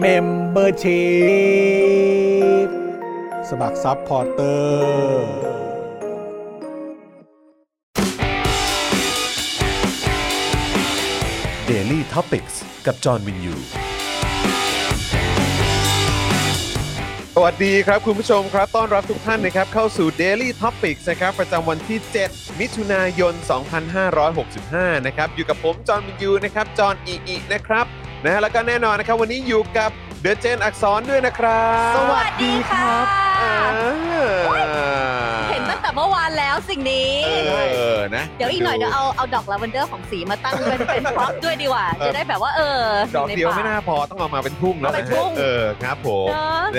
เมมเบอร์ชีพสมัครซัพพอร์เตอร์ Daily t o p i c กกับจอห์นวินยู สวัสดีครับ คุณผู้ชมครับต้อนรับทุกท่านนะครับเข้าสู่ Daily Topics นะครับประจำวันที่ 7 มิถุนายน 2565 นะครับอยู่กับผม จอห์นวินยูนะครับจอห์นอีอีนะครับนะฮะแล้วก็แน่นอนนะครับ วันนี้อยู่กับเดอะเจนอักษรด้วยนะครับ สวัสดีครับ อ่า เห็นตั้งแต่เมื่อวานแล้วสิ่งนี้ เออนะ เดี๋ยวอีกหน่อยเดี๋ยวเอาเอาดอกลาเวนเดอร์ของสีมาตั้งเป็นเป็นพร็อพด้วยดีกว่า จะได้แบบว่าเออ ดอกเดียวไม่น่า อ พอต้องเอามาเป็นทุ่งแล้ว เอาเป็นทุ่ง เออครับผม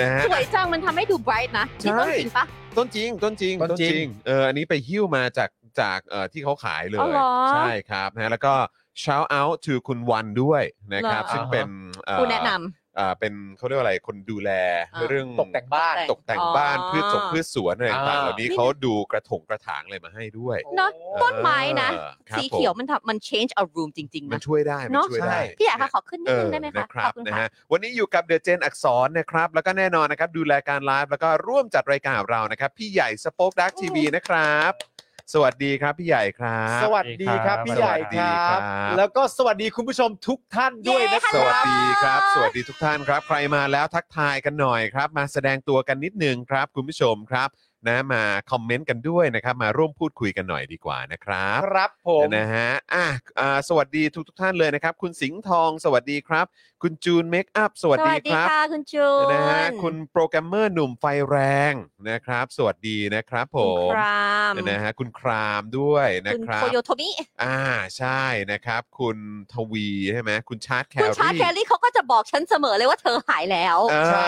ยู่ในป่าเน นะ อะ ฮะ สวยจังมันทำให้ดูไบรท์นะนี่ต้นจริงปะ ต้นจริงต้นจริง ต้นจริง เอออันนี้ไปหิ้วมาจากจากเอ่อที่เขาขายเล อ๋อย เหรอ ใช่ครับนะแล้วก็ shout out to คุณวันด้วยนะครับ เหรอ ซึ่งเป็นเอ่อ กูแนะนำ เอ่อเป็นเขาเรียกว่าอะไรคนดูแล อ่า เรื่อง ตกแต่งบ้าน ตกแต่งบ้านพืชสงพืชสวนอะไรต่างๆ อ่า เหล่านี้เขาดูกระถงกระถางอะไรมาให้ด้วย เนอะต้นไม้นะ เออครับ สีเขียว ผม มันทำมัน change a room จริง ๆ มัน นะ ช่วยได้มั เน น อะ ช่วยได้ พี่ใหญ่คะขอขึ้นนิดนึงได้ไหมคะ นะครับ ขอณ นะ ค่ะ ฮะวันนี้อยู่กับเดอะเจนอักษรนะครับ แล้วก็แน่นอนนะครับดูแลการไลฟ์แล้วก็ร่วมจัดรายการของเรานะครับ พี่ใหญ่สป็อคดักทีวีนะครับ สวัสดีครับพี่ใหญ่ครับ สวัสดีครับพี่ใหญ่ครั สวัสดีคบรับ แล้วก็สวัสดีคุณผู้ชมทุกท่านด้วยนะค ส รั วัส บ ดีครับ สวัสดีทุกท่านครับ ใครมาแล้วทักทายกันหน่อยครับ มาแสดงตัวกันนิดนึงครับ คุณผู้ชมครับนะมาคอมเมนต์กันด้วยนะครับ มาร่วมพูดคุยกันหน่อยดีกว่านะครับ ครับผม นะฮะอ่ะอ่าสวัสดีทุกทุกๆท่านเลยนะครับ คุณสิงห์ทอง สวัสดีครับ คุณจูนเมคอัพ สวัส สวั ดี สดี ครับ ค่ะคุณจูน นะฮะ คุณโปรแกรมเมอร์หนุ่มไฟแรงนะครับ สวัสดีนะครับผ คุณ ม คราม นะฮะ คุณครามด้วยนะ คุณ ครั โค บ โยโทมิ อ่า ใช่นะครับ คุณทวีใช่ไหม คุณชาร์ตแค คุณ รี่ ชาแคลรี่เขาก็จะบอกฉันเสมอเลยว่าเธอหายแล้ว เออ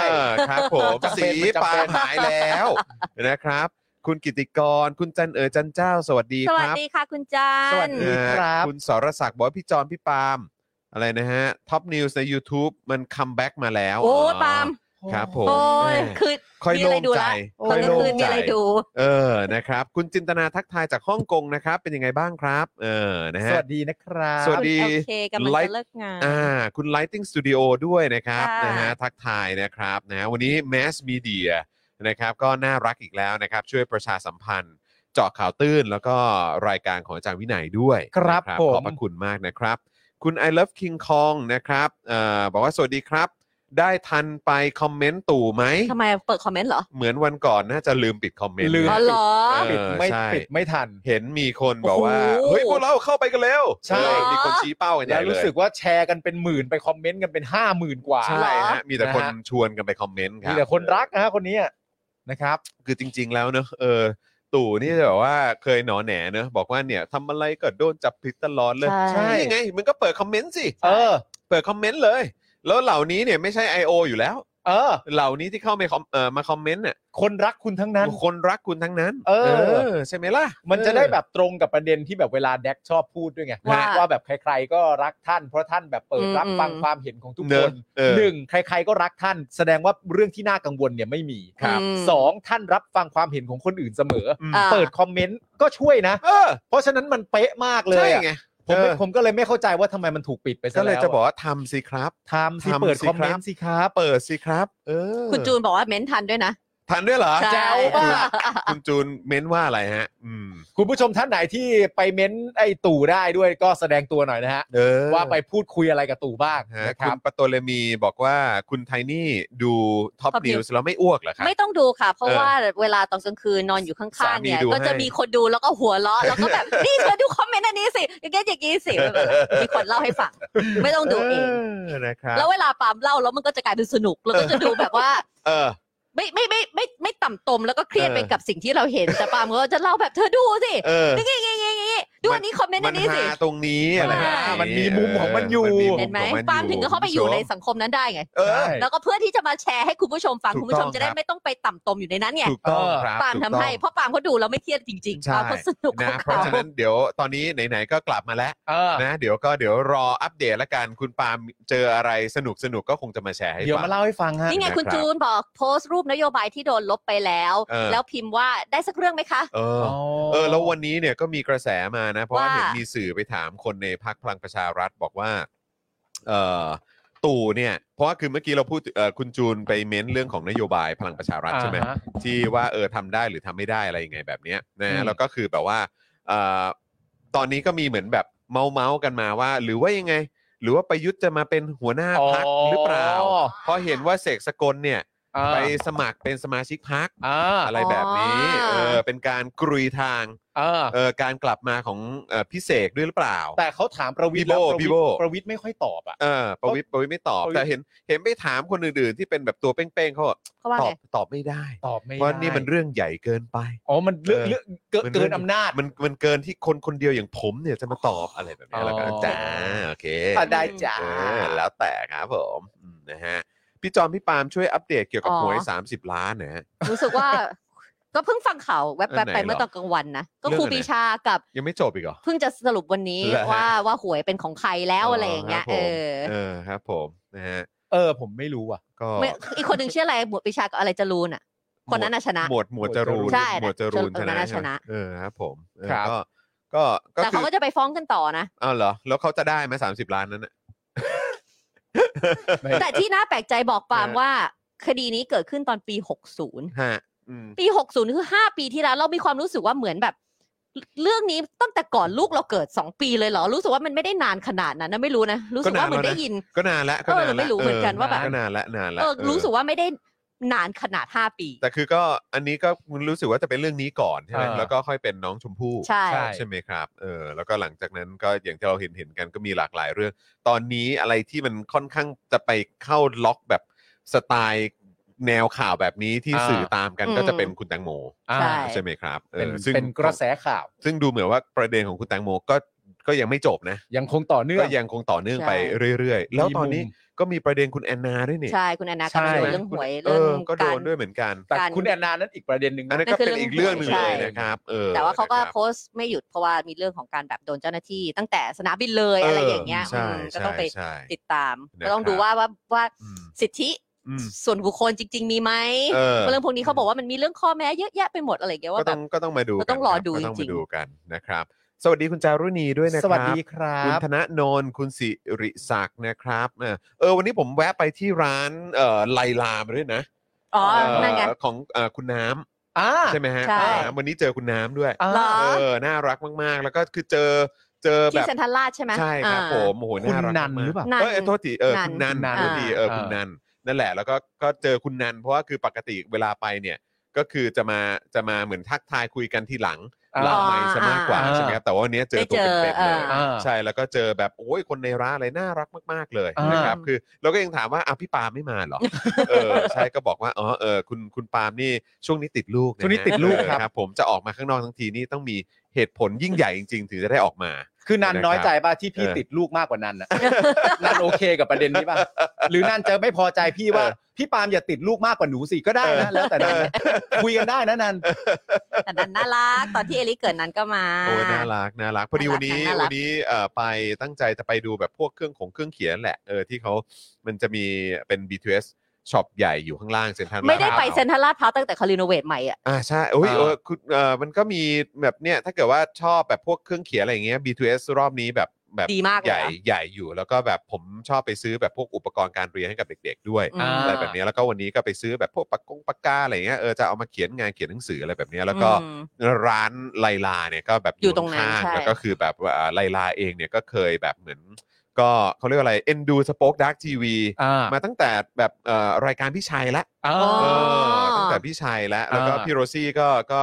ครับ ผม จำเป็ สี นไม่จำ ปา เป็น หายแล้วนะครับ คุณกิติกร คุณจันเอ๋อจันเจ้า สวัสดี ส ค วัส รับ ดีค่ะคุณจัน สวัสดี ครันะบฮะคุณสรศักดิ์บอกว่าพี่จอนพี่ปาล์มอะไรนะฮะท็อปนิวส์ใน YouTube มันคัมแบ็กมาแล้ว โอ้ปาล์ม ครับผม โอ้ย แม่ คือ ค่อย มี โล่ อะไร ง ดู ใจ ละ ต ค่ อน อย กลาง โล่ คื ง นมี ใจ อะไรดู เออนะครับ คุณจินตนาทักทายจากฮ่องกงนะครับ เป็นยังไงบ้างครับ เออนะ ส ฮะ วัสดีนะครับ สวัสดี โอเคกำลังจะเลิกงาน อ่าคุณ Lighting Studio ด้วยนะครับ ค่ะ นะฮะทักทายนะครับนะฮะวันนี้ Mass Media นะครับก็น่ารักอีกแล้วนะครับ ช่วยประชาสัมพันธ์เจาะข่าวตื้น แล้วก็รายการของอาจารย์วินัยด้วย ครับ นะ ผม ขอบพระคุณมากนะครับ คุณ I love King Kong นะครับเอ่อบอกว่าสวัสดีครับ ได้ทันไปคอมเมนต์ตู่ไหม ทำไมเปิดคอมเมนต์เหรอ เหมือนวันก่อนน่าจะลืมปิดคอมเมนต์ ลืม อ๋อเหรอ เอ ปิด อ ไม่ ใช่ ปิดไม่ทัน เห็นมีคนบอกว่า โอ้โห เฮ้ย พวกเราเข้าไปกันแล้ว ใช่ เออมีคนชี้เป้ากันให แล้ ญ่ ว เลย รู้สึกว่าแชร์กันเป็นหมื่นไปคอมเมนต์กันเป็นห้าหมื่นกว่า ใช่ฮะมีแต่ นะฮะ คนชวนกันไปคอมเมนต์ครั มี บ แต่คนรักนะฮะคนเนี้ยนะครับ คือจริง ๆ แล้วเนอะเออ ตู่นี่แบบว่าเคยหนอแหนเนอะบอกว่าเนี่ยทำอะไรก็โดนจับผิดตลอดเลย ใช่ นี่ไงมันก็เปิดคอมเมนต์สิ เออ เปิดคอมเมนต์เลย แล้วเหล่านี้เนี่ยไม่ใช่ I.O. อยู่แล้ว เออ เหล่านี้ที่เข้ามาคอมเออมาคอมเมนต์เนี่ย คนรักคุณทั้งนั้น คนรักคุณทั้งนั้น เออ ใช่ไหมล่ะ มันจะได้แบบตรงกับประเด็นที่แบบเวลาแดกชอบพูดด้วยไง ว่า ว่าแบบใครๆก็รักท่านเพราะท่านแบบเปิดรับ อืม ฟังความเห็นของทุก เนอะคน เออ หนึ่งใครๆก็รักท่าน แสดงว่าเรื่องที่น่ากังวลเนี่ยไม่มี ครับ อืม สองท่านรับฟังความเห็นของคนอื่นเสมออ ม อ่า เปิดคอมเมนต์ก็ช่วยนะ เออ เพราะฉะนั้นมันเป๊ะมากเลย ใช่ อะ ไง ผม เอ ไม่ อ ผมก็เลยไม่เข้าใจว่าทำไมมันถูกปิดไปซะ ก็ แล้ว เลยจะบอกว่าทำสิครับ ทำสิ ทำ เปิด สิ คอมคเมนรับ ต์สิครับ เปิดสิครับ เออ คุณจูนบอกว่าเม้นทันด้วยนะ ทันด้วยเหรอ ใช่ แจ๋วมาก คุณจูนเม้นว่าอะไรฮะ อืม คุณผู้ชมท่านไหนที่ไปเม้นไอ้ตู่ได้ด้วยก็แสดงตัวหน่อยนะฮะ เออ ว่าไปพูดคุยอะไรกับตู่บ้าง ฮะ นะค คุ รับ ณปะโตเลมีบอกว่าคุณไทนี่ดูท็อป Top นิว News ส์แล้วไม่อ้วกเหรอครับ ไม่ต้องดูค่ะ เพราะ เออ ว่าเวลาตอนกลางคืนนอนอยู่ข้างๆเนี่ย สามีดู ก็จะ ให้ มีคนดูแล้วก็หัวเราะแล้วก็แบบ นี่เธอดูคอมเมนต์อันนี้สิอย่างเงี้ยอย่างงี้สิแบบมีคนเล่าให้ฟัง ไม่ต้องดูเอง เออนะครับ แล้วเวลาปาล์มเล่าแล้วมันก็จะกลายเป็นสนุกแล้วก็จะดูแบบว่า เออ ไม่ไม่ไม่ไม่ไม่ต่ำตมแล้วก็เครียด เออ ไปกับสิ่งที่เราเห็นแต่ปาล์มก็จะเล่าแบบเธอดูสิ เออ นี่นี่นี่นี่ดูอันนี้คอมเมนต์ มั อั น นนี้สิ หาตรงนี้อะไร ใช่ แบบ มันมีมุมของมันอยู่ มุ เห็นไหม ของอยู่ ปาล์มถึงก็เข้าไปอยู่ในสังคมนั้นได้ไง เออ ใช่ แล้วก็เพื่อที่จะมาแชร์ให้คุณผู้ชมฟัง ถูก คุณผู้ชม ต้อง จะได้ ครับ ไม่ต้องไปต่ำตมอยู่ในนั้นไง ถูกต้อง เออ ครับ ปาล์ม ถูก ทำ ต้อง ให้เพราะปาล์มเขาดูแล้วไม่เครียดจริง ใช่ ๆปาล์มเขาสนุกของ นะเพ เขา ราะฉะนั้นเดี๋ยวตอนนี้ไหนๆก็กลับมาแล้ว เออ นะเดี๋ยวก็เดี๋ยวรออัปเดตละกันคุณปาล์มเจออะไรสนุกสนุกๆก็คงจะมาแชร์ให้ เดี๋ยว ฟัง มาเล่าให้ฟังฮะ นี่ไง นะครับ คุณจูนบอกโพสต์รูปนโยบายที่โดนลบไปแล้ว เออ แล้วพิมพ์ว่าได้สักเรื่องไหมคะ เออ เออแล้ววันนี้เนี่ยก็มีกระแสมานะ เพราะว่า ว่า เห็นมีสื่อไปถามคนในพักพลังประชารัฐบอกว่าเออตู่เนี่ย เพราะว่าคือเมื่อกี้เราพูดเอ่อคุณจูนไปเม้นเรื่องของนโยบายพลังประชารัฐใช่ไหม ที่ว่าเออทำได้หรือทำไม่ได้อะไรยังไงแบบเนี้ยนะ อืม แล้วก็คือแบบว่าเอ่อตอนนี้ก็มีเหมือนแบบเมาเมาส์ๆกันมาว่า หรือว่ายังไง หรือว่าประยุทธ์จะมาเป็นหัวหน้าพักหรือเปล่าเพราะเห็นว่าเสกสกลเนี่ยไป ไป สมัครเป็นสมาชิกพัก อ่า อะไรแบบนี้เออเป็นการกรุยทาง อ่า เออการกลับมาของเอ่อพิเศษด้วยหรือเปล่า แต่เขาถามประวิทย์แล้ว พี่โบ้ ประวิทย์ไม่ค่อยตอบอ่ะ เออประวิทย์ประวิทย์ไม่ตอบ ประวิตร แต่เห็นเห็นไปถามคนอื่นๆ ที่เป็นแบบตัวเป้งๆเขาบอก เขาว่า ตอ ไง บตอบไม่ได้ ตอบไม่ได้ เพราะนี่มันเรื่องใหญ่เกินไป อ๋อมันเลือก เออ เลือกเกินเกินอำนาจ มันมันเกินที่คนคนเดียวอย่างผมเนี่ยจะมาตอบอะไรแบบนี้แล้วกัน อ๋อ จ้าโอเค อ่ะได้จ้า เออแล้วแต่ครับผมอืมนะฮะพี่จอมพี่ปาล์มช่วยอัปเดตเกี่ยวกับหวย 30 ล้านหนะฮะ รู้สึกว่า ก็เพิ่งฟังข่าวแวบๆไป อันไหนเหรอ เมื่อตอนกลางวันนะก็ เรื่อง ครู อะไร ปรีชากับ ยังไม่จบอีกเหรอ เพิ่งจะสรุปวันนี้ เหรอฮะ ว่าว่าหวยเป็นของใครแล้วอะไรอย่างเงี้ย ค เอ รับผมเอออครับผมนะฮะ เออผมไม่รู้อ่ะ ก็ ไม่อีกคนหนึ่งชื่ออะไรหมวดปิชากับอะไรจรูนอ่ะ คนนั้นนะชนะ หมวดหมวดจรูน ใช่ หมวดจรูน จ ช รูน นะ น่ะ ใช่ไหม ชนะ เออครับผมเออ ครับ ก็ก็ก็ แต่ คื เขา อ ก็จะไปฟ้องกันต่อนะ อ้าวเหรอแล้วเขาจะได้ไหมสามสิบล้านนั้นน่ะ แต่ที่น่าแปลกใจบอกปาล์ม ฮะ ว่า คดีนี้เกิดขึ้นตอนปี 60 ฮะอืม ปี 60 คือ 5 ปีที่แล้ว เรามีความรู้สึกว่าเหมือนแบบ เรื่องนี้ตั้งแต่ก่อนลูกเราเกิด 2 ปีเลยเหรอ รู้สึกว่ามันไม่ได้นานขนาดนั้นนะไม่รู้นะ รู้สึกว่าเหมือนได้ยิน ก็นานละเออก็านนละ ไม่รู้เหมือนกันว่าแบบ นานละนานละ เออ เออ รู้สึกว่าไม่ได้นานขนาด 5 ปี แต่คือก็อันนี้ก็รู้สึกว่าจะเป็นเรื่องนี้ก่อนใช่ไหม อ่า แล้วก็ค่อยเป็นน้องชมพู่ ใช่ ใช่ ไหมครับเออแล้วก็หลังจากนั้นก็อย่างที่เราเห็นเห็นๆกันก็มีหลากหลายเรื่อง ตอนนี้อะไรที่มันค่อนข้างจะไปเข้าล็อกแบบสไตล์แนวข่าวแบบนี้ที่ อ่า สื่อตามกัน อืม ก็จะเป็นคุณแตงโม อ่า ใช่ ใช่ไหมครับเอ เป็น อซึ่ง เป็นกระแสข่าว ซึ่งดูเหมือนว่าประเด็นของคุณแตงโมก็ก็ยังไม่จบนะ ยังคงต่อเนื่อง ก็ยังคงต่อเนื่องไปเรื่อยๆ แล้วตอนนี้ก็มีประเด็นคุณแอนนาด้วยนี่ ใช่คุณแอนนาก็โดนเรื่องหวย เอ เรื่อง อก็โด กาน ร ด้วยเหมือนกัน แต่ การ คุณแอนนานั้นอีกประเด็นหนึ่ง อัน นะ นั้นก็เป็นอีกเรื่องหนึ่งเลยนะครับ เออ แต่ว่าเขาก็ นะครับ โพสต์ไม่หยุดเพราะว่ามีเรื่องของการแบบโดนเจ้าหน้าที่ตั้งแต่สนามบินเลย เอออ อะไรอย่างเงี้ย ใช่ อืมก็ต้องไป ใช่ใช่ ติดตาม นะครับ ก็ต้องดูว่าว่าว่า อืม สิทธิ อืม ส่วนบุคคลจริง ๆ มีไหม เออ เรื่องพวกนี้เขาบอกว่ามันมีเรื่องข้อแม้เยอะแยะไปหมดอะไรอย่างเงี้ย ก็ ว่าแบ ต้อบ งก็ต้องมาดู ก็ต้อกังนค รอบ ดู ก็ต้อง จมาริง ๆ ดูกันนะครับ สวัสดีคุณจารุณีด้วยนะครับ สวัสดีครับ คุณธนาโนนคุณสิริศักดิ์นะครับเออเออวันนี้ผมแวะไปที่ร้านเอ่อไลลามาด้วยนะ อ๋อ เออ นั่นไง ของเอ่อคุณน้ อ่า ำใช่ไหมฮะ ใช่ คุณน้ำวันนี้เจอคุณน้ำด้วย อ่า เหรอ เออน่ารักมากๆ แล้วก็คือเจอเจอแบ ที่ บ เซนทรัลลาดใช่ไหม ใช่ครับ อ่า ผมโอ้โห คุณ น่ารัก นัน มากหรือเปล่า นัน เอ้ยโทษทีเออคุณ นั นัน น โทษทีเออคุณ อ่า นันนั่นแหละแล้วก็ก็เจอคุณนันเพราะว่าคือปกติเวลาไปเนี่ยก็คือจะมาจะมาเหมือนทักทายคุยกันทีหลัง อ่า หลังไม่ซะมากกว่า อ่า ใช่ไหมครับแต่ว่าวันเนี้ยเจอ ได้ ตัว เจอ เป็นๆเลย อ่า ใช่แล้วก็เจอแบบโอ้ยคนในร้านอะไรน่ารักมาก ๆเลย อ่าน นะครับคือเราก็ยังถามว่าอ่ะพี่ปาล์มไม่มาเหรอ เออใช่ก็บอกว่าอ๋อเออคุณคุณปาล์มนี่ช่วงนี้ติดลูกะ ช่วงนี้ติดลูกครับ เออผมจะออกมาข้างนอกทั้งทีนี่ต้องมีเหตุผลยิ่งใหญ่จริง ๆ ถึงจะได้ออกมา คือนันน้อยใจป่ะที่พี่ เออ ติดลูกมากกว่านัน นะ นันโอเคกับประเด็นนี้ป่ะ หรือนันจะไม่พอใจพี่ว่า เออ พี่ปาล์มอย่าติดลูกมากกว่าหนูสิก็ได้นะ แล้วแต่นันนะคุยกันได้นะนัน แต่นันน่ารัก ตอนที่เอลิเกิดนั้นก็มา โอ้ยน่ารักน่ารักพอดี น่ารัก วันนี้ น่ารัก วันนี้เอ่อไปตั้งใจจะไปดูแบบพวกเครื่องของเครื่องเขียนแหละเออที่เขามันจะมีเป็น BTS ช็อปใหญ่อยู่ข้างล่างเซ็นทรัล ไม่ได้ไป ลาพร้าว เซนทรัลลาดพร้าวตั้งแต่เขารีโนเวทใหม่อ่ะ อ่าใช่โอ้ย อ่า เออคุณเออมันก็มีแบบเนี้ยถ้าเกิดว่าชอบแบบพวกเครื่องเขียนอะไรอย่างเงี้ย BTS รอบนี้แบบ แบบ ดีมากเลย ใหญ่ อะ ใหญ่อยู่ แล้วก็แบบผมชอบไปซื้อแบบพวกอุปกรณ์การเรียนให้กับเด็ก ๆ ด้วย อืม อะไรแบบเนี้ยแล้วก็วันนี้ก็ไปซื้อแบบพวกปากกงปากกาอะไรเงี้ยเออจะเอามาเขียนงานเขียนหนังสืออะไรแบบเนี้ยแล้วก็ อืม ร้านไลลาเนี่ยก็แบบ อยู่ตรงนั้น ข้าๆ ใช่ แล้วก็คือแบบว่าไลลาเองเนี่ยก็เคยแบบเหมือน ก็เขาเรียกว่าอะไรเอ็นดูสป็อคดักทีวี อ่า มาตั้งแต่แบบเอ่อรายการพี่ชัยละ อ่า อ๋อ เออตั้งแต่พี่ชัยละแล้วก็ อ่า พี่โรซี่ก็ก็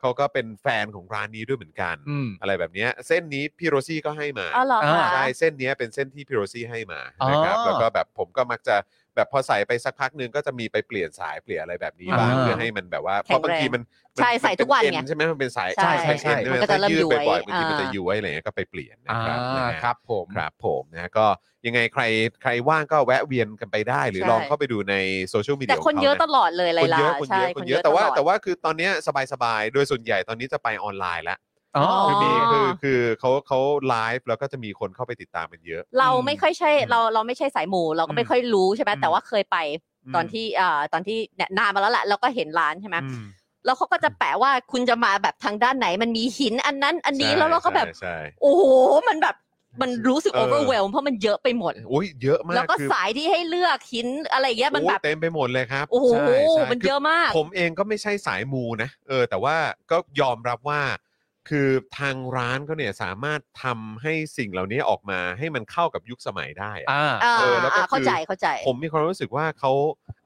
เขาก็เป็นแฟนของร้านนี้ด้วยเหมือนกัน อืม อะไรแบบเนี้ยเส้นนี้พี่โรซี่ก็ให้มา อ๋อเหรอคะ ใช่เส้นเนี้ยเป็นเส้นที่พี่โรซี่ให้มา อ๋อ นะครับแล้วก็แบบผมก็มักจะแบบพอใส่ไปสักพักหนึงก็จะมีไปเปลี่ยนสายเปลี่ยนอะไรแบบนี้บ้าง อ่า เพื่อให้มันแบบว่าเพแข็ราะ ง บางทีมันมัน ใช่ใส่ มัเป็ ทุกวัน เอ็ ไง ใช่ไหมมันเป็นสาย ใช่ ใช่ใช่ เอ็น มันก็ ใช่ จะ ไห เริ่ ม ม ยืด ย้วย บ่อยๆบางที อ่ามั มันจะย้วยอะไรเงี้ยก็ไปเปลี่ยนนะ อ่า ครับนะฮะ ครับผม ครับผมนะก็ยังไงใครใครว่างก็แวะเวียนกันไปได้ หรือ ใช่ ลองเข้าไปดูในโซเชียลมีเดี แต่ ย คนเยอะตลอดเลยไล คน ลา เยอะคนเย ใช่ อะคนเยอะแต่ว่าแต่ว่าคือตอนเนี้ยสบายๆโดยส่วนใหญ่ตอนนี้จะไปออนไลน์แล้ว อ๋อ คือมี อ๋อ คือคือเขาเขาไลฟ์แล้วก็จะมีคนเข้าไปติดตามกันเยอะ เราไม่ค่อยใช่ อืม เราเราไม่ใช่สายหมูเราก็ อื ไม่ ม ค่อยรู้ใช่ไหม อืม แต่ว่าเคยไป อืม ตอนที่เอ่อตอนที่เนี่ยนานมาแล้วแหละเราก็เห็นร้านใช่ไหม อืม แล้วเขาก็จะแปะว่าคุณจะมาแบบทางด้านไหนมันมีหินอันนั้นอันนี้แล้วเราก็แบบ ใช่ โอ้โห มันแบบมันรู้สึก เออ overwhelm เพราะมันเยอะไปหมด โอ้ยเยอะมาก แล้วก็ คือ สายที่ให้เลือกหินอะไรอย่างเงี้ยมัน โอ้ แบบ เต็มไปหมดเลยครับ โอ้โห ใช่ใช่ มัน คื เยอะมาก ผมเองก็ไม่ใช่สายมูนะเออ แต่ว่าก็ยอมรับว่า คือทางร้านเขาเนี่ยสามารถทำให้สิ่งเหล่านี้ออกมาให้มันเข้ากับยุคสมัยได้อะ อ่า อ่า เออแล้วก็คือ เข้าใจเข้าใจ ผมมีความรู้สึกว่าเขา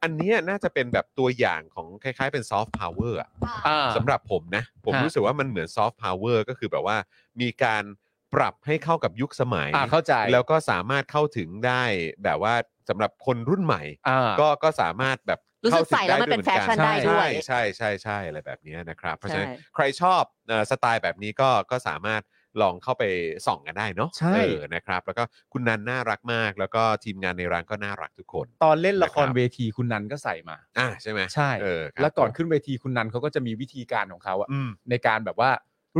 อันเนี้ยน่าจะเป็นแบบตัวอย่างของคล้ายๆเป็นซอฟต์พาวเวอร์ อ่า สำหรับผมนะ ผม ฮะ รู้สึกว่ามันเหมือนซอฟต์พาวเวอร์ก็คือแบบว่ามีการปรับให้เข้ากับยุคสมัย อ่าเข้าใจ แล้วก็สามารถเข้าถึงได้แบบว่าสำหรับคนรุ่นใหม่ อ่า ก็ก็สามารถแบบ รู้สึกใส่แล้วมันเป็นแฟชั่นได้ด้วย ใช่ใช่ใช่ใช่อะไรแบบนี้นะครับ เพราะฉะ ใช่ นั้นใครชอบเอ่อสไตล์แบบนี้ก็ก็สามารถลองเข้าไปส่องกันได้เนาะ ใช่ เออนะครับ แล้วก็คุณนันน่ารักมาก แล้วก็ทีมงานในร้านก็น่ารักทุกคน ตอนเล่นละครเวทีคุณนันก็ใส่มา อ่าใช่ไหม ใช่ เออครับ แล้วก่อนขึ้นเวทีคุณนันเขาก็จะมีวิธีการของเขาอะ อืม ในการแบบว่า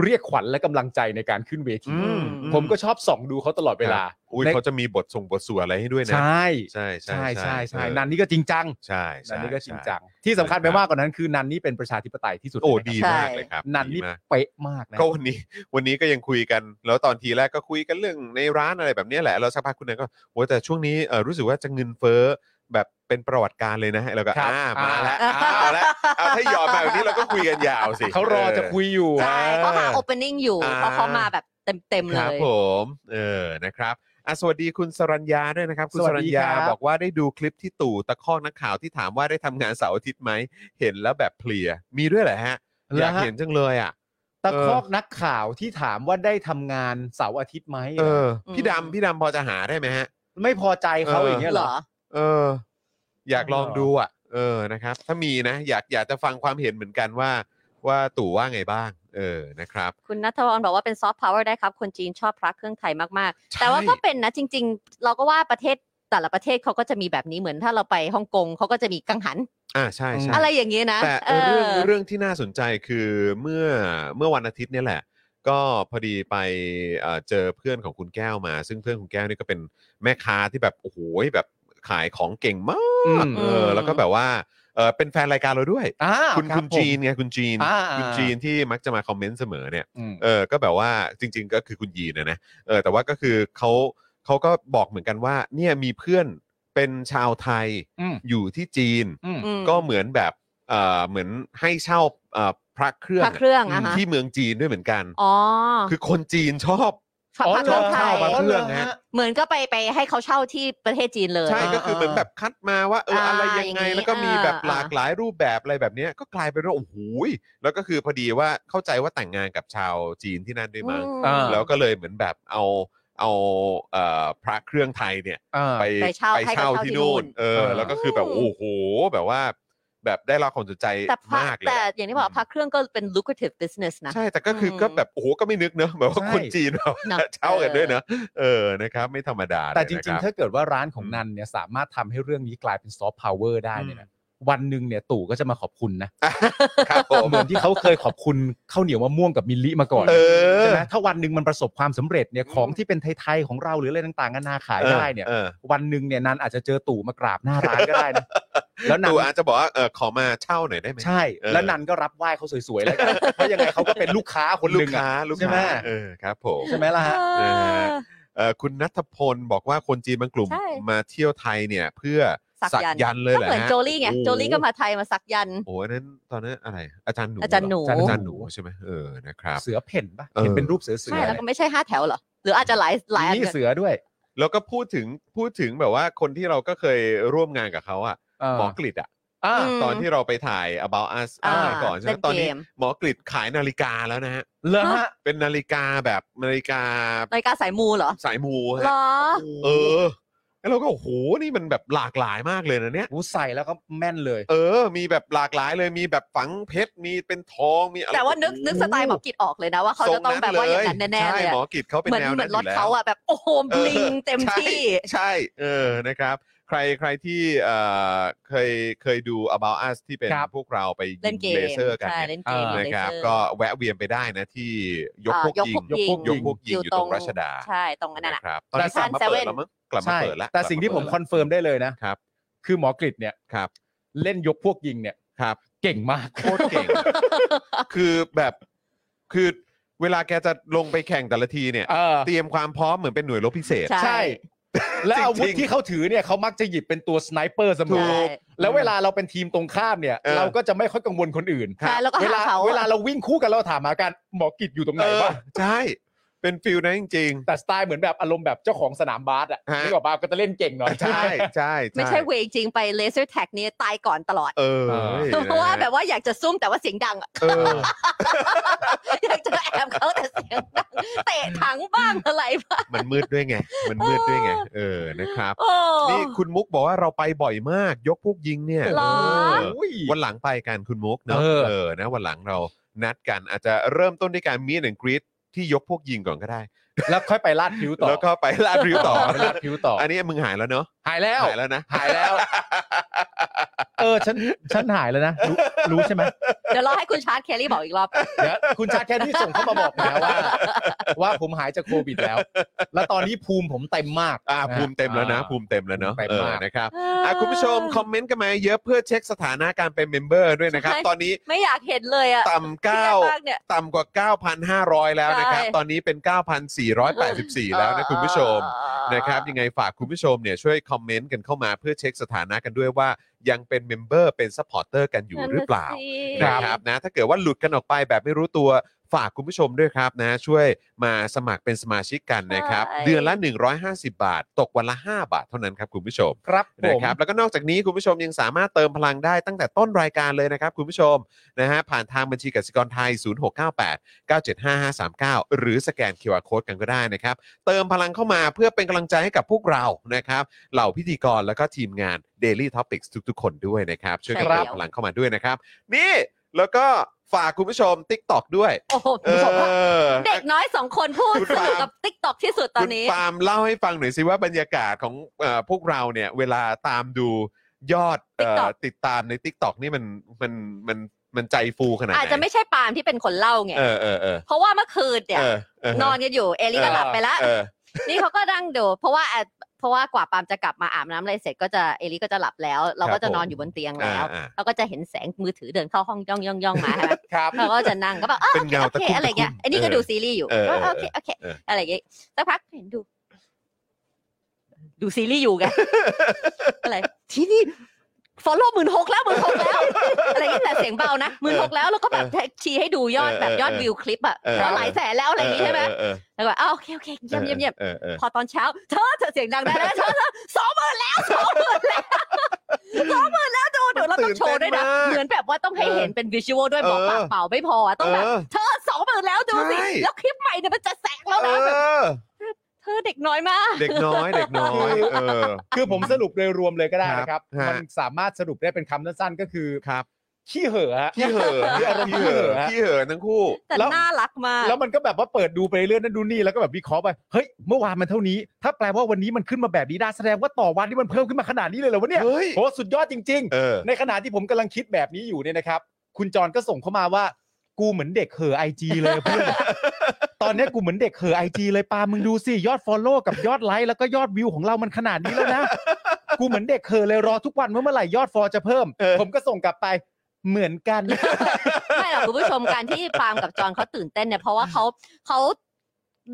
เรียกขวัญและกำลังใจในการขึ้นเวที อืม ผมก็ชอบส่องดูเขาตลอดเวลา ครับอุ้ยเขาจะมีบทส่งบทสวดอะไรให้ด้วยนะ ใช่ ใช่ ใช่ใช่ใช่ เออ นันนี่ก็จริงจัง ใช่ นั ใช่ นนี่ก็จริงจัง ใช่ ที่สำคัญไปมากกว่านั้นคือนันนี่เป็นประชาธิปไตยที่สุด โอ้ เลยนะ ดี ครับ มากเลยครับ นันนี่ ดีมาก เป๊ะมากนะ ก็วันนี้วันนี้ก็ยังคุยกัน แล้วตอนทีแรกก็คุยกันเรื่องในร้านอะไรแบบเนี้ยแหละแล้วสักพักคุณนันก็โอ้แต่ช่วงนี้เออรู้สึกว่าจะเงินเฟ้อแบบเป็นประวัติการณ์เลยนะแล้วก็ ครับ อ่า อ่าม มาแล้วเอาละเอาถ้าหยอดมาแบบนี้เราก็คุยกันยาวสิ เขารอจะคุยอยู่ ใช่เขาหา opening อยู่ อ่า เพราะเขามาแบบเต็มเต็มคๆเล รับ ย ผมเออนะครับอ่ะสวัสดีคุณสรัญญาด้วยนะครับ คุณ สวั ส ส รั ดี ญ ครั ญา บ บอกว่าได้ดูคลิปที่ตู่ตะคอกนักข่าวที่ถามว่าได้ทำงานเสาร์อาทิตย์ไหมเห็นแล้วแบบเพลียมีด้วยเหรอฮะอยากเห็นจังเลยอ่ะ ตะคอกนักข่าวที่ถามว่าได้ทำงานเสาร์อาทิตย์ไหม เออ อืม พี่ดำพี่ดำพอจะหาได้ไหมฮะ ไม่พอใจเขา เอออ อย่างเงี้ย เห เห ร รอ อ เออ อยากลอง เหรอ ดูอ่ะ เออนะครับ ถ้ามีนะ อยากอยากจะฟังความเห็นเหมือนกันว่า ว่าตู่ว่าไงบ้าง เออนะครับ คุณนัทวรบอกว่าเป็นซอฟต์พาวเวอร์ได้ครับ คนจีนชอบพระเครื่องไทยมาก ใช่ ๆ แต่ว่าก็เป็นนะจริง ๆ เราก็ว่าประเทศแต่ละประเทศเขาก็จะมีแบบนี้เหมือนถ้าเราไปฮ่องกงเขาก็จะมีกังหัน อ่าใช่ใช่ อะไรอย่างนี้นะ แต่เออเรื่อง เออ เรื่องที่น่าสนใจคือเมื่อเมื่อวันอาทิตย์เนี่ยแหละ ก็พอดีไปเอ่อเจอเพื่อนของคุณแก้วมา ซึ่งเพื่อนคุณแก้วนี่ก็เป็นแม่ค้าที่แบบโอ้โหแบบขายของเก่งมาก อืม เออ แล้วก็แบบว่าเออเป็นแฟนรายการเราด้วย อ่า คุณ รับ คุณ ผม จีนไงคุณจีน อ่า คุณจีนที่มักจะมาคอมเมนต์เสมอเนี่ย อืม เออก็แบบว่าจริง ๆ ก็คือคุณยีนนะนะ เออแต่ว่าก็คือเขาเขาก็บอกเหมือนกันว่า เนี่ยมีเพื่อนเป็นชาวไทย อืม อยู่ที่จีน อืม ม ก็เหมือนแบบเออเหมือนให้เช่าเอ่อพระเครื่อง พระเครื่องอะฮะ ที่เมืองจีนด้วยเหมือนกัน อ๋อ คือคนจีนชอบ พระ อ๋อ พระเครื่องไทย เช่าพระเครื่องฮะ เหมือนก็ไปไปให้เขาเช่าที่ประเทศจีนเลย ใช่ เออ ก็คือเหมือนแบบคัดมาว่าเอออะไร อ่า ยังไง อย่างนี้ แล้วก็มีแบบ เออ หลากหลายรูปแบบอะไรแบบเนี้ยก็กลายเป็นว่าโอ้โหยแล้วก็คือพอดีว่าเข้าใจว่าแต่งงานกับชาวจีนที่นั่นด้วย อื มั้ง ม อ่า แล้วก็เลยเหมือนแบบเอาเอาเอ่อพระเครื่องไทยเนี่ย อ่า ไป ไปเช่า ไป ให้ เช่า เขา ที่ เช่าที่นู่ นู่น น เออ เออ แล้วก็คือแบบโอ้โหแบบว่า แบบได้รับความสนใจ แต่พระ มากเลย แต่อย่างที่บอกพระเครื่องก็เป็น lucrative business นะ ใช่แต่ก็คืออ ม ก็แบบโอ้โหก็ไม่นึกเนอะแบบว่า ใช่ คนจีนเรา เนอะ เช่ากัน เออ ด้วยเนอะเออนะครับ ไม่ธรรมดาเลย แต่จ นะค ริง บ ๆ ถ้าเกิดว่าร้านของ อืม นันเนี่ยสามารถทำให้เรื่องนี้กลายเป็นซอฟต์พาวเวอร์ได้เนี่ยนะวันหนึ่งเนี่ยตู่ก็จะมาขอบคุณนะครับ ผม เหมือนที่เขาเคยขอบคุณข้าวเหนียวมะม่วงกับมิลลิมาก่อน เออ ใช่ไหมถ้าวันหนึ่งมันประสบความสำเร็จเนี่ยของที่เป็นไทยๆของเราหรืออะไรต่างๆกันานาขายได้เนี่ย ออ วันหนึ่งเนี่ยนันอาจจะเจอตู่มากราบหน้าร้านก็ได้ นะแล้วนัน ตู่อาจจะบอกว่าเออขอมาเช่าหน่อยได้ไหม ใช่ เออ แล้วนันก็รับไหว้เขาสวยๆแล้วกัน เพราะยังไงเขาก็เป็นลูกค้าคนห ลู นึ่ ก ง ค้า อะ ลูก ใช่ไหม ค้าเออครับผม ใช่ไหมล่ะฮะ เออ นะฮะ เ เอ่อคุณนัทพลบอกว่าคนจีนบางกลุ่ม ใช่ มาเที่ยวไทยเนี่ยเพื่อ สักยัน ยันเลย ก็ แหละ เหมือน ฮะ โจลี่ไง อ้ห โจลี่ก็มาไทยมาสักยัน โอ้โหอันนั้นตอนนั้นอะไร อาจารย์หนู อาจารย์หนู เออาจารย์หนูใช่ไหมเออนะครับ เสือเพ่นปะ เออ เห็นเป็นรูปเสือเสือ ใช่แล้วก็ไม่ใช่ห้าแถวเหรอ หรืออาจจะหลายหลายอัน มี กัน เสือด้วย แล้วก็พูดถึงพูดถึงแบบว่าคนที่เราก็เคยร่วมงานกับเขาอะ เห มอกฤษอะ อ่า ม ตอนที่เราไปถ่าย about us อ่า สมัยก่อนใช่ไห เล่ ม น ตอนนี้ เกม หมอกริดขายนาฬิกาแล้วนะฮะ เลอฮะ เป็นนาฬิกาแบบนาฬิกา นาฬิกาสายมูเหรอ สายมู เหร ฮะ อ เออ แล้วเราก็โอ้โหนี่มันแบบหลากหลายมากเลยนะเนี่ย รู้ใส่แล้วก็แม่นเลย เออ มีแบบหลากหลายเลยมีแบบฝังเพชรมีเป็นทองมีอะไร แต่ว่านึกนึกสไตล์หมอกิจออกเลยนะว่าเขาจะต้องแบบว่าอย่างนั้นแน่ๆ ใช่ เลย ห อะ มอกิจเขาเป็น เหมือน แนว เหมื นั้ อนอนรถ ยู่แล้ว เขาอะแบบโอ้โหบลิงเต็มที่ ใช่ใช่เออนะครับ ใครใครที่เอ่อเคยเคยดู about us ที่เป็น ครับ พวกเราไป เล่ ยิ น ง เกม เลเซอร์กัน ใช่ เนี่ย เล่นเกม อ่า เล นะ เซ ค อ รับ ร์ ก็แวะเวียนไปได้นะที่ยก อ่า พวกยิง ยกพวก ย ยิ ก ง พวกยิงอยู่ตรงราชดา ใช่ตรงนั้น นะ น่ะ ครับตอนนี้ก แต่ ลับมาเปิด เซเว่น แล้วมั้งกลับมา ใช่ เปิดแล้ว แต่สิ่งที่ผมคอนเฟิร์มได้เลยนะครับ คือหมอกริดเนี่ย ครับ เล่นยกพวกยิงเนี่ย ครับ เก่งมาก โคตรเก่ง คือแบบคือเวลาแกจะลงไปแข่งแต่ละทีเนี่ย เออ เตรียมความพร้อมเหมือนเป็นหน่วยรบพิเศษ ใช่ และอาวุธที่เขาถือเนี่ยเขามักจะหยิบเป็นตัวสไนเปอร์เสม ถู อ ใช่ ก แล้วเวลาเราเป็นทีมตรงข้ามเนี่ย เออ เราก็จะไม่ค่อยกังวลคนอื่น ใช่แล้วก็ เว หา ลา เขา เวลาเราวิ่งคู่กันเราถามหากันหมอกิจอยู่ตรงไหน เออ บ้าง ใช่เป็นฟิลนั้นจริง แต่สไตล์เหมือนแบบอารมณ์แบบเจ้าของสนามบาสอ่ะ ฮะ นี่บอกบ้าก็จะเล่นเก่งหน่อย ๆ ใช่ใช่ ไม่ใช่เวจริงไปเลเซอร์แท็กนี่ตายก่อนตลอด เออ เออ นี่น เพราะว่าแบบว่าอยากจะซุ่มแต่ว่าเสียงดังอะ เออ อยากจะแอบเขาแต่เสียงดังเตะถังบ้างอะไรบ้าง มันมืดด้วยไง มันมืดด้วยไง เออนะครับ โอ้ นี่คุณมุกบอกว่าเราไปบ่อยมาก ยกพวกยิงเนี่ย หรอ เออ โอ้ย วันหลังไปกันคุณมุกเนอะ เออ เออนะวันหลังเรานัดกันอาจจะเริ่มต้นด้วยการมี t อนกรีดที่ยกพวกยิงก่อนก็ได้ แล้วค่อยไปลาดผิวต่อ แล้วก็ไปลาดริ้วต่อ ไปลาดผิวต่อ อันนี้มึงหายแล้วเนอะ หายแล้ว หายแล้วนะ หายแล้ว เออ ฉัน ฉันหายแล้วนะ รู้รู้ใช่ไหม เดี๋ยวรอให้คุณชาร์ตเคลรี่บอกอีกรอบ เดี๋ยวคุณชาแค่ที่ส่งเข้ามาบอกผม แล้วว่า ว่าผมหายจากโควิดแล้ว แล้วตอนนี้ภูมิผมเต็มมาก อ่าภูมิเต็มแล้วนะ อ่า ภูมิเต็มแล้วเนอะ ภูมิ เอ เต็ม อ มาก นะครับอ่ะคุณผู้ชม คอมเมนต์กันมาเยอะเพื่อเช็คสถานะการเป็นเมมเบอร์ด้วยนะครับ ใช่ ตอนนี้ ไม่อยากเห็นเลยอ่ะ ต่ำเก้า เครียดมากเนี่ย ต่ำกว่า 9,500 แล้วนะครับ ใช่ ตอนนี้เป็น 9,484 แล้วนะคุณผู้ชม นะครับยังไงฝากคุณผู้ชมเนี่ยช่วยคอมเมนต์กันเข้ามาเพื่อเช็คสถานะกันด้วยว่า ยังเป็นเมมเบอร์เป็นซัพพอร์เตอร์กันอยู่หรือเปล่า นั่ นะ น ค น่ะสิ รับนะถ้าเกิดว่าหลุดกันออกไปแบบไม่รู้ตัวฝากคุณผู้ชมด้วยครับนะช่วยมาสมัครเป็นสมาชิกกันนะครับ ใช่ เดือนละ 150 บาท ตกวันละ 5 บาทเท่านั้นครับคุณผู้ชม ครับผ นะ ม ครับแล้วก็นอกจากนี้คุณผู้ชมยังสามารถเติมพลังได้ตั้งแต่ต้นรายการเลยนะครับ คุณผู้ชมนะฮะผ่านทางบัญชีกสิกรไทย 0698 975539 หรือสแกน QR Code กันก็ได้นะครับ เติมพลังเข้ามาเพื่อเป็นกำลังใจให้กับพวกเรานะครับ เหล่าพิธีกรแล้วก็ทีมงาน Daily Topics ทุกๆ คนด้วยนะครับ ช่วยกันเติใช่มแล้ว พลังเข้ามาด้วยนะครับ นี่แล้วก็ฝากคุณผู้ชม TikTok ด้วย โอ้โห เอ ผมว่า อ เด็กน้อยสองคนพูด คุณ ส ปาล์ม นุกกับติ๊กต็อกที่สุดตอนนี้ คุณปาล์มเล่าให้ฟังหน่อยสิว่าบรรยากาศของเอ่อพวกเราเนี่ยเวลาตามดูยอดเอ่อ TikTok ติดตามใน t ิ k t o k นี่มันมันมันมันใจฟูขนาดไหน อาจจะไม่ใช่ปาล์มที่เป็นคนเล่าไง เออเออเออ เพราะว่าเมื่อคืนเนี่ย เออเออน อนกันอยู่เอลิก็หลับไปแล้ว เออ นี่เขาก็นั่งดูเพราะว่าอ่ะเพราะว่ากว่าปาล์มจะกลับมาอาบน้ำอะไรเสร็จก็จะเอลิก็จะหลับแล้ว เรา ครั ก็ บ จะนอ ผ น ม อยู่บนเตียง อ่า แล้ว อ่า เราก็จะเห็นแสงมือถือเดินเข้าห้องย่องย่องย่องมาใช่ไหม ครับ เราก็จะนั่งก็แบบเออ เป็นเงา โอ ตะ เค คุ่ม อะไรเงี้ยไอ้นี่ก็ เ ดูซีรีส์อยู่ เออเออ ว่าโอเคโอเค เออ อะไรอย่างงี้สักพักเห็นดู ดูซีรีส์อยู่ไง อะไรที่นี่ฟอลโล่หมื่นหกแล้วหมื่นหกแล้ว อะไรอย่างงี้แต่เสียงเบานะหมื่นหกแล้วแล้วก็แบบชี้ให้ดูยอดแบบยอดวิวคลิปอะ เออเออ ว่าหลายแสนแล้วอะไรอย่างงี้ใช่ไหม เออเออ แล้วก็อ้าวโอเคโอเคเยี่ยมเยี่ยมเยี่ยม เออเออ พอตอนเช้าเธอเธอเสียงดังได้แล้วเธอเธอสองหมื่นแล้วสองหมื่นแล้วสองหมื่นแล้วดูดูเราต้องโชว์ด้วยนะ เหมือนแบบว่าต้องให้เห็นเป็นวิชวลด้วยบอกปากเปล่าไม่พอต้องแบบ เออ เธอสองหมื่นแล้วดูสิ ใช่ แล้วคลิปใหม่เนี่ยมันจะแสงแล้ว เอ นะแบบ อ เธอเด็กน้อยมาก เด็กน้อยเด็กน้อยเออ คือผมสรุปโดยรวมเลยก็ได้นะ ค ค รั รั บบ มัน ฮะ สามารถสรุปได้เป็นคำสั้นๆก็คือ ครับ ขี้เห่อฮะ ขี้เห่อ ขี้อารมณ์ ขี้เห่อ ขี้เห่อฮะ ขี้เห่อทั้งคู่ แต่ แล้ว น่ารักมาก แล้วมันก็แบบว่าเปิดดูไปเรื่อยนั่นดูนี่แล้วก็แบบวิเคราะห์ไปเฮ้ยเมื่อวานมันเท่านี้ ถ้าแปลว่าวันนี้มันขึ้นมาแบบนี้ได้แสดงว่าต่อวันนี้มันเพิ่มขึ้นมาขนาดนี้เลยเหรอวะเนี่ย เฮ้ย โอ้สุดยอดจริง เออ ๆ ในขณะที่ผมกำลังคิดแบบนี้อยู่เนี่ยนะครับ คุณจรก็ส่งเข้ามาว่า กูเหมือนเด็กเห่อไอจีเลยเพื่อน ตอนเนี้ยกูเหมือนเด็กเห่อไอจีเลยปามึงดูสิยอดฟอลโล่กับยอดไลค์แล้วก็ยอดวิวของเรามันขนาดนี้แล้วนะ กูเหมือนเด็กเห่อเลยรอทุกวันว่าเมื่อไหร่ยอดฟอลจะเพิ่ม เออ ผมก็ส่งกลับไปเหมือนกัน ไม่หรอกคุณผู้ชมการที่ปาล์มกับจอห์นเขาตื่นเต้นเนี่ยเพราะว่าเขาเขา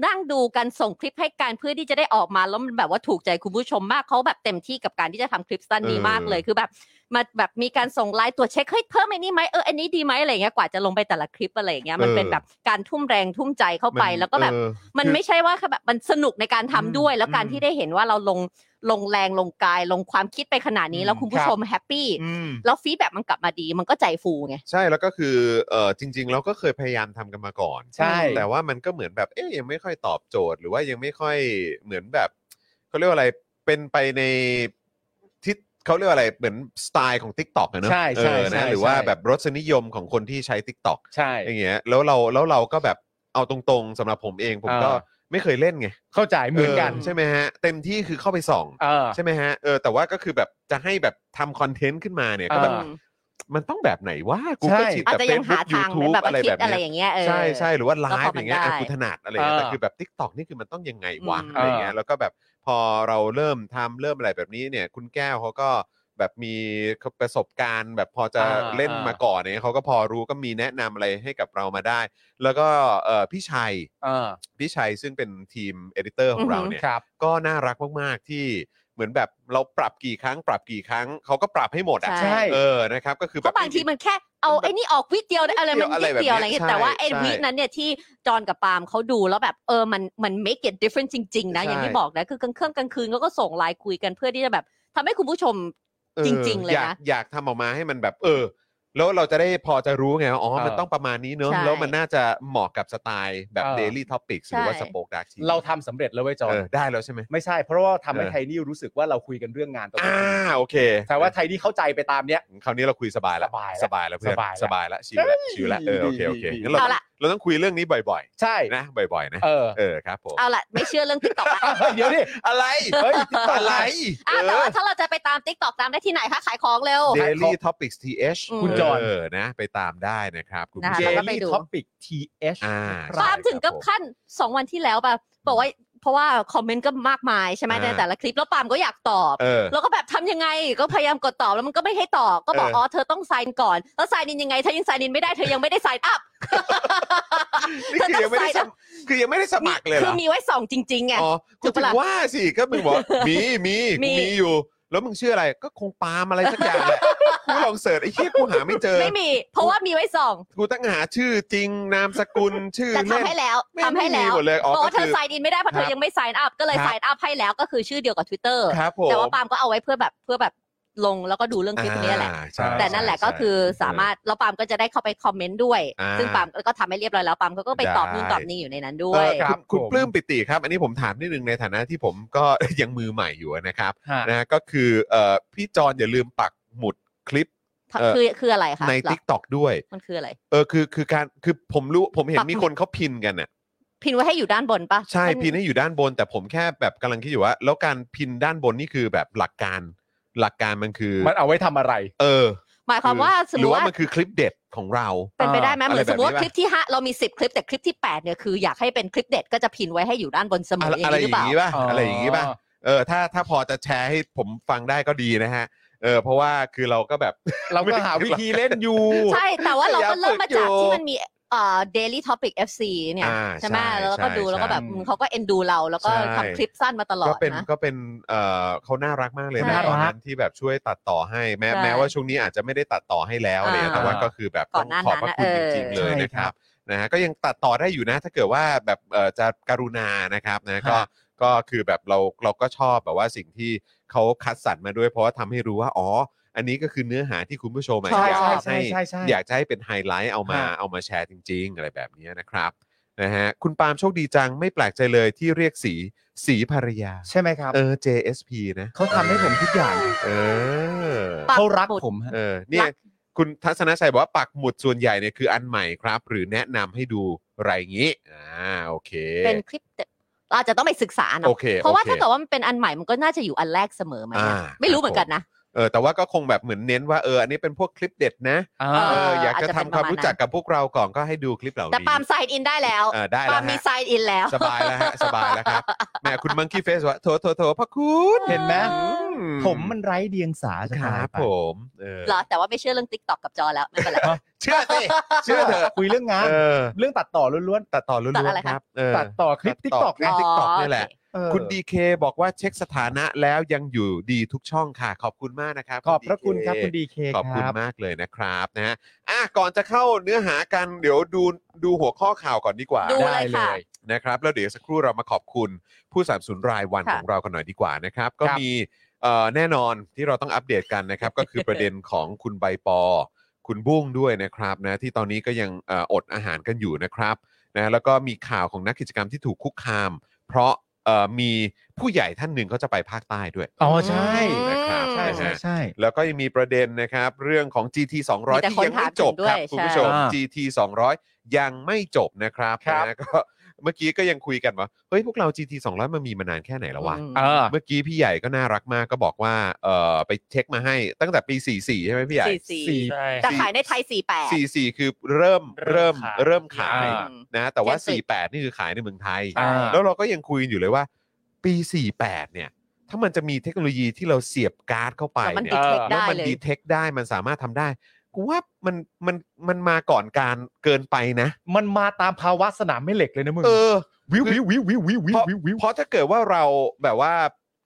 นั่งดูกันส่งคลิปให้กันเพื่อที่จะได้ออกมาแล้วมันแบบว่าถูกใจคุณผู้ชมมากเขาแบบเต็มที่กับการที่จะทำคลิปสั้นนี้มากเลยคือแบบมาแบบมีการส่งไลน์ตรวจเช็คเฮ้ยเพิ่มอันนี้ไหมเอออันนี้ดีไหมอะไรเงี้ยกว่าจะลงไปแต่ละคลิปอะไรเงี้ยมันเป็น เออ แบบการทุ่มแรงทุ่มใจเข้าไป มัน แล้วก็แบบ เออ มันไม่ใช่ว่าแค่แบบมันสนุกในการทำ อืม ด้วย แล้วการ อืม ที่ได้เห็นว่าเราลงลงแรงลงกายลงความคิดไปขนาดนี้ อืม แล้วคุณผู้ ครับ ชมแฮปปี้ อืม แล้วฟีดแบ็กมันกลับมาดีมันก็ใจฟูไง ใช่แล้วก็คือเออจริง ๆ เราก็เคยพยายามทำกันมาก่อน ใช่ แต่ว่ามันก็เหมือนแบบเอ๊ยยังไม่ค่อยตอบโจทย์ หรือว่ายังไม่ค่อยเหมือนแบบเขาเรียกว่าอะไรเป็นไปในทิศเขาเรียกว่าอะไรเหมือนสไตล์ของ Tik t o อกนะเนอะ ใช่ใช่ เออนะใช่ใช่ หรือว่าแบบรสนิยมของคนที่ใช้ Tik t o อก ใช่ อย่างเงี้ยแล้วเราแล้วเราก็แบบเอาตรงๆสำหรับผมเองผมก็ อ่า ไม่เคยเล่นไง เข้าใจเหมือนกัน ใช่ไหมฮะเต็มที่คือเข้าไปส่อง เออ ใช่ไหมฮะเออแต่ว่าก็คือแบบจะให้แบบทำคอนเทนต์ขึ้นมาเนี่ยก็แบบ อ่า มันต้องแบบไหนวะกู ใช่ ก็ฉีด อาจ แต่ จะ เฟ ยัง ซบุ๊ หาก ยู ทาง ทูบ แบบ อะไร มาคิ แบ ด บ อะไร เนี้ อย ย่างเงี้ยเออ ใช่ใช่หรือว่าไล แล้วพอ ฟ์ มัน อย่างเงี้ยอ่ะ ได้ กูถนัดอะไรอย่างเงี้ย เออ แต่คือแบบ Tik t o อกนี่คือมันต้องยังไงวะ อืม อะไรเงี้ย เออ แล้วก็แบบพอเราเริ่มทำเริ่มอะไรแบบนี้เนี่ยคุณแก้วเขาก็แบบมีประสบการณ์ แบบพอจะ เออ เล่นมาก่อนเนี่ยเขาก็พอรู้ก็มีแนะนำอะไรให้กับเรามาได้ แล้วก็เอ่อพี่ชัย เออ พี่ชัยซึ่งเป็นทีมเอดิเตอร์ของเราเนี่ย ครับ ก็น่ารักมากๆที่เหมือนแบบเราปรับกี่ครั้ง ปรับกี่ครั้งเขาก็ปรับให้หมดอ่ะ ใช่ เออนะครับก็คือ เพราะบางทีมันแค่เอาไอ้นี่ออกวิดเดียวนะอะไรมัน อะไร นิด แบบ เดียวอะไร นี้ เงี้ย ใช่ แต่ว่าไอ้ ใช่ วิดนั้นเนี่ยที่จอนกับปาล์มเขาดูแล้วแบบเออมันมัน make it different จริง ๆ นะ ใช่ อย่างที่บอกนะคือกลางค่ำกลางคืนเขาก็ส่งไลน์คุยกันเพื่อที่จะแบบทำให้คุณผู้ชม ออ จริงๆเลยอยานะกอยากทำออกมาให้มันแบบ เออ แล้วเราจะได้พอจะรู้ไงว่าอ๋อ เออ มันต้องประมาณนี้เนอะ ใช่ แล้วมันน่าจะเหมาะกับสไตล์แบบ เออ Daily Topics หรือว่าสป o อ e Dark Tea เราทำสำเร็จแล้วไว้ยจอ เอน อได้แล้วใช่ไหม ไม่ใช่ เพราะว่าทำให้ เออ ไทนี่รู้สึกว่าเราคุยกันเรื่องงานตลอด อ่าโอเค แต่ว่าไทนี่เข้าใจไปตามเนี้ย คราวนี้เราคุยสบายแล้ว สบายแล้ว สบายแล้วเพื่อน สบายแล้ว สบายแล้วชิลแล้วชิลแล้วเออโอเคโอเค ดีดี งั้นเรา เอาละ เราต้องคุยเรื่องนี้บ่อย ใช่ ๆ นะ บ่อยๆนะ เออ เออครับผม เอาละไม่เชื่อเรื่องติ๊กต็อก เฮ้ยเดี๋ยวดิ อะไร เฮ้ย อะไร อ่ะแต่ว่าถ้าเราจะไปตามติ๊กต็อกตามได้ที่ไหนคะขายของเร็ว เดลี่ท็อปิกส์ทีเอช คุณ จอน เออนะ ไปตามได้นะครับคุณ นะ ผู้ชคะเจ แล้ ม วก็ ไป ลี่ ดู ท็อปิกทีเอช อ่า ค ใช่ รั ปาล์มบถึงกับขั้นสองวันที่แล้วแบบบอกว่าเพราะว่าคอมเมนต์ก็มากมายใช่ไหม อ่า ในแต่ละคลิปแล้วปาล์มก็อยากตอบ เออ แล้วก็แบบทำยังไงก็พยายามกดตอบแล้วมันก็ไม่ให้ตอบก็บอก เอออ๋ อ๋อเธอต้อง sign ก่อนแล้ว sign in ยังไงเธอยัง sign in ไม่ได้เธอยังไม่ได้ sign up นี่คือยังไม่ได้สมัครคือยังไม่ได้สมัครเลยเห คื ร อ อ มีไว้ส่องจริงๆไง อ๋อกู ถู ถึ ก ง ปะล่ะ ว่าสิก็มึงบอก มีมี มี กูมีอยู่ แล้วมึงชื่ออะไรก็คงปาล์มอะไรสักอย่างแห ละกูลองเสิร์ชไอ้เหี้ยกูหาไม่เจอ ไม่มี เพราะว่ามีไว้ส่อง กูตั้งหาชื่อจริงนามสกุลชื่อ แต่ เล่น ทำให้แล้ว ม่ ทำให้แล้ว มีหมดเลยอ๋อ บก็อกว่าเธ คือ อ sign in ไม่ได้เพราะเธ ครั อบ ยังไม่ sign up ก็เลย ครับ sign up ให้แล้วก็คือชื่อเดียวกับ Twitter ครับผม แต่ว่าปาล์มก็เอาไว้เพื่อแบบเพื่อแบบลงแล้วก็ดูเรื่องคลิปนี้แหละ อ่าใช่ แต่นั่นแหละ ใช่ ก็ ใช่ คือสามารถแล้วปาล์มก็จะได้เข้าไปคอมเมนต์ด้วย อ่า ซึ่งปาล์มก็ทำให้เรียบร้อยแล้วปาล์มเขาก็ไปตอบ ได้ นู่นตอบนี่อยู่ในนั้นด้ว เอ่ ย อ ครับ คุณ ผม ปลื้มปิติครับ อันนี้ผมถามนิดนึงในฐานะที่ผมก็ ยังมือใหม่อยู่นะครับ ฮะ นะก็คือเอ่อพี่จอนอย่าลืมปักหมุดคลิป เอ่อ คือคืออะไรคะ ใน เหรอ Tik t o อกด้วย มันคืออะไร เออคือคือการคือผมรู้ผมเห็น ปักหมุด มีคนเขาพินกันอ่ะ พินไว้ให้อยู่ด้านบนปะ ใช่ มัน พินให้อยู่ด้านบน แต่ผมแค่แบบกำลังคิดอยู่ว่า แล้วการพินด้านบนนี่คือแบบหลักการหลักการมันคือ มันเอาไว้ทำอะไร เออ หมายความว่าสม ห ม รือ ติ ว่า ว่า มันคือคลิปเด็ดของเรา เป็นไปได้ไหม อ่า เหมือนสมมติว่า อะไรแบบนี้ คลิปที่ห้าเรามีสิบคลิปแต่คลิปที่แปดเนี่ยคืออยากให้เป็นคลิปเด็ดก็จะพินไว้ให้อยู่ด้านบนเสมอะอไร อย่าง อะไร นี้อหรือเป ย่านี้ล่างป่ะอะไรอย่างนี้ป่ะเออถ้าถ้าพอจะแชร์ให้ผมฟังได้ก็ดีนะฮะเออเพราะว่าคือเราก็แบบ เราก็หาวิธีเล่นอยู่ ใช่แต่ว่าเราก็เริ่มมาจาอกยากฝึกอยู่ ที่มันมีเอ่อ daily topic FC เนี่ย อ่า ใช่ไหม ใช่ แล้วก็ ใช่ ดูแล้วก็แบบ ใช่ อืมเขาก็เอ็นดูเราแล้วก็ ใช่ ทำคลิปสั้นมาตลอ ก็ ด เป็น นะ ก็เป็นเออเขาน่ารักมากเลย ใช่ นะตอนนั้นที่แบบช่วยตัดต่อให้แม้ ใช่ แม้ว่าช่วงนี้อาจจะไม่ได้ตัดต่อให้แล้วอะไรอย่างเลย อ่า แต่ว่าก็คือแบบ ก่ ต้ อ อน ง หน้า ขอบพระคุณ นั้ จ นน่ะ ริงๆเลย เออ นะครับนะฮะก็ยังตัดต่อได้อยู่นะ ถ้าเกิดว่าแบบเอ่อจะกรุณานะครับนะก็ ฮะ ก็คือแบบเราเราก็ชอบแบบว่าสิ่งที่เขาคัดสรรมาด้วย เพราะว่าทำให้รู้ว่าอ๋อ อันนี้ก็คือเนื้อหาที่คุณผู้ชมอะ ชอบ อยากจะ ใช่ ให้ ใช่ใช่ อยากจะให้เป็นไฮไลท์เอามา ฮะ เอามาแชร์จริง ๆ อะไรแบบนี้นะครับนะฮะคุณปาล์มโชคดีจังไม่แปลกใจเลยที่เรียกสีสีภรรยา ใช่ไหมครับ เออ JSP นะ เขาทำให้ผมทุกอย่าง เออ ปัก เขารักผมฮะ เออ เนี่ย คุณทัศนชัยบอกว่าปักหมุดส่วนใหญ่เนี่ยคืออันใหม่ครับ หรือแนะนำให้ดูไรงี้ อ่า โอเค เป็นคลิปเด็ดเราอาจจะต้องไปศึกษา โอ เนาะ เค เพราะว่า โอค ถ้าเกิดว่ามันเป็นอันใหม่มันก็น่าจะอยู่อันแรกเสมอไหมอะ อ่า ไม่รู้เหมือนกันนะ เออ แต่ว่าก็คงแบบเหมือนเน้นว่า เออ อันนี้เป็นพวกคลิปเด็ดนะ เออ เออ อยาก อาจ จะ จะ ทำ เป็น ค ประมาณ วามรู้จักกับพวกเราก่อนก็ให้ดูคลิปเหล่านี้ แต่ปาล์ม sign in ได้แล้ว เออได้ ปา แล้วล์ม ฮะ มี sign in แล้ว สบายแล้วฮะ สบายแล้วครับ แหม คุณมังคี a เฟสว่าโถโถโถพระคุณ เห็นไหม อืม ผมมันไร้เดียงสาจะ ค ตาย รับ ไป ผมเออ เหรอแต่ว่าไม่เชื่อเรื่องติ๊กต็อกกับจอแล้วไม่เป็นไร เชื่อสิเชื่อเถอะ คุยเรื่องงาน เออ เรื่องตัดต่อล้วน ตัดต่อล้ ตัด ว อะ น ไร ๆ คะ ครับเออ ๆตัดต่อคลิป ตั ติ๊ ด ก ต่ ต็ อ อก ใน TikTok เนี่ยแหละ โอเค คุณดีเคบอกว่าเช็คสถานะแล้วยังอยู่ดีทุกช่องค่ะ ขอบคุณมากนะครับ ขอบพระคุณครับคุณดีเค ขอบ ค คุณ รับ มากเลยนะครับนะฮะอ่ะก่อนจะเข้าเนื้อหากันเดี๋ยวดูดูหัวข้อข่าวก่อนดีกว่า ดู นะ เลยค่ะ นะครับแล้วเดี๋ยวสักครู่เรามาขอบคุณผู้สามสูนรายวัน ค่ะ ของเรากันหน่อยดีกว่านะครับ ก็ ครับ มีเอ่อแน่นอนที่เราต้องอัปเดตกัน นะครับ ก็คือประเด็นของคุณใบปอ คุณบุ้งด้วยนะครับนะที่ตอนนี้ก็ยังเอ่ออดอาหารกันอยู่นะครับนะแล้วก็มีข่าวของนักกิจกรรมที่ถูกคุกคาม เพราะเอ่อมีผู้ใหญ่ท่านหนึ่งเขาจะไปภาคใต้ด้วย อ๋อใช่ นะครับ ใช่ นะ ใช่ ฮะ ใช่ แล้วก็ยังมีประเด็นนะครับ เรื่องของ GT มี 200 แต่ ที่ คน ยังไม่จบครับ ถามถึงด้วย คุณผู้ชม ใช่ GT 200 ยังไม่จบนะครับ ครับ นะ ก็เมื่อกี้ก็ยังคุยกันว่าเฮ้ยพวกเรา GT 200 มันมีมานานแค่ไหนแล้ววะ อืม เออ เมื่อกี้พี่ใหญ่ก็น่ารักมากก็บอกว่าเออไปเช็คมาให้ตั้งแต่ปี 44 ใช่ไหมพี่ใหญ่ สี่สี่ สี่ ใช่ แต่ขายในไทยสี่แปด 44 คือเริ่ม เริ่ เริ่ม มขาย เริ่มขาย อ่า นะแต่ว่า เจ็ดสิบ 48 นี่คือขายในเมืองไทย อ่า แล้วเราก็ยังคุยกันอยู่เลยว่า ปี 48 เนี่ย ถ้ามันจะมีเทคโนโลยีที่เราเสียบการ์ดเข้าไป มัน เนี่ย ดีเทค แล้ว ได้ มัน เลย ดีเทคได้มันสามารถทำได้กูว่ามันมันมันมาก่อนการเกินไปนะ มันมาตามภาวะสนามแม่เหล็กเลยนะมึง เออ วิววิววิววิววิววิววิววิว เพราะถ้าเกิดว่าเราแบบว่า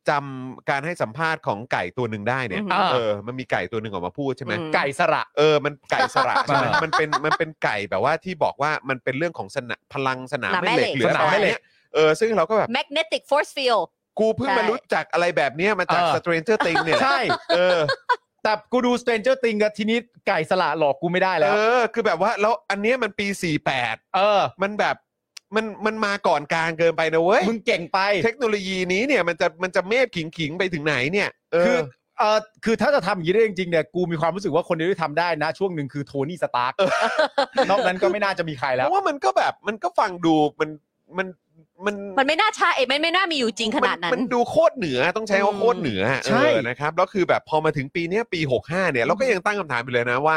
จำการให้สัมภาษณ์ของไก่ตัวหนึ่งได้เนี่ย อืม อ่า เออมันมีไก่ตัวหนึ่งออกมาพูดใช่ไหม อืม ไก่สระ เออมันไก่สระใช่ไหม อ่ามั มันเป็นมันเป็นไก่แบบว่าที่บอกว่ามันเป็นเรื่องของสนะพลังสนาม สนาม แม่เหล็ก แม่เหล็ก หรืออะไร สนามแม่เหล็ก เนี้ยเออซึ่งเราก็แบบ magnetic force field กูเพิ่งมารู้จักอะไรแบบเนี้ยมาจาก เออ Stranger Things เนี่ย ใช่ เออ แต่กูดู Stranger Things กับทีนี้ไก่สละหลอกกูไม่ได้ เอ แล้ว อ คือแบบว่าแล้วอันเนี้ยมันปี 48 เออ มันแบบมันมันมาก่อนการเกินไปนะเว้ย มึงเก่งไป เทคโนโลยีนี้เนี่ยมันจะมันจะเมฆขิงขิงๆไปถึงไหนเนี่ยเอ คือ อ เออคือถ้าจะทำอย่างนี้ได้จริงๆเนี่ยกูมีความรู้สึกว่าคนเดียวที่ทำได้นะ ช่วงหนึ่งคือโทนี่สตาร์กนอกนั้นก็ไม่น่าจะมีใคร เพ แล้ว ราะว่ามันก็แบบมันก็ฟังดูมันมันมัน มันไม่น่าใช่เอ้ยมันไม่น่ามีอยู่จริงขนาดนั้น มันดูโคตรเหนือต้องใช้ อื ว่าม โคตรเหนือเออ ใช่ นะครับแล้วคือแบบพอมาถึงปีเนี้ยปี 65เนี่ยเราก็ยังตั้งคำถามไปเลยนะว่า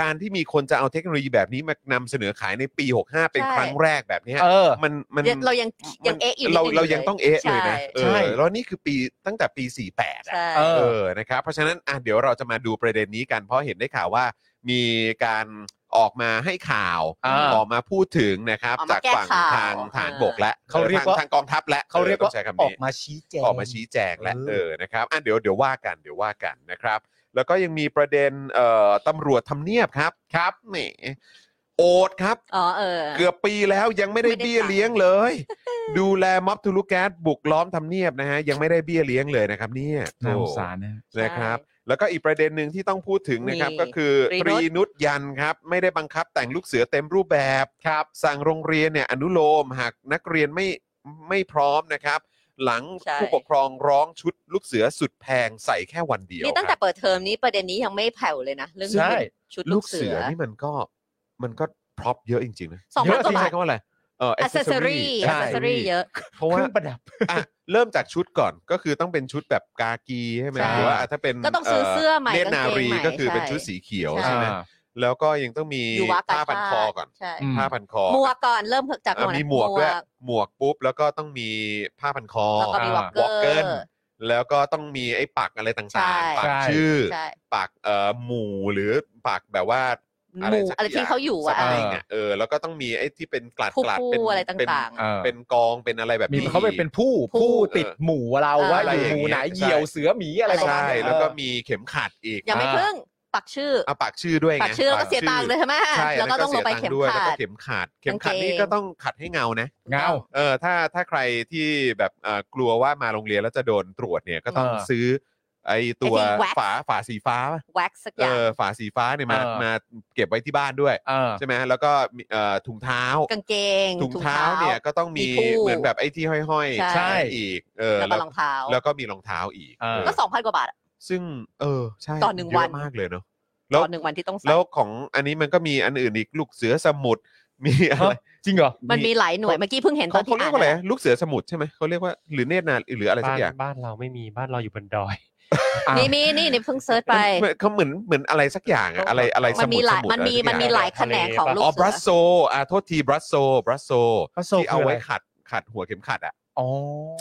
การที่มีคนจะเอาเทคโนโลยีแบบนี้มานำเสนอขายในปี 65 เป็นครั้งแรกแบบเนี้ย เออ มันมัน เรายังยังเอ๊ะอยู่นิด เรา นึ เรายังต้องเอ๊ะเลยนะเอ ใช่ อแล้วนี่คือปีตั้งแต่ปี 48อะ ใช่ เอ ใช่ อ เออ นะครับ เพราะฉะนั้นอ่ะเดี๋ยวเราจะมาดูประเด็นนี้กัน เพราะเห็นได้ข่าวว่ามีการออกมาให้ข่าว อ่า ออกมาพูดถึงนะครับ ออจามกาก แก้ ฝั่ง ข่าว ทางฐานบกและ เขาเรียกทว่างทางกองทัพและ เขาเรียกว่า ออต้องใช้คำ ออ นี้ กมาชี้แจง ออกมาชี้แจงและเอ เออ อ นะครับอ่ะเดี๋ยวเดี๋ยวว่ากันเดี๋ยวว่ากันนะครับ แล้วก็ยังมีประเด็นเอ่อตำรวจทำเนียบครับครับนี่โอดครับ ๋อเออ เกือบปีแล้วยังไม่ได้ ไม่ได้ เบี้ย ตังค์ เลี้ยงเลย ดูแลม็อบทุลุแก๊สบุกล้อมทำเนียบนะฮะยังไม่ได้เบี้ยเลี้ยงเลยนะครับ เนี่ย น่าสง โธ่ สารนะ ใช่ นะครับแล้วก็อีกประเด็นหนึ่งที่ต้องพูดถึงนะครับ นี่ ก็คือต ตรี รี นุช นุชยันครับ ไม่ได้บังคับแต่งลูกเสือเต็มรูปแบบครับสั่งโรงเรียนเนี่ยอนุโลมหากนักเรียนไม่ไม่พร้อมนะครับ หลังผู้ปกครองร้องชุดลูกเสือสุดแพงใส่แค่วันเดียว นี่ตั้ง ครัแต่บ เปิดเทอมนี้ประเด็นนี้ยังไม่แผ่วเลยนะ เรื่อง ใช่ ชุด ลู ลู ก ก เสื เสื อ อ นี่มันก็มันก็พร็อพเยอะจริงๆนะ สองพันกว่า ที่ บาท ใช้คำว่าอะไรเอ่อ อัซเซอ accessory รี่อั ใช่ ซเซอรี่เยอะ เพราะว่า เครื่องประดับ อ่ะเริ่มจากชุดก่อนก็คือต้องเป็นชุดแบบกากีใช่ไหม ใช่ หรือว่าถ้าเป็น ก็ต้องซื้อเสื้อใหม่ เนตรนารี กางเกงใหม่ ก็คือเป็น ใช่ ชุดสีเขียว ใช่ ใช่ไหม แล้วก็ยังต้องมี ยูวะกา ผ้าพันคอก่อน ใช่ อืม ผ้าพันคอ หมวกก่อนเริ่มจาก เอ่อ ก่อนนะ มีหมวกด้วยหมวกปุ๊บ แล้วก็ต้องมีผ้าพันคอ แล้วก็มีวอล วอล กเก เกิ อ ล ร์ แล้วก็ต้องมีไอ้ปักอะไรต่าใช่งๆปัก ใช่ ชื่อ ใช่ ปักเอ่อหมู่หรือปักแบบว่า ห อะไร มู สัก อะไรที่ ย่ง เขาอยู่ สั อะ กย่างอะเออแล้วก็ต้องมีไอ้ที่เป็นกลัด ผู้ กลัด ผู้ เป็น อะไรต่างๆ เป็น เออ เป็นกองเป็นอะไรแบบ มี นี้ เขาไปเป็นผู้ ผู้ ผู้ติดหมู่เรา เออ ว่า อะไร ออยู่ย่าง หมู่ เงี้ย ไหน ใช่ เหยี่ยวเสือหมีอะไรประมาณ ใช่ เนี้ย แล้วก็ เออ มีเข็มขัดอีก ยังไม่ อ่า เพิ่งปักชื่อ เอาปักชื่อด้วยไง ปักชื่อแล้วก็ ปั เสียตังค์ ชื่อ ด้วยใช่ไหม ใช่ แล้วก็ต้องลงไป สีย เข็ม ด้วยแล้ว ขา ก็ ด เข็มขาดเข็มขัด กางเกง นี่ก็ต้องขัดให้เงานะ เงา เออถ้าถ้าใครที่แบบเอ่อกลัวว่ามาโรงเรียนแล้วจะโดนตรวจเนี่ยก็ต้อง เออ ซื้อไอ้ตัว ไอ้ที่แว็กซ์ ฝาฝาสีฟ้าป่ะ แว็กซ์สักอ เอย่าง อฝาสีฟ้าเนี่ยมา เออ มาเก็บไว้ที่บ้านด้วย เออ ใช่ไหมแล้วก็มีเอ่อถุงเท้า กางเกง ถุงเท้าเนี่ยก็ต้องมี มีคู่ เหมือนแบบไอ้ที่ห้อย ใช่ อีกเออ แล้วก็รองเท้า แล้วก็มีรองเท้าอีก เออ เออ ก็สองพันกว่าบาทอะ ซึ่งเออใช่ ต่อหนึ่ง เยะ วัน มากเลยเนาะ ต่ แล้ว อหนึ่งวันที่ต้องใส่ แล้วของอันนี้มันก็มีอันอื่นอีกลูกเสือสมุดมีอะไร ฮะ จริงเหรอ มันมีหลายหน่วยเมื่อกี้เพิ่งเห็นต เขา อน เขา ที่ เรีย อ่าก น ว่าอะไร อะ ลูกเสือสมุดใช่ไหมเขาเรียกว่าหรือเนตรนาหรืออะไรสั บ้าก น อย่าง บ้านเราไม่มีบ้านเราอยู่บนดอย อ่ะ นี่มีนี่นี่เพิ่งเซิร์ชไป เหมือนเขาเหมือนเหมือนอะไรสักอย่างอะอะไรอะไรส มัน มุ มี ด ห ส ลาย มุด มันมี อะไรสัก มันมี อย่ง หลายแขนงของลูก อ๋อ เ บรัส สือ โซอ่ะโทษทีบรัสโซบรัสโซ Brasso ที่เอาไว้ คืออะไร ขัดขัดหัวเข็มขัดอ่ะ อ๋อ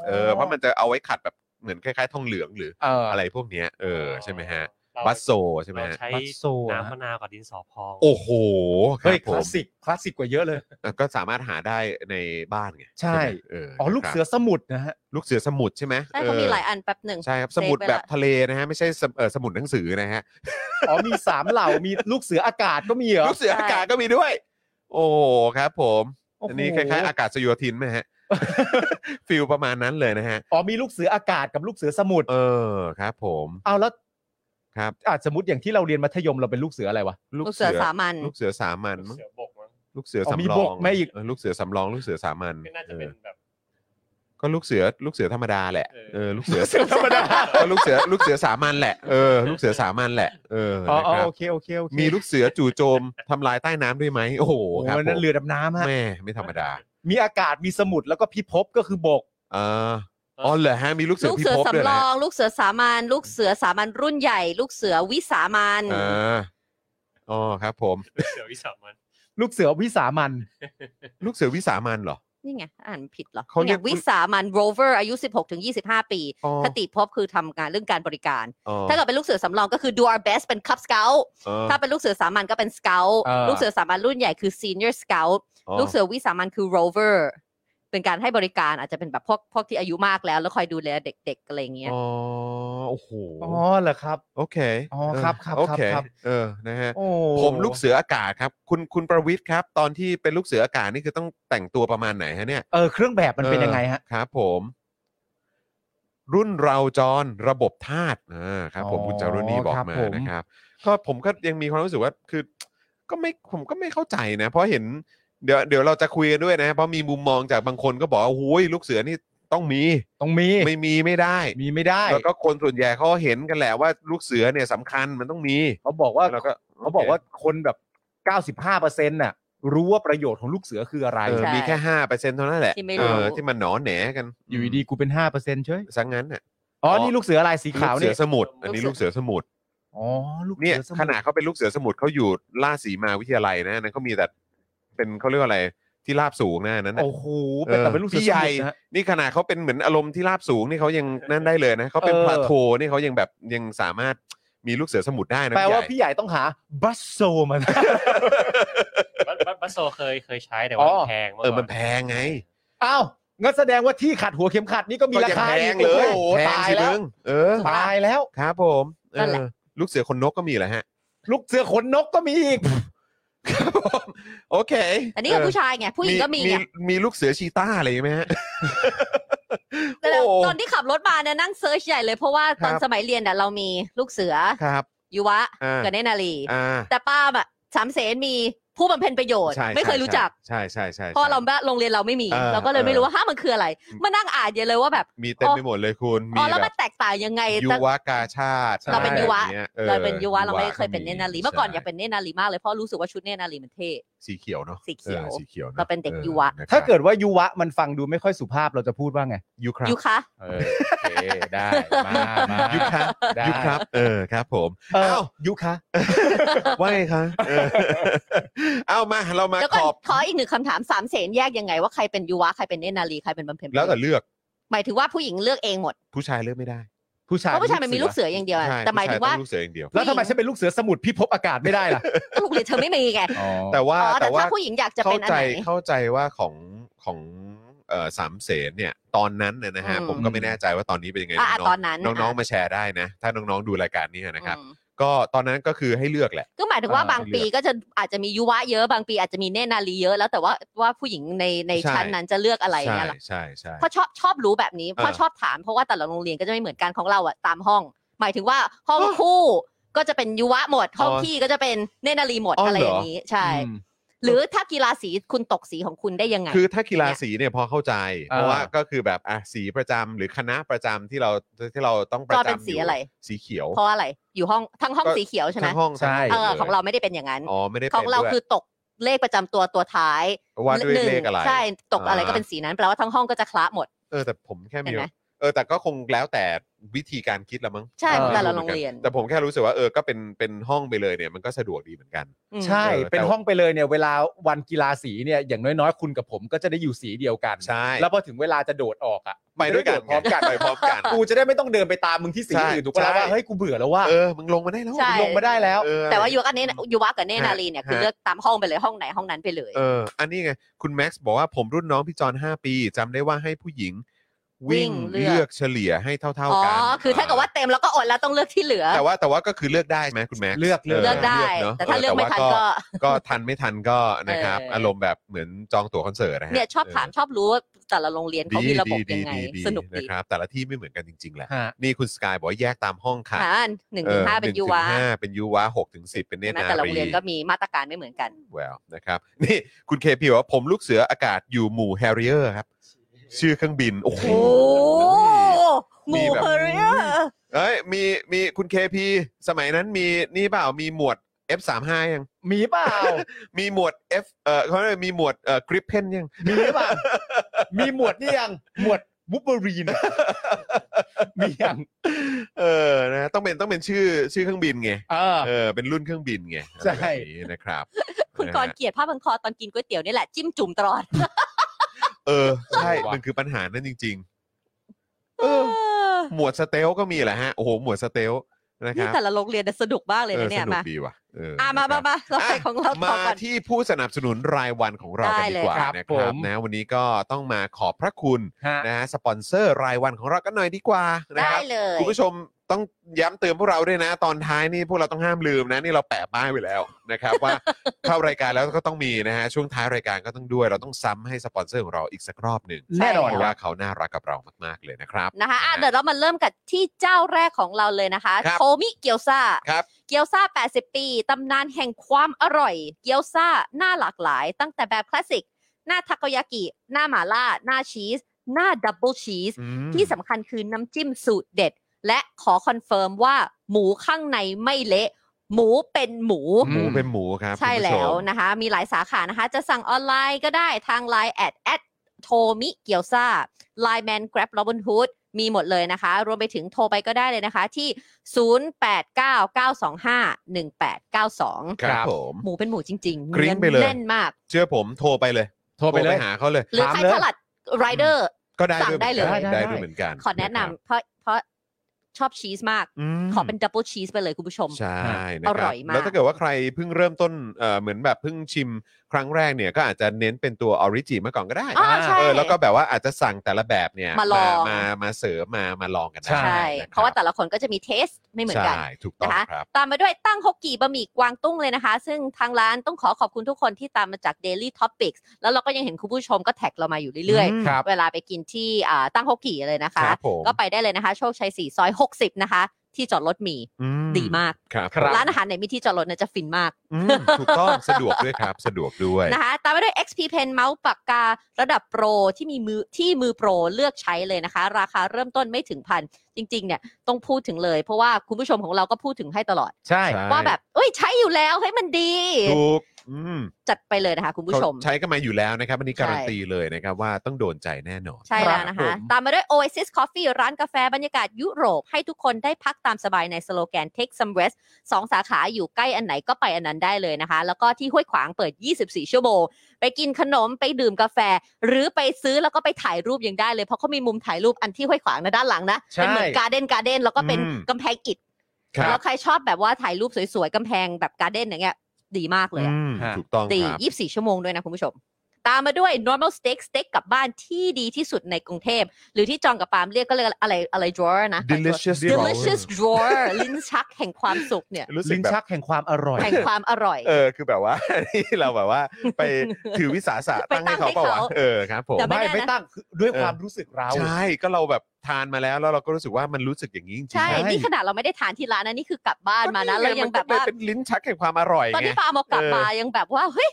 เออเพราะมันจะเอาไว้ขัดแบบ เหมือนคล้ายๆทองเหลืองหรือ เออ อะไรพวกเนี้ยเออใช่ไหมฮะ เรา บัสโซใช่ไหม เรา ฮะ ใช้ บัสโซ น้ำ นะ มะนาวกับดินสอพอง โอ้โหค เฮ้ย รับ ค ผ ลาส ม สิกคลาสสิกกว่าเยอะเลย ก็สามารถหาได้ในบ้านไง ใช่ ไหมเออ อ๋อลูก ครับ เสือสมุทรนะฮะ ลูกเสือสมุดใช่ไหม ใช่เขามีหลาย เอ อันแป๊บหนึ่ง อใช่ครับ เซ ส ฟไว้ละ มุดแบบทะเลนะฮะไม่ใช่สมเอ่อสมุดหนังสือนะฮะ อ๋อมีสามเหล่ามีลูกเสืออากาศก็มีเหรอ ลูกเสืออากาศก็มีด้วย โอ้โหครับ ผม โอ้โห อันนี้คล้ายๆอากาศสโยธินไหมฮะ ฟิลประมาณนั้นเลยนะฮะ อ๋อมีลูกเสืออากาศกับลูกเสือสมุทร เออครับผม เอาแล้ว ครับ อาจสมมติอย่างที่เราเรียนมัธยมเราเป็นลูกเสืออะไรวะ ลูกเสือสามัญ ลูกเสือสามัญ ลูก มั้ง เสือบกมั้ง ลูกเสือ อมี สำร บ อก ง ไหมอีก เออลูกเสือสำรองลูกเสือสามัญ ก็น่าจะ เอ เป็น อ แบบ ก็ลูกเสือลูกเสือธรรมดาแหละ เออ เออลูกเสือธรรมดาก็ลูกเสือลูกเสือสามัญแหละเออลูกเสือสามัญแหละเออ อ๋อ นะ อ๋อ ครับ โอเคโอเคโอเค มีลูกเสือจู่โจมทำลายใต้น้ำด้วยไหมโอ้โห โอ้ ครับ นั่นเรือดำน้ำฮะ แม่ไม่ธรรมดา มีอากาศมีสมุทรแล้วก็พิภพก็คือบก เอออ๋อเหรอฮะมีลูกเสือ ลูก พิ เสือ ภพด้วย สำร นะ อง ลูกเสือสามัญลูกเสือสามัญรุ่นใหญ่ ลูกเสือวิสามัญ อ่าอ๋อครับ ผม ลูกเสือวิสามัน ลูกเสือวิสามัน ลูกเสือวิสามัญเหรอ นี่ไงอ่านผิดเหรอ เขาเรี เนี่ย ย ก วิสามันโรเวอร์อายุ 16ถึง25 ปี อ๋อ คติภพคือทำงานเรื่องการบริการ อ๋อ ถ้าเกิดเป็นลูกเสือสำรองก็คือ do our best เป็น cub scout เออ ถ้าเป็นลูกเสือสามัญก็เป็น scout เออ ลูกเสือสามัญรุ่นใหญ่คือ senior scout ลูกเสือวิสามันคือ rover เป็นการให้บริการอาจจะเป็นแบบพวกพวกที่อายุมากแล้ว แล้วคอยดูแลเด็กๆอะไรอย่างเงี้ย อ๋อโอ้โห อ๋อเหรอครับ โอเค อ๋อ เ ครับครับ โอเค ครับ เออ นะฮะ โอ้ ผมลูกเสืออากาศครับ คุณ คุณประวิทย์ครับ ตอนที่เป็นลูกเสืออากาศนี่คือต้องแต่งตัวประมาณไหนฮะเนี่ย เออเครื่องแบบมันเป็นยังไงฮะ ออครับผม รุ่นเราจรระบบธาตุอ่าครับ ผม อ๋อ คุณจารุณีบอก ครับ มา ผม นะครับ ก็ผมก็ยังมีความรู้สึกว่า คือ ก็ไม่ ผมก็ไม่เข้าใจนะ เพราะเห็น เดี๋ยว เดี๋ยวเราจะคุยกันด้วยนะ เพราะมีมุมมองจากบางคนก็บอกว่าโอ้ยลูกเสือนี่ต้องมี ต้องมี ไม่มีไม่ได้ มีไม่ได้ แล้วก็คนส่วนใหญ่เขาเห็นกันแหละว่าลูกเสือเนี่ยสำคัญมันต้องมี เขาบอกว่า แล้วก็ เขาบอกว่าคนแบบ 95%น่ะรู้ว่าประโยชน์ของลูกเสือคืออะไร เออ ใช่ มีแค่ห้าเปอร์เซ็นเท่านั้นแหละ ที่ไม่ เอ รู้ อที่มันหนอแหนกัน อยู่ดีๆกูเป็น 5%เฉย สังงั้นน่ะ อ๋อนี่ลูกเสืออะไรสีขาว ลูกเสื เนี่ อยสมุทรอันนี้ลูกเสือสมุทร อ๋อลูก เนี่ย เสือสมุทร ขนาดเขาเป็นลูกเสือสมุทรเขาอยู่ล่าดสีมาวิทยาลัยนะนั่นเขามีแต่เป็นเขาเรียกว่าอะไรที่ราบสูงนะอันนั้นน่ะ โอ้โหเป็นแต่เป็นลูกเสือ พี่ ส ใหญ่ มุทรนะฮะ นี่ขนาดเขาเป็นเหมือนอารมณ์ที่ราบสูงนี่เขายังนั่นได้เลยนะเขาเป็น เออ พลาโทนี่เขายังแบบยังสามารถมีลูกเสือสมุทรได้นะ แปลว่า พี่ พี่ ใหญ่ ใหญ่ต้องหาบัสโซมา บัสบัสบัสโซเคยเคยใช้แต่ อ๋อว่ามันแพงาก เออมันแพงไง อ้าวงั้นแสดงว่าที่ขัดหัวเข็มขัดนี่ก็มี ก็ รา ยัง คา แพ อี ง ก เลย โอ้โห แพง ตาย สิ แล้ว มึงเออ ตายแล้ว ครับผมเอ นั่นแหละ อลูกเสือคนนกก็มีเหรอฮะ ลูกเสือขนนกก็มี อีก ครับผมโอเค อันนี้ก็ เ ผู้ชายไงผู้หญิงก็มีไง มีลูกเสือชีต้าอะไรไหมฮะ แต่ โอ้ ตอนที่ขับรถมาเนี่ยนั่งเซิร์ชใหญ่เลยเพราะว่าตอน ครับ สมัยเรียนน่ะเรามีลูกเสือ ครับ ยุวะ อ่า กับเนตรนารี อ่า แต่ป้าล์มอะสามเสนมีผู้บำเพ็ญประโยชน์ ใช่ ไม่เคยรู้จัก ใช่ใช่ใช่ใช่ เพราะเราแบบโรงเรียนเราไม่มี เออ เราก็เลยไม่รู้ เออ ว่าฮะมันคืออะไร มานั่งอ่านเยอะเลยว่าแบบ มีเต็มไปหมดเลยคุณ อ๋ มี อแล้ว แบ มัน บ แตกต่างยังไง ยุ แต่ วกาชาติ เราเป็นยุวะ อะไรองงี้ออ เราเป็นยุวะเราไม่เคยเป็นเน ก็ ตรนารีเมื่อก่อนอยาก ใช่ เป็นเนตรนารีมากเลยเพราะรู้สึกว่าชุดเนตรนารีมันเท่ สีเขียวเนาะ สีเขียว ออสีเขียวอะ เราเป็นเด็ก ออ ยุวะ นครับ ถ้าเกิดว่ายุวะมันฟังดูไม่ค่อยสุภาพเราจะพูดว่าไง ยุครับ ยุคะ เออโอเคได้มามา ยุครับ ได้ ยุครับ เออครับผม เออ อ้าว ยุคะ ว่าไงคะเออเอามาเรามา แล้ว ข ก็ อบ ขออีกหนึ่งคำถามสามเสนแยกยังไงว่าใครเป็นยุวะใครเป็นเนตรนารีใครเป็นบำเพ็ญประ แล้ว โย แต่ ชน์ เลือก หมายถึงว่าผู้หญิงเลือกเองหมด ผู้ชายเลือกไม่ได้ ผู้ชาย เพราะผู้ชายมันมีลูกเสืออย่างเดียวอะ ใช่ แต่หมายถึงว่า ผู้ชต้อลูกเสืออย่างเดียว แล้วทำไมฉันเป็นลูกเสือสมุทรพิภพอากาศไม่ได้ล่ะ ก็ลูกเรียนเธอไม่มีไง แต่ แต่ว่า อ๋อแต่ แต่ว่า ถ้าผู้หญิงอยากจะเป็ เข้าน อัน ใจ ไหน เข้าใจว่าของของเอ่อสามเสนเนี่ยตอนนั้นเนี่ยนะฮะ อืม ผมก็ไม่แน่ใจว่าตอนนี้เป็นยังไง อ่ะ น้อง ตอนนั้น ๆน้อง อ่ะ ๆมาแชร์ได้นะ ถ้าน้องๆดูรายการนี้นะครับ อืม ก็ตอนนั้นก็คือให้เลือกแหละ ก็หมายถึงว่า อ่า บางปีก็จะอาจจะมียุวะเยอะบางปีอาจจะมีเนตรนารีเยอะแล้วแต่ว่าว่าผู้หญิงในใน ใช่ ชั้นนั้นจะเลือกอะไรอย่าง ใช่ เงี้ยเหรอ ใช่ใช่ เพราะชอบชอบรู้แบบนี้ เออ เพราะชอบถามเพราะว่าแต่ละโรงเรียนก็จะไม่เหมือนกันของเราอะตามห้อง หมายถึงว่าห้องคู่ก็จะเป็นยุวะหมด ห้อง อ๋อ พี่ก็จะเป็นเนตรนารีหมด อ๋ออ อะไรอย่างนี้ใช่ หรือถ้ากีฬาสีคุณตกสีของคุณได้ยังไง คือถ้ากีฬาสีเนี่ยพอเข้าใจ เพราะ อ่า ว่าก็คือแบบอ่ะสีประจำหรือคณะประจำที่เราที่เราต้องประ ก็ จำ เป็นสี ยู่ อะไร สีเขียว เพราะอะไรอยู่ห้องทั้งห้อง ก็ สีเขียวใช่ไหม ทั้งห้อง ใช่ ทั้ เอลอย ของเราไม่ได้เป็นอย่างนั้น อ๋อไม่ได้ป็น ของเรา ด้วย คือตกเลขประจำตัวตัวท้าย ว่าด้วยเลขอะไร ใช่ตกอะไรก็เป็นสีนั้นแปลว่าทั้งห้องก็จะคละหมด เออแต่ผมแค่มี เห็นไหม เออแต่ก็คงแล้วแต่วิธีการคิดละมั้ง ใช่ เออ ของแต่ละโรงเรียน แต่ผมแค่รู้สึกว่าเออ ก็เป็นเป็นห้องไปเลยเนี่ยมันก็สะดวกดีเหมือนกัน อืม ใช่ เออแต่ เป็นห้องไปเลยเนี่ยเวลาวันกีฬาสีเนี่ยอย่างน้อยๆ คุณกับผมก็จะได้อยู่สีเดียวกัน ใช่ แล้วพอถึงเวลาจะโดดออกอ่ะ ไปด้วยกัน จะไโพร้อมกัน ไปพร้อมกัน กูจะได้ไม่ต้องเดินไปตามมึงที่สี ใช่ อื่นถูกปะ ใช่ ล่ะว่าเฮ้ยกูเบื่อแล้วว่า เออมึงลงมาได้แล้ว ใช่ ลงมาได้แล้ว เออ แต่ว่ายูวะกับเนนยูวะกับเน ฮะ นารีเนี่ยคือ ฮะ เลือกตามห้องไปเลยห้องไหนห้องนั้นไปเลย เอออันนี้ไง คุณแม็กซ์บอกว่าผมรุ่นน้องพี่จอน5 ปีจำได้ว่าให้ผู้หญิง วิ่ง วิ่งเลือก เลือกเฉลี่ยให้เท่า อ๋อ ๆกัน คือถ้าเกิดว่าเต็มแล้วก็อดแล้วต้องเลือกที่เหลือ แต่ว่าแต่ว่าก็คือเลือกได้ไหมคุณแม็กซ์ เลือกเลือก เลือกได้ นะ แต่ถ้าเลือกไม่ทัน แต่ว่า ก็ ก็ทันไม่ทันก็นะครับ เอออ อารมณ์แบบเหมือนจองตั๋วคอนเสิร์ตนะฮะ เนี่ยชอบถาม เ ชอบรู้ว่าแต่ละโรงเรียนเขามีระบบยังไง ดีดี สนุก นะ ดี ครับ แต่ละที่ไม่เหมือนกันจริง ๆแหละ ฮะ นี่คุณสกายบอกว่าแยกตามห้องค่ะ อ่านหนึ่งถึงห้าเป็นยูวะ หงถึงห้าเป็นยูวะหกถึงสิบเป็นเนตร นะ นา แต่ละโรงเรียน รี ก็มีมาตรการไม่เหมือนกัน แววนะครับ นี่คุณเคพีว่าผมลูกเสืออากาศอยู่หมู่แฮร์ริเออร์ครับ ชื่อเครื่องบิน โอ้โห โอ้ห มี มู แบบ เพอร์เรียร์ เอ้ยมีมีคุณเคพีสมัยนั้นมีนี่เปล่ามีหมวด F35 ยัง มีเปล่า มีหมวด F เออเขาเรียกมีหมวดเอ่อกริปเพนยัง มีหรือเปล่า มีหมวดนี่ยัง หมวดบูเบอรีน มียัง เออนะต้องเป็นต้องเป็นชื่อชื่อเครื่องบินไง เออ เออเป็นรุ่นเครื่องบินไง ใช่ อะไรแบบนี้นะครับ คุณ นะ ก ฮะ รณ์เกลียดผ้าพันคอตอนกินก๋วยเตี๋ยวนี่แหละจิ้มจุ่มตลอด เออใช่มันคือปัญหานั่นจริง ๆ เออ หมวดสเตลก็มีแหละฮะโอ้โหหมวดสเตลนะค นี่ รับ แต่ละโรงเรียนน่ะสนุกมากเลย เออ นะเนี่ ส ย นุก มา ดีว่ะเออ อ่ะ อ่ะ มามามาเราไปของเราต่ มา อก่อน ที่ผู้สนับสนุนรายวันของเรากัน ได้ ดี เลย กว่า ครับ นะค ผ รับ ม นะวันนี้ก็ต้องมาขอบพระคุณ ฮะ นะฮะสปอนเซอร์รายวันของเรากันหน่อยดีกว่านะคได้รับ เลย คุณผู้ชมต้องย้ำเตือนพวกเราด้วยนะ ตอนท้ายนี่พวกเราต้องห้ามลืมนะนี่เราแปะป้ายไว้แล้วนะครับ ว่าเข้ารายการแล้วก็ต้องมีนะฮะช่วงท้ายรายการก็ต้องด้วย เราต้องซ้ำให้สปอนเซอร์ของเราอีกสักรอบหนึ่ง แน่นอน เพ ค ราะ รับ ว่าเขาน่ารักกับเรามากๆเลยนะครับ นะคะอ่ะเดี๋ยวเรามาเริ่มกันที่เจ้าแรกของเราเลยนะคะ ครับ โทมิเกียวซา ครับ เกียวซา80 ปี ตำนานแห่งความอร่อย เกียวซาหน้าหลากหลาย ตั้งแต่แบบคลาสสิก หน้าทาโกยากิ หน้าหมาล่า หน้าชีส หน้าดับเบิลชีส อืม ที่สำคัญคือน้ำจิ้มสูตรเด็ด และขอคอนเฟิร์มว่าหมูข้างในไม่เละ หมูเป็นหมู หมูเป็นหมูครับ ใช่ คุณผู้ แล้ ม วนะคะ มีหลายสาขานะคะ จะสั่งออนไลน์ก็ได้ทางไลน์แอดแอดโทมิเกียวซาไลน์แมนแกร็บโรบินฮูดมีหมดเลยนะคะ รวมไปถึงโทรไปก็ได้เลยนะคะ ที่ 0899251892 ครับผม หมูเป็นหมูจริงๆ กริ๊งไปเลย แน่นมาก เชื่อผมโทรไปเลย โทรไปเลย หาเขาเลย หรือ ถาม ใคร เลย ถลัดไรเดอร์ ก็ได้ สั่ง ด้วย ได้เลย หมือนกันได้ได้ได้ ด้วยเหมือนกัน ขอแนะนำเพราะเพราะชอบชีสมาก ม ขอเป็นดับเบิลชีสไปเลยคุณผู้ชม ใช่นะ อ ค ร่ รับ อยมาก แล้วถ้าเกิดว่าใครเพิ่งเริ่มต้นเอ่อเหมือนแบบเพิ่งชิมครั้งแรกเนี่ยก็อาจจะเน้นเป็นตัวออริจิมาก่อนก็ได้ อ่าใช่ เออแล้วก็แบบว่าอาจจะสั่งแต่ละแบบเนี่ย มาลอง มามาเสริมมามาลองกันได้ ใช่ ใช่ นคบ เพราะว่าแต่ละคนก็จะมีเทสไม่เหมือนกัน ใช่ถูกต้อง นะคะ ครับ ตามมาด้วยตั้งฮกกี่บะหมี่กวางตุ้งเลยนะคะ ซึ่งทางร้านต้องขอขอบคุณทุกคนที่ตามมาจาก Daily Topics แล้วเราก็ยังเห็นคุณผู้ชมก็แท็กเรามาอยู่เรื่อย อืม ครับ ๆ เวลาไปกินที่อ่าตั้งฮกกี่เลยนะ ค คะ รับผม ก็ไปได้เลยนะคะ โชคชัย 4 ซอย 60 นะคะ ที่จอดรถมี อื ดีมาก ครับ ครับ ร้านอาหารไหนมีที่จอดรถเนี่ยจะฟินมาก อืมถูกต้องสะดวกด้วยครับสะดวกด้วย นะคะ ตามมาด้วย XP Pen เมาส์ปากการะดับโปรที่มีมือที่มือโปรเลือกใช้เลยนะคะ ราคาเริ่มต้นไม่ถึงพันจริง ๆ เนี่ยต้องพูดถึงเลย เพราะว่าคุณผู้ชมของเราก็พูดถึงให้ตลอด ใช่ ใช่ ว่าแบบเอ้ยใช้อยู่แล้วเฮ้ยมันดี ถูกอืม จัดไปเลยนะคะคุณผู้ชม เขาใช้กันมาอยู่แล้วนะครับอันนี้การัน ใช่ ตีเลยนะครับว่าต้องโดนใจแน่นอน ใช่แล้วนะ ครั คะ บผม ตามมาด้วย Oasis Coffee ร้านกาแฟบรรยากาศยุโรป ให้ทุกคนได้พักตามสบายในสโลแกน Take some rest สองสาขาอยู่ใกล้อันไหนก็ไปอันนั้นได้เลยนะคะ แล้วก็ที่ห้วยขวางเปิด 24 ชั่วโมง ไปกินขนมไปดื่มกาแฟ หรือไปซื้อแล้วก็ไปถ่ายรูปยังได้เลย เพราะเขามีมุมถ่ายรูปอันที่ห้วยขวางนะด้านหลังนะ ใช่ เป็นเหมือนการ์เด้นการ์เด้นแล้วก็เป็น อืม กำแพงอิฐ ครับ แล้วใครชอบแบบว่าถ่ายรูปสวยๆกำแพงแบบการ์เด้นอย่างเงี้ยดีมากเลยอะ อืม ฮะ ถูกต้อง ตี ครับ 24 ชั่วโมงด้วยนะคุณผู้ชม ตามมาด้วย normal steak steak กลับบ้านที่ดีที่สุดในกรุงเทพ หรือที่จองกับปาล์มเรียกก็เรียกอะไรอะไร drawer นะ delicious delicious drawer ลิ้นชักแห่งความสุข เนี่ย รู้สึก ลิ้น แบ ชั บ กแห่งความอร่อย แห่งความอร่อย เออคือแบบว่า ที่เราแบบว่าไปถือวิสาสะ ไป ตั้งให้เขา ตั้งให้ เปล่าวะ เขา เออครับผม แต่ ไม่ ไม่ได้นะ ไม่ตั้งคือด้วยความรู้สึกเรา ใช่ก็เราแบบทานมาแล้วแล้วเราก็รู้สึกว่ามันรู้สึกอย่างนี้จริงๆ ใช่ ใช่ นี่ขนาดเราไม่ได้ทานที่ร้านนะนี่คือกลับบ้านมานะ เรายังแบบว่า ก็เลยเป็นลิ้นชักแห่งความอร่อย ตอน ไง ที่ปาล์มเอากลับมายังแบบว่า เฮ้ย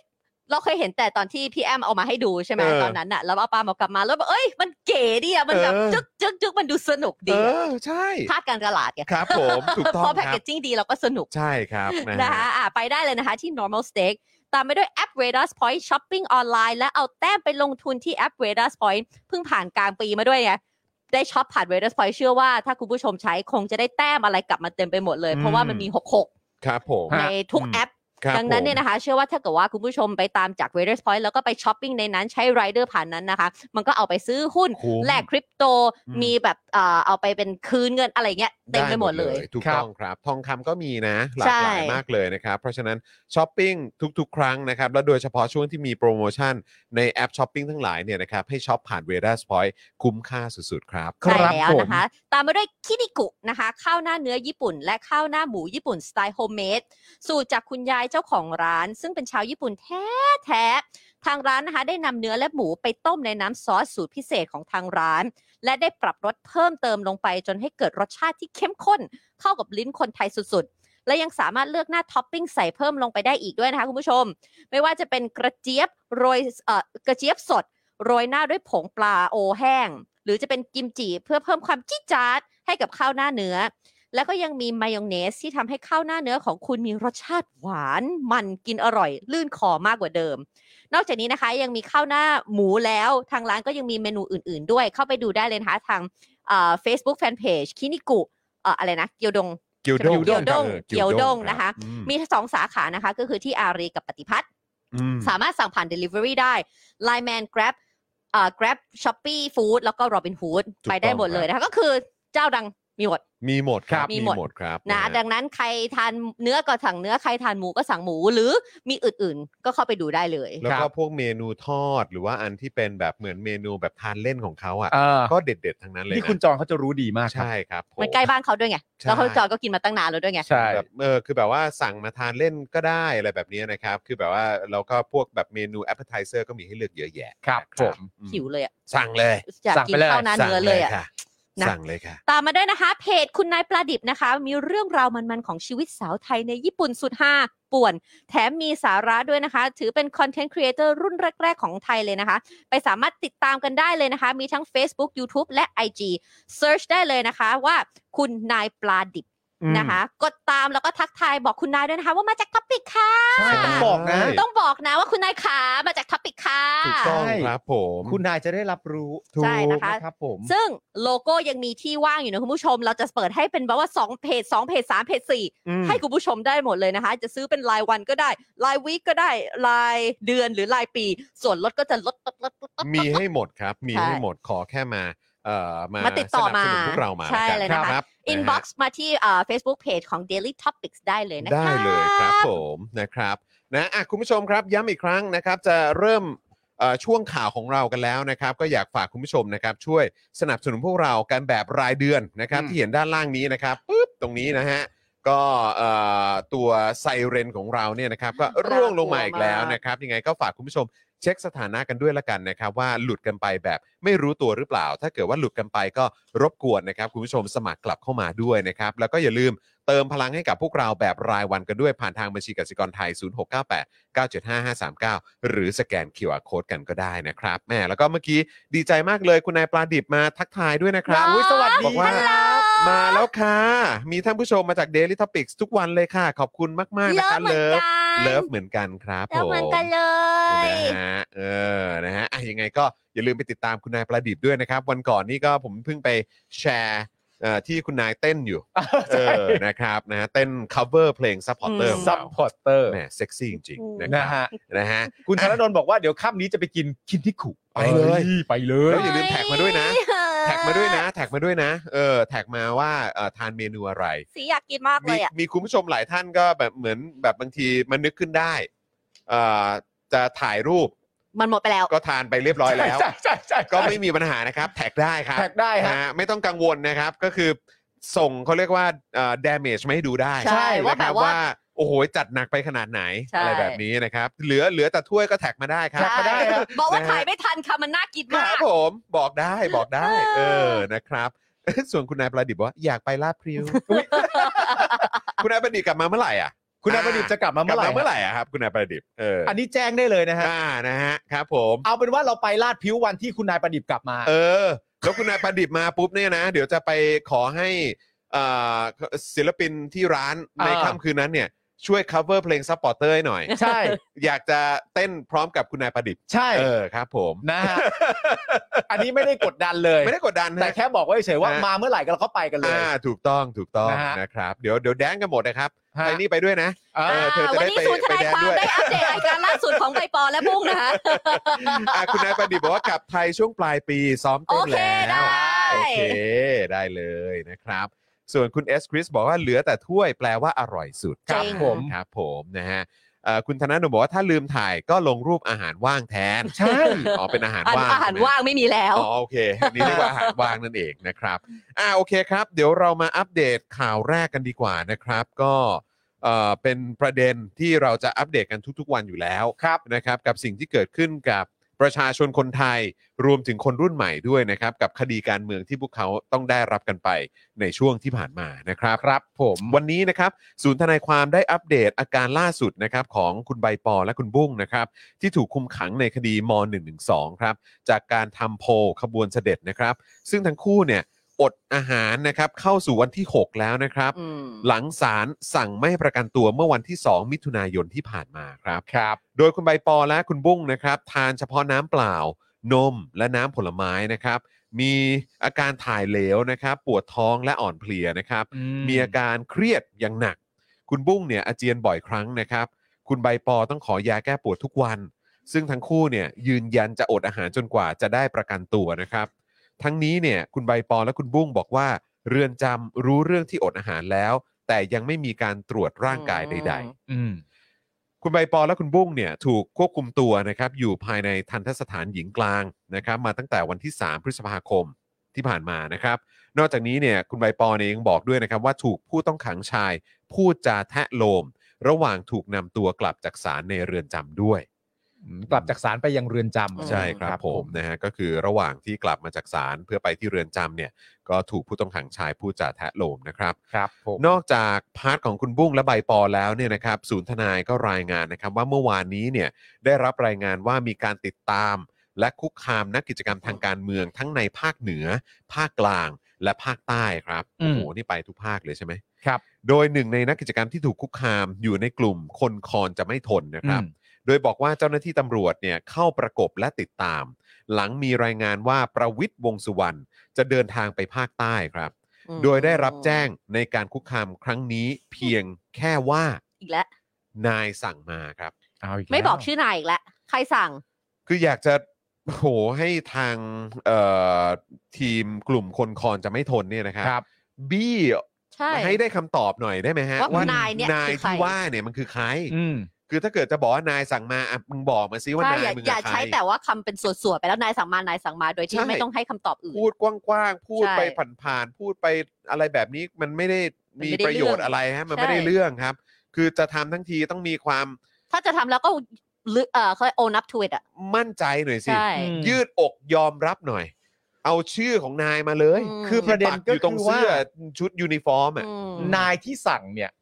เราเคยเห็นแต่ตอนที่พี่แอมเอามาให้ดูใช่ไหม เออ ตอนนั้นน่ะ แล้วเอาปาล์มเอากลับมาแล้วแบบเอ้ย มันเก๋ดีอะมันแบบ เออ จึ๊กจึ๊กจึ๊กมันดูสนุก เอ ดีอะ อใช่ ภาพการตลาดไง ครับผมถูกต้อง พอแพค ครับเกจจิ้งดีเราก็สนุก ใช่ครับนะ นะ ฮะ คะอ่ะไปได้เลยนะคะที่ normal steak ตามไปด้วยแอป r a d a r Point Shopping ออนไลน์ และเอาแต้มไปลงทุนที่แอป r a d a r Point เพิ่งผ่านกลางปีมาด้วยไง ได้ช็อปผ่าน r a d a r Point เชื่อว่าถ้าคุณผู้ชมใช้คงจะได้แต้มอะไรกลับมาเต็มไปหมดเลย เพราะว่ามันมี ครับผม 66 ในทุก อืม แอป ครับ ดังนั้ผนม เนี่ยนะคะเชื่อว่าถ้าเกิดว่าคุณผู้ชมไปตามจาก r a d e r s Point แล้วก็ไปช้อปปิ้งในนั้นใช้ไรเดอร์ผ่านนั้นนะคะ มันก็เอาไปซื้อหุ้น คุ้ม แลกคริปโตมีแบบเอ่อเอาไปเป็นคืนเงินอะไรเงี้ยเต็มไปหมดเลย ถูก ครับ ต้องครับ ทองคำก็มีนะ หลากหลาย ใช่ มากเลยนะครับ เพราะฉะนั้นช้อปปิ้งทุก ๆ ครั้งนะครับ และโดยเฉพาะช่วงที่มีโปรโมชั่นในแอปช้อปปิ้งทั้งหลายเนี่ยนะครับ ให้ช้อปผ่านเวดัสพอยต์คุ้มค่าสุด ๆ ครับ ค ใช่ รับ แล้ว ผม นะคะ ตามมาด้วยคินิกุนะคะ ข้าวหน้าเนื้อญี่ปุ่น และข้าวหน้าหมูญี่ปุ่นสไตล์โฮมเมดสูตรจากคุณยายเจ้าของร้าน ซึ่งเป็นชาวญี่ปุ่นแท้แท้ๆทางร้านนะคะ ได้นำเนื้อและหมูไปต้มในน้ำซอสสูตรพิเศษของทางร้าน และได้ปรับรสเพิ่มเติมลงไป จนให้เกิดรสชาติที่เข้มข้น เข้ากับลิ้นคนไทยสุดๆ และยังสามารถเลือกหน้าท็อปปิ้งใส่เพิ่มลงไปได้อีกด้วยนะคะคุณผู้ชม ไม่ว่าจะเป็นกระเจี๊ยบโรยเอ่อกระเจี๊ยบสด โรยหน้าด้วยผงปลาโอแห้ง หรือจะเป็นกิมจิเพื่อเพิ่มความจี๊ดจ๊าดให้กับข้าวหน้าเนื้อ แล้วก็ยังมีมายองเนสที่ทำให้ข้าวหน้าเนื้อของคุณมีรสชาติหวาน มันกินอร่อย ลื่นคอมากกว่าเดิม นอกจากนี้นะคะยังมีข้าวหน้าหมูแล้ว ทางร้านก็ยังมีเมนูอื่นๆด้วย เข้าไปดูได้เลยนะคะทางเฟซบุ๊กแฟนเพจคินิกุเอ่ออะไรนะเกียวดง เกียวด้ง เกียวด้ง ครับ เกียวด้งนะคะ อื มีสองสาขานะคะ ก็คือที่อารีกับปฏิพัฒน์ อืม สามารถสั่งผ่าน Delivery ได้ Line Man Grab เอ่อ Grab Shopee Food แล้วก็ Robin Hood ถูกต้อง ไปได้หมดเลยนะคะ ก็คือเจ้าดังมีหมด มีหมดครับ มีหมด ครับ นะ ฮ ดังนั้นใครทานเนื้อก็สั่งเนื้อ ใครทานหมูก็สั่งหมู หรือมีอื่นๆ ก็เข้าไปดูได้เลย แล้ว ครั ก็ บ พวกเมนูทอดหรือว่าอันที่เป็นแบบเหมือนเมนูแบบทานเล่นของเขาอ่ะ เออ ก็เด็ดๆทั้งนั้นเลย นี่ นะ คุณจอนเขาจะรู้ดีมากครับ ใช่ครับผ มันใกล้บ้านเขาด้วยไง ใช่ แล้วเขาจอยก็กินมาตั้งนานแล้วด้วยไง ใช่ แบบเออคือแบบว่าสั่งมาทานเล่นก็ได้อะไรแบบนี้นะครับ คือแบบว่าเราก็พวกแบบเมนู a อ p e t i z e r ก็มีให้เลือกเยอะแยะ ครับ นะ ผม อืม หิวเลยอะ สั่งเลย อยาก สั่ง กิ ไป น เลย ข้าวหน้าเนื้อเลยอะ ค่ะ นะ สั่งเลยค่ะ ตามมาด้วยนะคะ เพจคุณนายปลาดิบนะคะ มีเรื่องราวมันๆ ของชีวิตสาวไทยในญี่ปุ่นสุดห้าป่วน แถมมีสาระด้วยนะคะ ถือเป็นคอนเทนต์ครีเอเตอร์รุ่นแรก ๆ ของไทยเลยนะคะ ไปสามารถติดตามกันได้เลยนะคะ มีทั้ง Facebook YouTube และ IG Search ได้เลยนะคะว่าคุณนายปลาดิบนะคะ กดตามแล้วก็ทักทายบอกคุณนายด้วยนะคะ ว่ามาจากท็อปิกค่ะ ใช่ต้องบอกนะ ใช่ ต้องบอกนะว่าคุณนายขามาจากท็อปิกค่ะ ถูกต้อง ใช่ ครับผม คุณนายจะได้รับรู้ ใช่นะคะ ถูกครับ ผม ซึ่งโลโก้ยังมีที่ว่างอยู่นะคุณผู้ชม เราจะเปิดให้เป็นแบบว่า2เพจ2เพจ3เพจ4 อืม ให้คุณผู้ชมได้หมดเลยนะคะ จะซื้อเป็นรายวันก็ได้ รายวีคก็ได้ รายเดือนหรือรายปี ส่วนลดก็จะลดลดลดลดลด มีให้หมดครับ มีให้ ใช่ หมดขอแค่มาเอ่อมา มาติดต่อ สนับสนุน มา พวกเรามา ใช่ กั เลยนะคะ รับ inbox มาที่เอ่อ Facebook Page ของ Daily Topics ได้เลยนะคะ ได้เลยครับผมนะครับนะอ่ะคุณผู้ชมครับย้ำอีกครั้งนะครับจะเริ่มเอ่อช่วงข่าวของเรากันแล้วนะครับ ก็อยากฝากคุณผู้ชมนะครับ ช่วยสนับสนุนพวกเรากันแบบรายเดือนนะครับ อืม ที่เห็นด้านล่างนี้นะครับปุ๊บตรงนี้นะฮะก็เอ่อตัวไซเรนของเราเนี่ยนะครับ ก็ร่วงลงมาอีกแล้วนะครับ ยังไงก็ฝากคุณผู้ชม เช็คสถานะกันด้วยละกันนะครับ ว่าหลุดกันไปแบบไม่รู้ตัวหรือเปล่า ถ้าเกิดว่าหลุดกันไปก็รบกวนนะครับ คุณผู้ชมสมัครกลับเข้ามาด้วยนะครับ แล้วก็อย่าลืมเติมพลังให้กับพวกเราแบบรายวันกันด้วยผ่านทางบัญชีกสิกรไทย 0698 975 539 หรือสแกน QR Code กันก็ได้นะครับแหม่แล้วก็เมื่อกี้ดีใจมากเลยคุณนายปลาดิบมาทักทายด้วยนะครับ อุ๊ยสวัสดี บอกว่า Hello มาแล้วค่ะ มีท่านผู้ชมมาจาก Daily Topics ทุกวันเลยค่ะ ขอบคุณมากๆนะคะ เลิ เลิ ฟ ฟ เหมือนกัน เลิฟเหมือนกันครับ แล้วเหมือน ผม กันเลย นะฮะเออนะฮะอ่ะยังไงก็อย่าลืมไปติดตามคุณนายประดิษฐ์ด้วยนะครับ วันก่อนนี่ก็ผมเพิ่งไปแชร์เอ่อที่คุณนายเต้นอยู่เออนะครับนะฮะเต้น cover เพลง supporter อืม ข ซั อง พ เรา พอร์เตอร์ แหมเซ็กซี่จริงๆนะ นะครับ ฮะ นะฮะ คุณธนดลบอกว่าเดี๋ยวค่ำนี้จะไปกินคินที่ขุ ไปเลย อ้ไปเล แล้ ย วอย่าลืมแท็กมาด้วยนะ แท็กมาด้วยนะ แท็กมาด้วยนะเออแท็กมาว่าเอ่อทานเมนูอะไร สีอยากกินมากเล มี ยอ่ะ มีคุณผู้ชมหลายท่านก็แบบเหมือนแบบบางทีมันนึกขึ้นได้เอ่อจะถ่ายรูป มันหมดไปแล้ว ก็ทานไปเรียบร้อยแล้ว ใช่ใช่ใช่ ก็ไม่มีปัญหานะครับ แท็กได้ครับ แท็กได้ฮะ นะฮะไม่ต้องกังวลนะครับก็คือส่งเขาเรียกว่าเอ่อ damage มาให้ดูได้ ใช่ว่า นะค แบ รับบ ว่า ว่าโอ้โหจัดหนักไปขนาดไหน ใช่ อะไรแบบนี้นะครับเหลือเหลือแต่ถ้วยก็แท็กมาได้ครับ ใช่ ก็ได้ครับ บอกว่า นะฮะ ถ่ายไม่ทันค่ะ มันน่ากิน ค มา รั ก บผมบอกได้บอกได้ เอ เออ อนะครับ ส่วนคุณนายประดิษฐ์บอกว่าอยากไปลาดพริ้วคุณนายประดิษฐ์กลับมาเมื่อไหร่อ่ะ คุณนายประดิษฐ์จะกลับมาก ลั เมื่ บ อไหร่ มาเมื่อไหร่อ่ะครับคุณนายประดิษฐ์เออ อันนี้แจ้งได้เลยนะฮะ อ่านะฮะครับผม เอาเป็นว่าเราไปลาดพิ้ววันที่คุณนายประดิษฐ์กลับมา เออ แล้วคุณนายประดิษฐ์มาปุ๊บเนี่ยนะ เดี๋ยวจะไปขอให้เอ่อศิลปินที่ร้านใน อ่า ค่ำคืนนั้นเนี่ย ช่วย cover เพลง supporter ให้หน่อย ใช่ อยากจะเต้นพร้อมกับคุณนายประดิษฐ์ ใช่ เออครับ ผม นะฮะอันนี้ไม่ได้กดดันเลย ไม่ได้กดดัน แต่ นะ แค่บอกไว้เฉยๆว่า ฮะ มาเมื่อไหร่ก็เราเข้าไปกันเลย อ่าถูกต้องถูกต้อง นะฮะ นะครับ เดี๋ยวเดี๋ยวแดนกันหมดนะครับ ฮะ ไอ้นี่ไปด้วยนะ เออ เเธอจะ วั ได้ นี้ ไป ศูนย์ทนายความ ไปแดนด้วย ได้อัปเดตรายการล่าสุดของใบปอและบุ้งนะคะ อ่ะคุณนายประดิษฐ์บอกว่ากลับไทยช่วงปลายปีซ้อมเต้น โอเค แล้ว ได้ โอเค ได้เลยนะครับ ส่วนคุณเอสคริสบอกว่าเหลือแต่ถ้วยแปลว่าอร่อยสุด จริง ครับผมนะฮะเอ่อคุณธนาหนูบอกว่าถ้าลืมถ่ายก็ลงรูปอาหารว่างแทน ใช่ อ๋อเป็นอาหาร อัน ว่าง อาหาร ใช่ไม ว่างไม่มีแล้ว อ๋อโอเคอันนี่เรียกว่าอาหารว่างนั่นเองนะครับ อ่าโอเคครับ เดี๋ยวเรามาอัปเดตข่าวแรกกันดีกว่านะครับ ก็เอ่อเป็นประเด็นที่เราจะอัปเดตกันทุกๆวันอยู่แล้วครับนะครับ กับสิ่งที่เกิดขึ้นกับประชาชนคนไทยรวมถึงคนรุ่นใหม่ด้วยนะครับ กับคดีการเมืองที่พวกเขาต้องได้รับกันไปในช่วงที่ผ่านมานะครับครับ ผมวันนี้นะครับ ศูนย์ทนายความได้อัปเดตอาการล่าสุดนะครับของคุณใบปอและคุณบุ้งนะครับ ที่ถูกคุมขังในคดีม .112 ครับ จากการทำโพลขบวนเสด็จนะครับ ซึ่งทั้งคู่เนี่ยอดอาหารนะครับเข้าสู่วันที่ 6 แล้วนะครับ อืม หลังศาลสั่งไม่ประกันตัวเมื่อวันที่ 2 มิถุนายนที่ผ่านมาครับครับ โดยคุณใบปอและคุณบุ้งนะครับ ทานเฉพาะน้ำเปล่า นมและน้ำผลไม้นะครับ มีอาการถ่ายเหลวนะครับ ปวดท้องและอ่อนเพลียนะครับ มีอาการเครียดอย่างหนัก คุณบุ้งเนี่ยอาเจียนบ่อยครั้งนะครับ คุณใบปอต้องขอยาแก้ปวดทุกวัน ซึ่งทั้งคู่เนี่ยยืนยันจะอดอาหารจนกว่าจะได้ประกันตัวนะครับ ทั้งนี้เนี่ยคุณใบปอและคุณบุ้งบอกว่า เรือนจำรู้เรื่องที่อดอาหารแล้ว แต่ยังไม่มีการตรวจร่างกายใด อืม อืม ๆ คุณใบปอและคุณบุ้งเนี่ยถูกควบคุมตัวนะครับอยู่ภายในทันทสถานหญิงกลางนะครับ มาตั้งแต่วันที่ 3 พฤษภาคมที่ผ่านมานะครับ นอกจากนี้เนี่ยคุณใบปอเนี่ยยังบอกด้วยนะครับว่าถูกผู้ต้องขังชายพูดจาแทะโลม ระหว่างถูกนำตัวกลับจากศาลในเรือนจำด้วย กลับจากศาลไปยังเรือนจำ ใช่ครับผมนะฮะก็คือระหว่างที่กลับมาจากศาลเพื่อไปที่เรือนจำเนี่ยก็ถูกผู้ต้องขังชายพูดจาแทะโลมนะครับ ครับผม นอกจากพาร์ทของคุณบุ้งและใบปอแล้วเนี่ยนะครับศูนย์ทนายก็รายงานนะครับว่าเมื่อวานนี้เนี่ยได้รับรายงานว่ามีการติดตาม และคุกคามนักกิจกรรมทางการเมืองทั้งในภาคเหนือ ภาคกลาง และภาคใต้ครับโอ้โหนี่ไปทุกภาคเลยใช่ไหม ครับ โดยหนึ่งในนักกิจกรรมที่ถูกคุกคามอยู่ในกลุ่มคนคอนจะไม่ทนนะครับ โดยบอกว่าเจ้าหน้าที่ตำรวจเนี่ยเข้าประกบและติดตาม หลังมีรายงานว่าประวิทย์วงษ์สุวรรณจะเดินทางไปภาคใต้ครับ อืม โดยได้รับแจ้งในการคุกคามครั้งนี้เพียงแค่ว่า อีกแล้ว นายสั่งมาครับ เอากแล้ว ไม่บอกชื่อนายอีกแล้ว ใครสั่ง คืออยากจะโอ้โหให้ทางเอ่อทีมกลุ่มคนคอนจะไม่ทนเนี่ยนะครับ ครับ บี้ ใช่ ให้ได้คำตอบหน่อยได้ไหมฮะ ว่านายเนี่ย นาย คือใคร ที่ว่าเนี่ยมันคือใคร อืม คือถ้าเกิดจะบอกว่านายสั่งมาอ่ะมึงบอกมาซิว่า ใช่ นา อย่าย มึง อย่า อะใคร ใช้แต่ว่าคำเป็นส่วนๆไปแล้วนายสั่งมานายสั่งมาโดยที่ ใช่ ไม่ต้องให้คำตอบอื่น พูดกว้างๆ พูด ใช่ ไปผ่านๆ พูดไปอะไรแบบนี้มันไม่ได้มี มันไม่ได้ ประโยชน์ เรื่อง อะไรฮะ มัน ใช่ ไม่ได้เรื่องครับ คือจะทำทั้งทีต้องมีความ ถ้าจะทำแล้วก็ลึกเออเขาโอนับทวิตอ่ะ มั่นใจหน่อยสิ ใช่ อืม ยืดอกยอมรับหน่อย เอาชื่อของนายมาเลย ม คือประเด็น ปักอ ก็ ยู่ตรง คือว่า เสื้อชุดยูนิฟอร์มอ่ะ อืม นายที่สั่งเนี่ย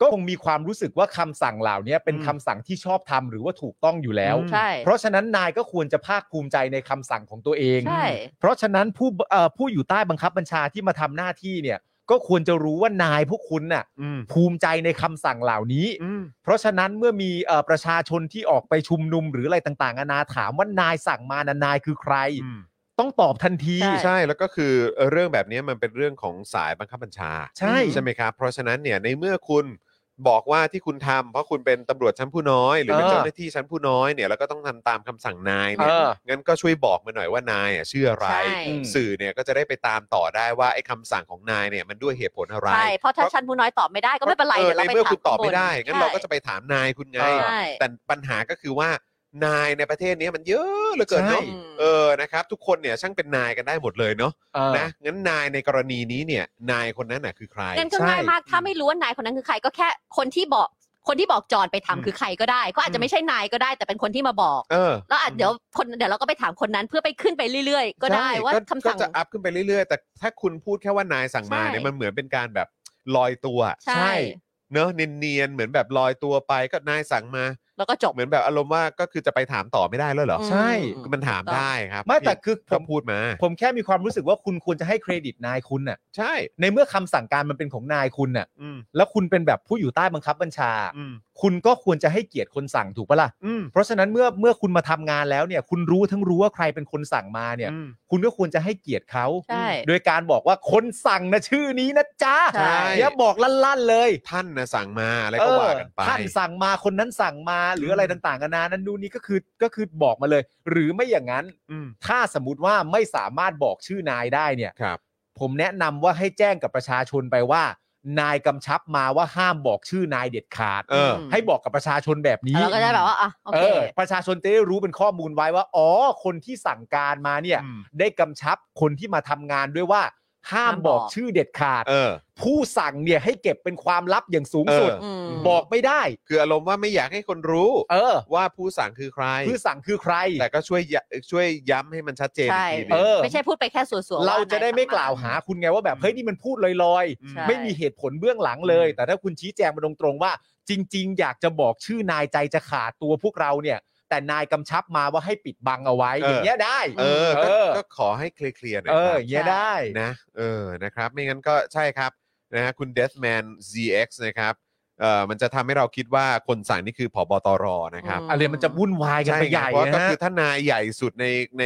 ก็คงมีความรู้สึกว่าคำสั่งเหล่านี้เป็น อืม คำสั่งที่ชอบทำหรือว่าถูกต้องอยู่แล้ว อืม ใช่ เพราะฉะนั้นนายก็ควรจะภาคภูมิใจในคำสั่งของตัวเอง ใช่ เพราะฉะนั้นผู้เอ่อผู้อยู่ใต้บังคับบัญชาที่มาทำหน้าที่เนี่ย ก็ควรจะรู้ว่านายพวกคุณน่ะ อืม ภูมิใจในคำสั่งเหล่านี้ อืม เพราะฉะนั้นเมื่อมีเอ่อประชาชนที่ออกไปชุมนุมหรืออะไรต่างๆนานาถามว่านายสั่งมานะนายคือใคร อืม ต้องตอบทันที ใช่ ใช่แล้วก็คือเรื่องแบบนี้มันเป็นเรื่องของสายบังคับบัญชา ใช่ ใช่ไหมครับ เพราะฉะนั้นเนี่ยในเมื่อคุณบอกว่าที่คุณทำเพราะคุณเป็นตำรวจชั้นผู้น้อย หรือเป็น เออ เจ้าหน้าที่ชั้นผู้น้อยเนี่ยแล้วก็ต้องทำตามคำสั่งนาย เอ เนี่ย อ งั้นก็ช่วยบอกมาหน่อยว่านายอ่ะชื่ออะไร ใช่ สื่อเนี่ยก็จะได้ไปตามต่อได้ว่าไอ้คำสั่งของนายเนี่ยมันด้วยเหตุผลอะไร ใช่ เพราะถ้าชั้นผู้น้อยตอบไม่ได้ก็ไม่เป็นไร ออ เดี๋ยวเรา ใน ไป เมื่อ ถาม คุณตอบไม่ ข้าบ ได้งั้นเราก็จะไปถามนายคุณไง เออ ใช่ แต่ปัญหาก็คือว่านายในประเทศเนี้ยมันเยอะเหลือเกินเนาะ ใช่ เออนะครับ ทุกคนเนี่ยช่างเป็นนายกันได้หมดเลยเนาะ เออ นะงั้นนายในกรณีนี้เนี่ยนายคนนั้นน่ะคือใคร งั้นก็ ใช่ ง่ายมากถ้าไม่รู้ว่านายคนนั้นคือใครก็แค่คนที่บอกคนที่บอกจอนไปทำ อืม คือใครก็ได้ก็อาจจะไม่ใช่นายก็ได้ แต่เป็นคนที่มาบอก เออ แล้วอาจ อืม เดี๋ยวคนเดี๋ยวเราก็ไปถามคนนั้นเพื่อไปขึ้นไปเรื่อยๆ ก็ได้ ใช่ ว่า ก็ คำสั่ง ก็จะอัพขึ้นไปเรื่อยๆ แต่ถ้าคุณพูดแค่ว่านายสั่งมา ใช่ เนี่ยมันเหมือนเป็นการแบบลอยตัว ใช่ เนอะเนียนๆเหมือนแบบลอยตัวไปก็นายสั่งมา แล้วก็จบ เหมือนแบบอารมณ์ว่าก็คือจะไปถามต่อไม่ได้แล้วเหรอ อืม ใช่ มันถามได้ครับ ไม่แต่ ที่ คือผ เขา ม พูดมา ผมแค่มีความรู้สึกว่าคุณควรจะให้เครดิตนายคุณน่ะ ใช่ ในเมื่อคำสั่งการมันเป็นของนายคุณน่ะ อืม แล้วคุณเป็นแบบผู้อยู่ใต้บังคับบัญชา อืม คุณก็ควรจะให้เกียรติคนสั่งถูกปะล่ะ อืม เพราะฉะนั้นเมื่อเมื่อคุณมาทำงานแล้วเนี่ย คุณรู้ทั้งรู้ว่าใครเป็นคนสั่งมาเนี่ย อืม คุณก็ควรจะให้เกียรติเขา ใช่ โดยการบอกว่าคนสั่งนะชื่อนี้นะจ๊ะ ใช่ อย่าบอกลั่นๆเลย ท่านนะสั่งมาอะไรก็ว่ากันไป เออท่านสั่งมาคนนั้นสั่งมา หรืออะไรต่างๆกันานานั้นนู่นนี่ก็คือก็คือบอกมาเลย หรือไม่อย่างนั้น อืม ถ้าสมมติว่าไม่สามารถบอกชื่อนายได้เนี่ย ครับ ผมแนะนำว่าให้แจ้งกับประชาชนไปว่า นายกำชับมาว่าห้ามบอกชื่อนายเด็ดขาด เออ ม ให้บอกกับประชาชนแบบนี้ แล้วก็จะแบบว่าอ่ะโอ เอ เค อประชาชนจะได้รู้เป็นข้อมูลไว้ว่า อ๋อ คนที่สั่งการมาเนี่ย อืม ได้กำชับคนที่มาทำงานด้วยว่า ห้าม ห้าม บบอ อก ก ชื่อเด็ดขาด เออ ผู้สั่งเนี่ยให้เก็บเป็นความลับอย่างสูงสุด เอ ม บอกไม่ได้ คืออารมณ์ว่าไม่อยากให้คนรู้ เออ ว่าผู้สั่งคือใคร ผู้สั่งคือใคร แต่ก็ช่วยยะช่วยย้ำให้มันชัดเจน ใช่ อีกทีหนึ เอง อ ไม่ใช่พูดไปแค่ส่วนๆ เรา ว่นย จะได้ไม่ สั่ง กล่าวหาคุณไงว่าแบบ อืม เฮ้ยนี่มันพูดลอย อืม ใช่ ๆ ไม่มีเหตุผลเบื้องหลังเลย แต่ถ้าคุณชี้แจงมาตรงๆว่า จริง ๆ อยากจะบอกชื่อนายใจจะขาดตัวพวกเราเนี่ย แต่นายกำชับมาว่าให้ปิดบังเอาไว้ เออออย่างเงี้ยได้ เออก็ เออ ก็ขอให้เคลียร์ๆหน่อย เอ ค อ รับ อย่างเงี้ยได้ นะเออนะครับไม่งั้นก็ใช่ครับนะฮะคุณ Deathman ZX นะครับเอ่อมันจะทำให้เราคิดว่าคนสั่งนี่คือผอบตรนะครับ อะไรมันจะวุ่นวายกัน ใช่ ไป ไง ใหญ่ เพราะ นะ ก็ ฮะ คือท่านนายใหญ่สุดในใน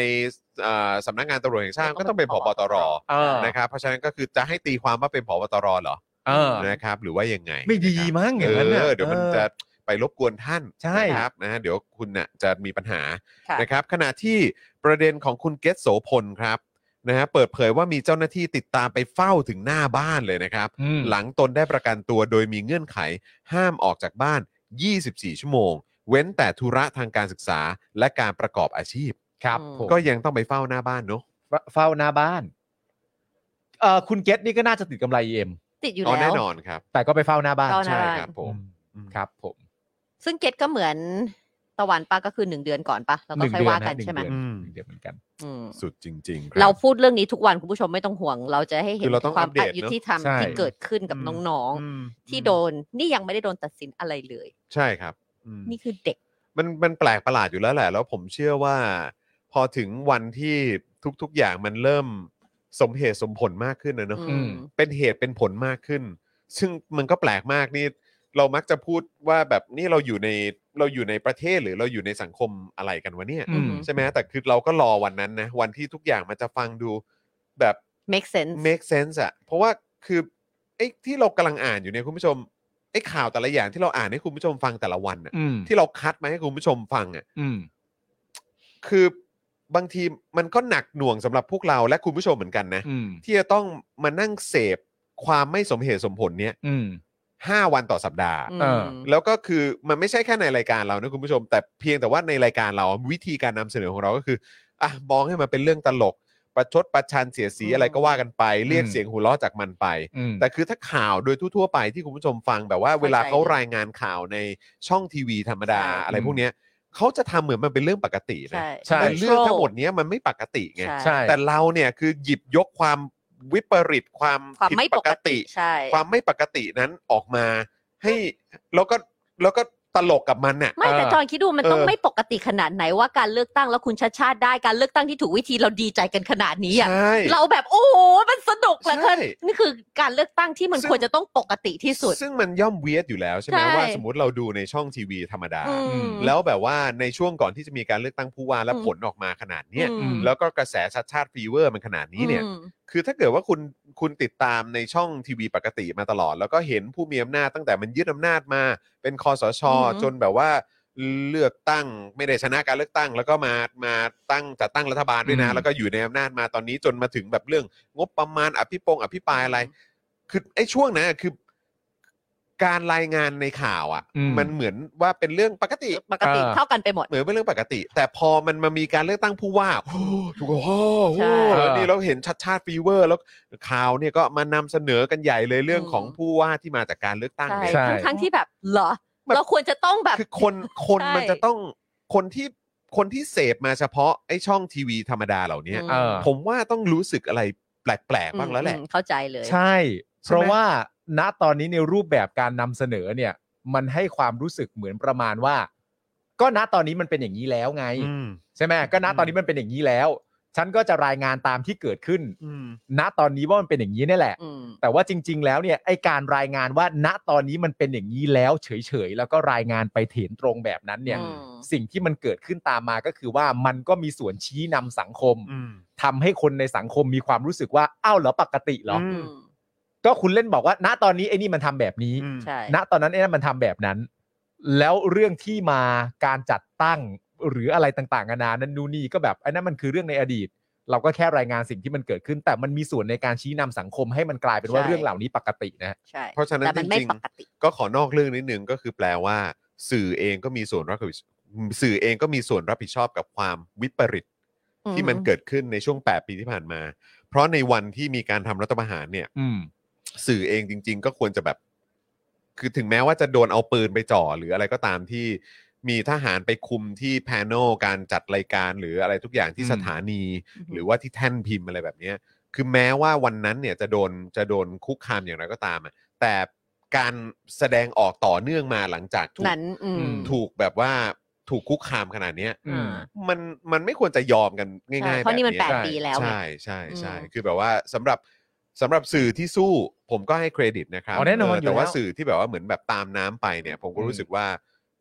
เอ่อสำนักงานตำรวจแห่งชาติก็ต้องเป็นผอบตร เออ นะครับเพราะฉะนั้นก็คือจะให้ตีความว่าเป็นผอบตรเหรอ เออ นะครับหรือว่ายังไง ไม่ดีมั้งอ เอย่าง นั้นน่ะ อเดี๋ยวมันจะไปรบกวนท่าน ใช่ นะครับนะฮะเดี๋ยวคุณน่ะจะมีปัญหา ค่ะ นะครับขณะที่ประเด็นของคุณเกตโสพลครับนะฮะเปิดเผยว่ามีเจ้าหน้าที่ติดตามไปเฝ้าถึงหน้าบ้านเลยนะครับ อืม หลังตนได้ประกันตัวโดยมีเงื่อนไข ห้ามออกจากบ้าน 24 ชั่วโมง เว้นแต่ธุระทางการศึกษาและการประกอบอาชีพ ครับ อืม ผม ก็ยังต้องไปเฝ้าหน้าบ้านเนาะ เฝ้าหน้าบ้านเออคุณเกตนี่ก็น่าจะติดกำไรเอ็ม ติดอยู่ อ๋อ แล้ว แน่นอนครับ แต่ก็ไปเฝ้าหน้าบ้าน เฝ้าหน้า ใช่ บ้าน ครับผม อืมครับผม ซึ่งเกตก็เหมือนตะวันป้าก็คือหนึ่งเดือนก่อนปะแล้วก็ค่อยว่ากันใช่ไหม หนึ่งอืมเดือนเดี๋ยวเหมือนกัน อืม สุดจริงๆค เรา รับ พูดเรื่องนี้ทุกวันคุณผู้ชมไม่ต้องห่วง เราจะให้เห็ คื น อเราต้อง ควา อั ม ปเดต อายุ เนอะ ที่ทำที่ ใช่ เกิดขึ้นกับน้อง อืม ๆ ที่โดนนี่ยังไม่ได้โดนตัดสินอะไรเลย ใช่ครับอืม นี่คือเด็ก มันมันแปลกประหลาดอยู่แล้วแหละ แล้วผมเชื่อว่า พอถึงวันที่ทุกๆอย่างมันเริ่มสมเหตุสมผลมากขึ้นนะเนอะ อืม เป็นเหตุเป็นผลมากขึ้น ซึ่งมันก็แปลกมากนี่ เรามักจะพูดว่าแบบนี่เราอยู่ในเราอยู่ในประเทศหรือเราอยู่ในสังคมอะไรกันวะเนี่ย อืม ใช่ไหมแต่คือเราก็รอวันนั้นนะ วันที่ทุกอย่างมันจะฟังดูแบบ make sense make sense อะเพราะว่าคือไอ้ที่เรากำลังอ่านอยู่เนี่ยคุณผู้ชมไอ้ข่าวแต่ละอย่างที่เราอ่านให้คุณผู้ชมฟังแต่ละวันอะ อืม ที่เราคัดมาให้คุณผู้ชมฟังอะ อืม คือบางทีมันก็หนักหน่วงสำหรับพวกเราและคุณผู้ชมเหมือนกันนะ อืม ที่จะต้องมานั่งเสพความไม่สมเหตุสมผลเนี้ย อืม ห้าวันต่อสัปดาห์ อืม เออ แล้วก็คือมันไม่ใช่แค่ในรายการเรานะคุณผู้ชม แต่เพียงแต่ว่าในรายการเราวิธีการนำเสนอของเราก็คืออ่ะมองให้มันเป็นเรื่องตลก ประชดประชันเสียดสี อืม อะไรก็ว่ากันไป เรียก อืม เสียงหัวเราะจากมันไป อืม แต่คือถ้าข่าวโดยทั่วๆไปที่คุณผู้ชมฟังแบบว่า เวลาเขารายงานข่าวในช่องทีวีธรรมดา ใช่ อะไรพวกเนี้ยเขาจะทำเหมือนมันเป็นเรื่องปกตินะ ใช่ ใช่ แต่เรื่อง Control ทั้งหมดเนี้ยมันไม่ปกติไง ใช่ ใช่ แต่เราเนี่ยคือหยิบยกความวิปริตความ ความ ผิด ไม่ปกติใช่ ความไม่ปกตินั้นออกมา ให้แล้วก็แล้วก็ตลกกับมันน่ะ ไม่แต่ เออ จอนคิดดูมันต้อง เออ ไม่ปกติขนาดไหนว่าการเลือกตั้งแล้วคุณชาติชาติได้การเลือกตั้งที่ถูกวิธีเราดีใจกันขนาดนี้อ่ะ ใช่ เราแบบโอ้โหมันสนุกเหลือเกิน ใช่ นี่คือการเลือกตั้งที่มัน ซึ่ง ควรจะต้องปกติที่สุด ซึ่งมันย่อมเวียดอยู่แล้วใช่ไหม ใช่ ว่าสมมติเราดูในช่องทีวีธรรมดา อืม แล้วแบบว่าในช่วงก่อนที่จะมีการเลือกตั้งผู้ว่าและ อืม ผลออกมาขนาดเนี้ย อืม แล้วก็กระแสชาติชาติฟีเวอร์มันขนาดนี้เนี่ย อืม คือถ้าเกิดว่าคุณคุณติดตามในช่องทีวีปกติมาตลอด แล้วก็เห็นผู้มีอำนาจตั้งแต่มันยึดอำนาจมา เป็นคอสช อือหือ จนแบบว่าเลือกตั้งไม่ได้ชนะการเลือกตั้ง แล้วก็มามาตั้งจัดตั้งรัฐบาลด้วยนะ อืม แล้วก็อยู่ในอำนาจมาตอนนี้จนมาถึงแบบเรื่องงบประมาณอภิปรงอภิปรายอะไร คือไอ้ช่วงนั้นอะคือ การรายงานในข่าวอะ่ะ อืม มันเหมือนว่าเป็นเรื่องปกติ ปกติ เออ เท่ากันไปหมด เหมือนเป็นเรื่องปกติ แต่พอมันมามีการเลือกตั้งผู้ว่าโอ้โหทุกคนโอ้โห ใช่ แล้วนี่เราเห็นชัดชาติฟีเวอร์ แล้วข่าวเนี่ยก็มานำเสนอกันใหญ่เลยเรื่องของผู้ว่าที่มาจากการเลือกตั้ง ใช่ เนี่ย ใช่ ทั้งๆที่แบบเหรอ แบบ เราควรจะต้องแบบ คือคนคน ใช่ มันจะต้องคนที่คนที่เสพมาเฉพาะไอ้ช่องทีวีธรรมดาเหล่านี้ อืม เออ ผมว่าต้องรู้สึกอะไรแปลกๆบ้างแล้วแหละ อืมเข้าใจเลย ใช่ เพราะว่าณตอนนี้ในรูปแบบการนำเสนอเนี่ย มันให้ความรู้สึกเหมือนประมาณว่า ก็ณตอนนี้มันเป็นอย่างนี้แล้วไง อืม ใช่ไหมก็ณ อืม ตอนนี้มันเป็นอย่างนี้แล้ว ฉันก็จะรายงานตามที่เกิดขึ้น อืม ณตอนนี้ว่ามันเป็นอย่างนี้นี่แหละ อืม แต่ว่าจริง ๆ แล้วเนี่ยไอการรายงานว่าณตอนนี้มันเป็นอย่างนี้แล้ว เฉยๆแล้วก็รายงานไปเถนตรงแบบนั้นเนี่ย อืม สิ่งที่มันเกิดขึ้นตามมาก็คือว่ามันก็มีส่วนชี้นำสังคม อืม ทำให้คนในสังคมมีความรู้สึกว่าอ้าวเหรอปกติเหรออ ม อืม ก็คุณเล่นบอกว่าณตอนนี้ไอ้นี่มันทำแบบนี้ อืม ใช่ ณตอนนั้นไอ้นั่นมันทำแบบนั้น แล้วเรื่องที่มาการจัดตั้งหรืออะไรต่างๆนานานั้นนู่นนี่ก็แบบไอ้นั่นมันคือเรื่องในอดีต เราก็แค่รายงานสิ่งที่มันเกิดขึ้น แต่มันมีส่วนในการชี้นำสังคมให้มันกลายเป็นว่าเรื่องเหล่านี้ปกตินะฮะ ใช่ เพราะฉะนั้น แต่มันไม่ จริงๆ ปกติ ก็ขอนอกเรื่องนิดนึงก็คือแปลว่า สื่อเองก็มีส่วนรับผิดสื่อเองก็มีส่วนรับผิดชอบกับความวิปริต อืม ที่มันเกิดขึ้นในช่วง 8 ปีที่ผ่านมา เพราะในวันที่มีการทำรัฐประหารเนี่ย อืม สื่อเองจริง ๆ ก็ควรจะแบบ คือถึงแม้ว่าจะโดนเอาปืนไปจ่อหรืออะไรก็ตามที่มีทหารไปคุมที่แพนโนลการจัดรายการหรืออะไรทุกอย่างที่ อืม สถานี อือฮึ หรือว่าที่แท่นพิมพ์อะไรแบบเนี้ยคือแม้ว่าวันนั้นเนี่ยจะโดนจะโดนคุกคามอย่างไรก็ตามอะแต่การแสดงออกต่อเนื่องมาหลังจากถูก นั้น อืม ถูกแบบว่าถูกคุกคามขนาดเนี้ย อืม มันมันไม่ควรจะยอมกันง่ายๆ ใช่ แบบ เพราะนี่มันแปด ใช่ ปีแล้วไง ใช่ใช่ใช่ อืม คือแบบว่าสำหรับสำหรับสื่อที่สู้ผมก็ให้เครดิตนะครับ อ๋อแน่นอนอยู่แล้วเแต่ว่าสื่อที่แบบว่าเหมือนแบบตามน้ำไปเนี่ย ผมก็รู้สึกว่า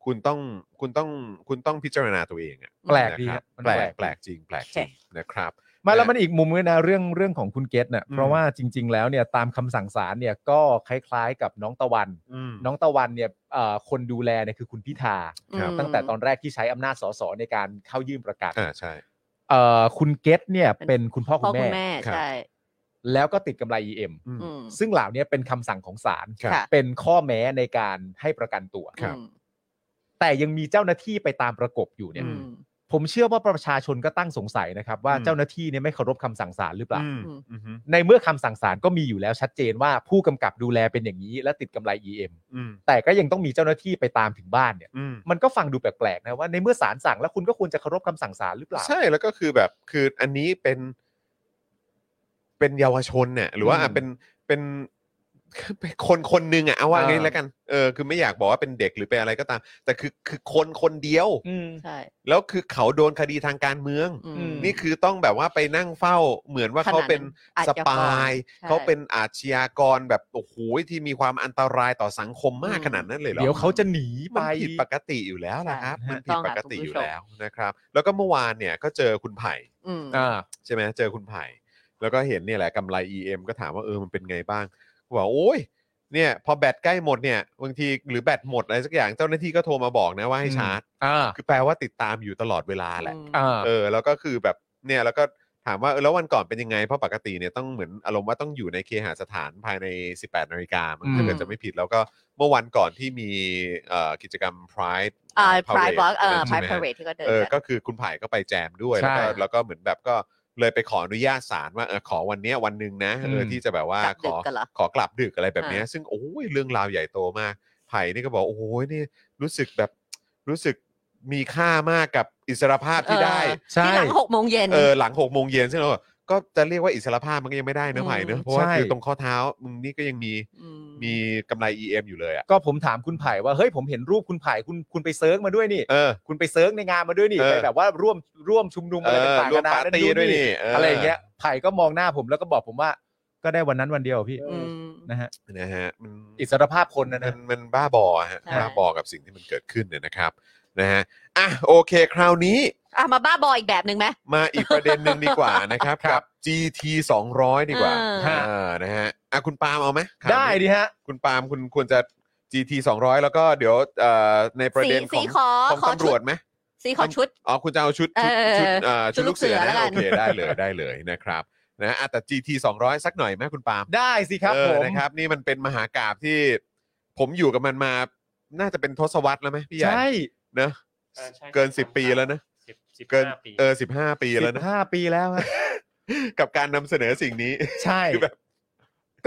คุณต้องคุณต้องคุณต้องพิจารณาตัวเองอะ แปลกดี นะครับ ฮะมัน แปลแปล ก ก แปลกจริงแปลกจริงนะครับ ไมาแล้วมันอีกมุมนึงนะเรื่องเรื่องของคุณเกตน่ะ อืม เพราะว่าจริง ๆ แล้วเนี่ยตามคำสั่งศาลเนี่ยก็คล้ายๆกับน้องตะวัน อืม น้องตะวันเนี่ยเอ่อคนดูแลเนี่ยคือคุณพิธา ครับ ตั้งแต่ตอนแรกที่ใช้อำนาจสสในการเข้ายื่นประกาศ อ่าใช่ เอ่อคุณเกตเนี่ย เป็น เป็นคุณพ่อ พ่อ คุณ คุณ แม่ แม่ ครับ ใช่ แล้วก็ติดกำไร EM อืม ซึ่งเหล่าเนี้เป็นคำสั่งของศาล ครับ เป็นข้อแม้ในการให้ประกันตัว อืม แต่ยังมีเจ้าหน้าที่ไปตามประกบอยู่เนี่ย อืม ผมเชื่อว่าประชาชนก็ตั้งสงสัยนะครับ ว่า อืม เจ้าหน้าที่เนี่ยไม่เคารพคำสั่งศาลหรือเปล่า อืม อืม อืม ในเมื่อคำสั่งศาลก็มีอยู่แล้วชัดเจนว่าผู้กำกับดูแลเป็นอย่างนี้ และติดกำไร EM อืม แต่ก็ยังต้องมีเจ้าหน้าที่ไปตามถึงบ้านเนี่ย อืม มันก็ฟังดูแปลกๆนะว่าในเมื่อศาลสั่งแล้วคุณก็ควรจะเคารพคำสั่งศาลหรือเปล่า ใช่แล้วก็คือแบบคืออันนี้เป็น เป็นเยาวชนเนี่ยหรือว่า อืม อ่ะเป็นเป็นเป็นคนคนหนึ่งอ่ะเอาว่า อ่า งี้แล้วกันเออคือไม่อยากบอกว่าเป็นเด็กหรือเป็นอะไรก็ตาม แต่คือคือคนคนเดียว อืม ใช่ แล้วคือเขาโดนคดีทางการเมือง อืม ม นี่คือต้องแบบว่าไปนั่งเฝ้าเหมือนว่าเขาเป็น ขนาด ส นั้นอาชญากร ปาย ใช่ เขาเป็นอาชญากรแบบโอ้โหที่มีความอันตรายต่อสังคมมากขนาดนั้นเลยเหรอ เดี๋ยวเขาจะหนีไป มันผิดปกติอยู่แล้วนะครับ ใช่ มันผิดปกติอยู่แล้วนะครับ แล้วก็เมื่อวานเนี่ยก็เจอคุณไผ่ อืม อ่า ใช่ไหมเจอคุณไผ่แล้วก็เห็นเนี่ยแหละกำไร EM ก็ถามว่าเออมันเป็นไงบ้างบอกว่าโอ้ยเนี่ยพอแบตใกล้หมดเนี่ยบางทีหรือแบตหมดอะไรสักอย่างเจ้าหน้าที่ก็โทรมาบอกนะว่าให้ชาร์จ อ่า คือแปลว่าติดตามอยู่ตลอดเวลาแหละ อ่า เออแล้วก็คือแบบเนี่ยแล้วก็ถามว่าเออแล้ววันก่อนเป็นยังไง เพราะปกติเนี่ยต้องเหมือนอารมณ์ว่าต้องอยู่ในเคหสถานภายใน 18นาฬิกามั้ง อืม ถ้าเกิดจะไม่ผิดแล้วก็เมื่อวันก่อนที่มีเอ่อกิจกรรม Pride อ่า Pride Pride Parade Walk เอ่อ ใช่ไหม Pride ฮะ Parade ที่ก็เดิน เออ กัน ก็คือคุณไผ่ก็ไปแจมด้วย ใช่ แล้วก็แล้วก็เหมือนแบบก็เลยไปขออนุญาตศาลว่าเออขอวันเนี้ยวันหนึ่งนะเออ ม ที่จะแบบว่าก ลับ ขอกดึกันเหรอ ขอกลับดึกอะไรแบบเนี้ยซึ่งโอ้ยเรื่องราวใหญ่โตมาก ไผ่นี่ก็บอกโอ้ยนี่รู้สึกแบบรู้สึกมีค่ามากกับอิสรภาพที่ได้ เออ ใช่ ที่หลังหกโมงเย็น เออหลังหกโมงเย็นซึ่งเราก็ก็จะเรียกว่าอิสรภาพมันก็ยังไม่ได้เนอะ อืม ไผ่เนอะเพราะว่า ใช่ คือตรงข้อเท้ามึงนี่ก็ยังมี ม มีกำไร EM อยู่เลยอ่ะ ก็ผมถามคุณไผ่ว่าเฮ้ยผมเห็นรูปคุณไผ่คุณคุณไปเซิร์ชมาด้วยนี่ เออ คุณไปเซิร์ชในงานมาด้วยนี่ เออ ไปแบบว่าร่วมร่วมชุมนุม เอ อะไร อ ต่างๆ รวม นน ปาร์ตี้ นั่น ด้วยนี่ อะไรอย่างเงี้ยไผ่ก็มองหน้าผมแล้วก็บอกผมว่า ก็ได้วันนั้นวันเดียวพี่ อืม นะฮะ นะฮะมัน อิสรภาพคนนะ มั นะ นมันบ้าบอฮะ ใช่ บ้าบอกับสิ่งที่มันเกิดขึ้นเนี่ยนะครับนะฮะอ่ะโอเคคราวนี้ อ่ะมาบ้าบออีกแบบหนึ่งไหม มาอีกประเด็นหนึ่งดีกว่านะครับ ครั กับ บ GT 200 ดีกว่า อ่า เออนะฮะอ่ะคุณปาล์มเอาไหมคราวนี้ ได้ดิฮะ คุณปาล์มคุณควรจะ GT 200 แล้วก็เดี๋ยวเอ่อในประ สี เด็นข สี อง ขอ ของ ขอ ตำร ชุ ว ด จไหม สีขอชุด อ๋อคุณจะเอาชุดชุดชุดเออเอ่อชุด ชุดลู ลูก กเสื เสือ อแล้ นะ วกัน โอเคได้เลยได้เลยนะครับนะอ่ะแต่ GT 200 สักหน่อยไหมคุณปาล์ม ได้สิครับ เออ ผม นะครับ นี่มันเป็นมหากราบที่ ผมอยู่กับมันมาน่าจะเป็นทศวรรษแล้วไหมพี่ใหญ่ ใช่ เนอะ เออใช่ เกิน ใช่ 10 ปีแล้วนะ สิบสิบ เกิน ห้าปี เออ15 ปีแล้ว สิ นะ บห้าปีแล้วฮะ กับการนำเสนอสิ่งนี้ ใช่ คือแบบ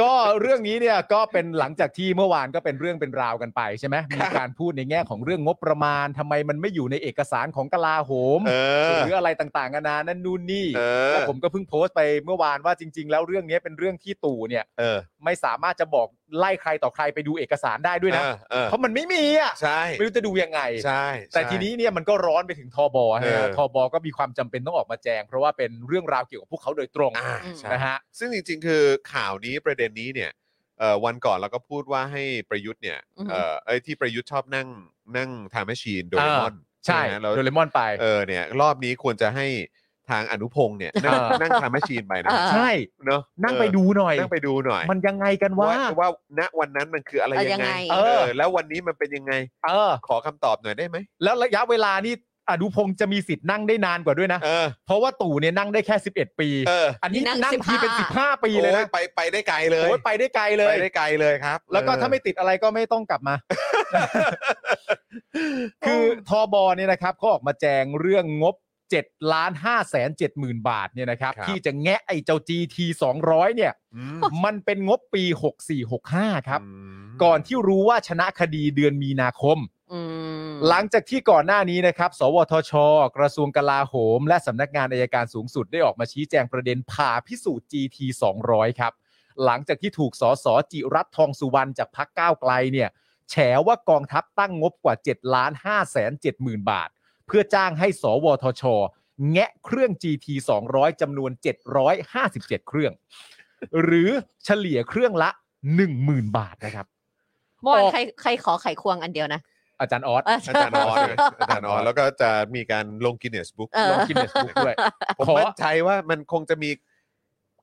ก็เรื่องนี้เนี่ยก็เป็นหลังจากที่เมื่อวานก็เป็นเรื่องเป็นราวกันไปใช่ไหมมีการพูดในแง่ของเรื่องงบประมาณทำไมมันไม่อยู่ในเอกสารของกลาโหม เออ หรืออะไรต่างๆนานานั่นนู่นนี่ เออ แล้วผมก็เพิ่งโพสต์ไปเมื่อวานว่าจริง ๆ แล้วเรื่องนี้เป็นเรื่องที่ตู่เนี่ย เออ ไม่สามารถจะบอก ไล่ใครต่อใครไปดูเอกสารได้ด้วยนะ ออออ เพราะมันไม่มีอ่ะ ใช่ ไม่รู้จะดูยังไง ใช่ แต่ ใช่ ทีนี้เนี่ยมันก็ร้อนไปถึงทบใช่ไหม เออ ทบก็มีความจำเป็นต้องออกมาแจง เพราะว่าเป็นเรื่องราวเกี่ยวกับพวกเขาโดยตรง อ่าใช่ นะฮะ ซึ่งจริง ๆ คือข่าวนี้ประเด็นนี้เนี่ยเอ่อวันก่อนเราก็พูดว่าให้ประยุทธ์เนี่ย อือฮึ เอ่อไอ้ที่ประยุทธ์ชอบนั่งนั่งทาแมชชีนโดเรมอน ใช่ ไหมแล้ว โดเรมอนไป เออเนี่ยรอบนี้ควรจะให้ทางอนุพงษ์เนี่ยนั่ง เออ นั่งทาแมชชีนไปนะ เออ ใช่ เนาะ นั่ง เออ ไปดูหน่อย นั่งไปดูหน่อย มันยังไงกันวะ ว่าณวันนั้นมันคืออะไร เออ ยังไง ยังไง เออ แล้ววันนี้มันเป็นยังไง เออ ขอคำตอบหน่อยได้ไหม แล้วระยะเวลานี่อนุพงษ์จะมีสิทธิ์นั่งได้นานกว่าด้วยนะ เออ เพราะว่าตู่เนี่ยนั่งได้แค่ 11 ปี เออ อันนี้ นี่นั่ง นั่ง 15 ทีเป็น 15 ปีเลยนะ โอ้ไปไปได้ไกลเลย โอ้ยไปได้ไกลเลย ไปได้ไกลเลยครับ แล้วก็ เออ ถ้าไม่ติดอะไรก็ไม่ต้องกลับ มา คือทอบอเนี่ยนะครับเขาออกมาแจงเรื่องงบ7ล้าน5แสน7หมื่นบาทเนี่ยนะครับ ครับ ที่จะแงะไอ้เจ้า GT 200 เนี่ย อืม มันเป็นงบปี 6465 ครับ อืม ก่อนที่รู้ว่าชนะคดีเดือนมีนาคม อืม หลังจากที่ก่อนหน้านี้นะครับ สวทช กระทรวงกลาโหม และสำนักงานอายการสูงสุดได้ออกมาชี้แจงประเด็นผ่าพิสูจน์ GT 200 ครับ หลังจากที่ถูกสสจิรัตน์ทองสุวรรณจากพักก้าวไกลเนี่ยแฉว่ากองทัพตั้งงบกว่า7ล้าน5แสน7หมื่นบาท เพื่อจ้างให้สวทช แงะเครื่อง GT 200จำนวน 757 เครื่อง หรือเฉลี่ยเครื่องละ 10,000 บาทนะครับ เมื่อวาน ออก ใครใครขอไขควงอันเดียวนะ อาจารย์ออส เอา จารย์ออสเนี่ย อาจารย์ออสแล้วก็จะมีการลงกินเนสบุ๊ก เออ ลงกินเนสบุ๊กด้วย ผม ขอ มั่นใจว่ามันคงจะมี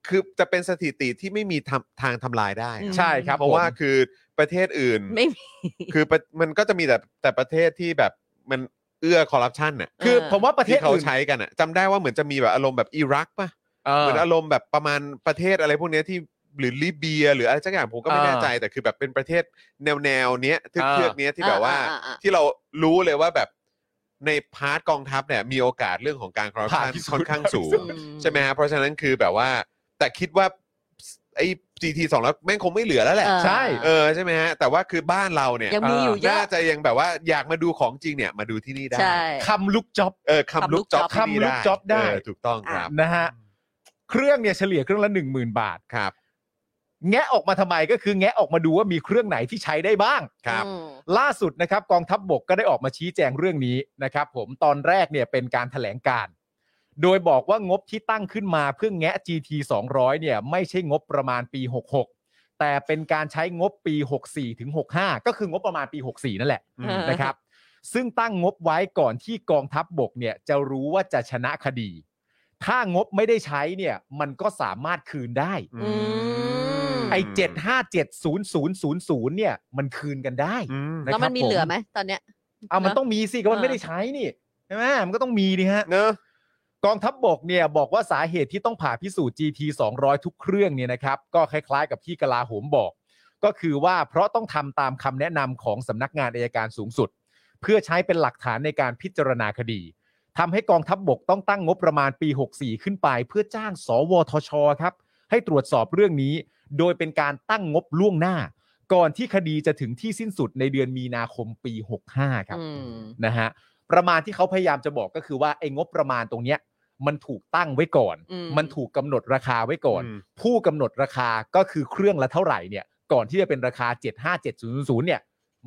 คือจะเป็นสถิติที่ไม่มีทำทางทำลายได้ อืม ใช่ครับ เพราะว่า ผม คือประเทศอื่น ไม่มี คือประมันก็จะมีแต่แต่ประเทศที่แบบมันเอื้อคอร์รัปชันน่ะ คือ เออ ผมว่าประเทศ ที่เขา อื่น ใช้กันอ่ะจำได้ว่าเหมือนจะมีแบบอารมณ์แบบอิรักป่ะ เอ เห อ มือนอารมณ์แบบประมาณประเทศอะไรพวกเนี้ยที่หรือลิเบีย หรืออะไรสักอย่างผมก็ไม่ เออ แน่ใจแต่คือแบบเป็นประเทศแนวแนวๆเนี้ยที่ เออ เทือกเนี้ยที่แบบว่า อ่อ่อ่อ่ ที่เรารู้เลยว่าแบบในพาร์ทกองทัพเนี่ยมีโอกาสเรื่องของการคอร์รัปชัน ผ่านที่สุด ค่อนข้างสูง อืม ใช่ไหมฮะเพราะฉะนั้นคือแบบว่า แต่คิดว่าไอ้ GT 2แล้วแม่งคงไม่เหลือแล้วแหละ เออใช่ เออใช่ไหมฮะแต่ว่าคือบ้านเราเนี่ย ยังมีอยู่เยอะ น่าจะยังแบบว่าอยากมาดูของจริงเนี่ย มาดูที่นี่ได้ ใช่ คำลุกจ็อบ เออคำลุกจ็อบ คำที่นี่ลุกได้ จ็อบได้ เถูกต้องครับ นะฮะเครื่องเนี่ยเฉลี่ยเครื่องละ 1 0,000 บาท ครับ แงะออกมาทำไมก็คือแงะออกมาดูว่ามีเครื่องไหนที่ใช้ได้บ้าง ครับ อืม ล่าสุดนะครับกองทัพบบกก็ได้ออกมาชี้แจงเรื่องนี้นะครับผมตอนแรกเนี่ยเป็นการถแถลงการ โดยบอกว่างบที่ตั้งขึ้นมาเพื่อแงะ GT 200เนี่ยไม่ใช่งบประมาณปี 66 แต่เป็นการใช้งบปี 64ถึง65 ก็คืองบประมาณปี 64 นั่นแหละ อืม นะครับ ซึ่งตั้งงบไว้ก่อนที่กองทัพบบกเนี่ยจะรู้ว่าจะชนะคดี ถ้างบไม่ได้ใช้เนี่ยมันก็สามารถคืนได้ อืม ไอ้เจ็ดห้าเจ็ดศูนย์ศูนย์ศูนย์ศูนย์เนี่ยมันคืนกันได้ อืม แล้วมันมีเหลือไหมตอนเนี้ย เอามัน เนอะ ต้องมีสิก็มัน เออ ไม่ได้ใช้นี่ใช่ไหมมันก็ต้องมีดิฮะ เนอะ กองทัพบบกเนี่ยบอกว่าสาเหตุที่ต้องผ่าพิสูจน์ GT 200 ทุกเครื่องเนี่ยนะครับ ก็คล้ายๆกับที่กลาโหมบอก ก็คือว่าเพราะต้องทำตามคำแนะนำของสำนักงานอายการสูงสุด เพื่อใช้เป็นหลักฐานในการพิจารณาคดีทำให้กองทัพบบกต้องตั้งงบประมาณปี 64 ขึ้นไป เพื่อจ้าง สวทช ครับ ให้ตรวจสอบเรื่องนี้ โดยเป็นการตั้งงบล่วงหน้า ก่อนที่คดีจะถึงที่สิ้นสุดในเดือนมีนาคมปี 65 ครับ อืม นะฮะประมาณที่เขาพยายามจะบอกก็คือว่าไอ้งบประมาณตรงเนี้ยมันถูกตั้งไว้ก่อน อืม มันถูกกำหนดราคาไว้ก่อน อืม ผู้กำหนดราคาก็คือเครื่องละเท่าไหร่เนี่ยก่อนที่จะเป็นราคา 75700 เนี่ย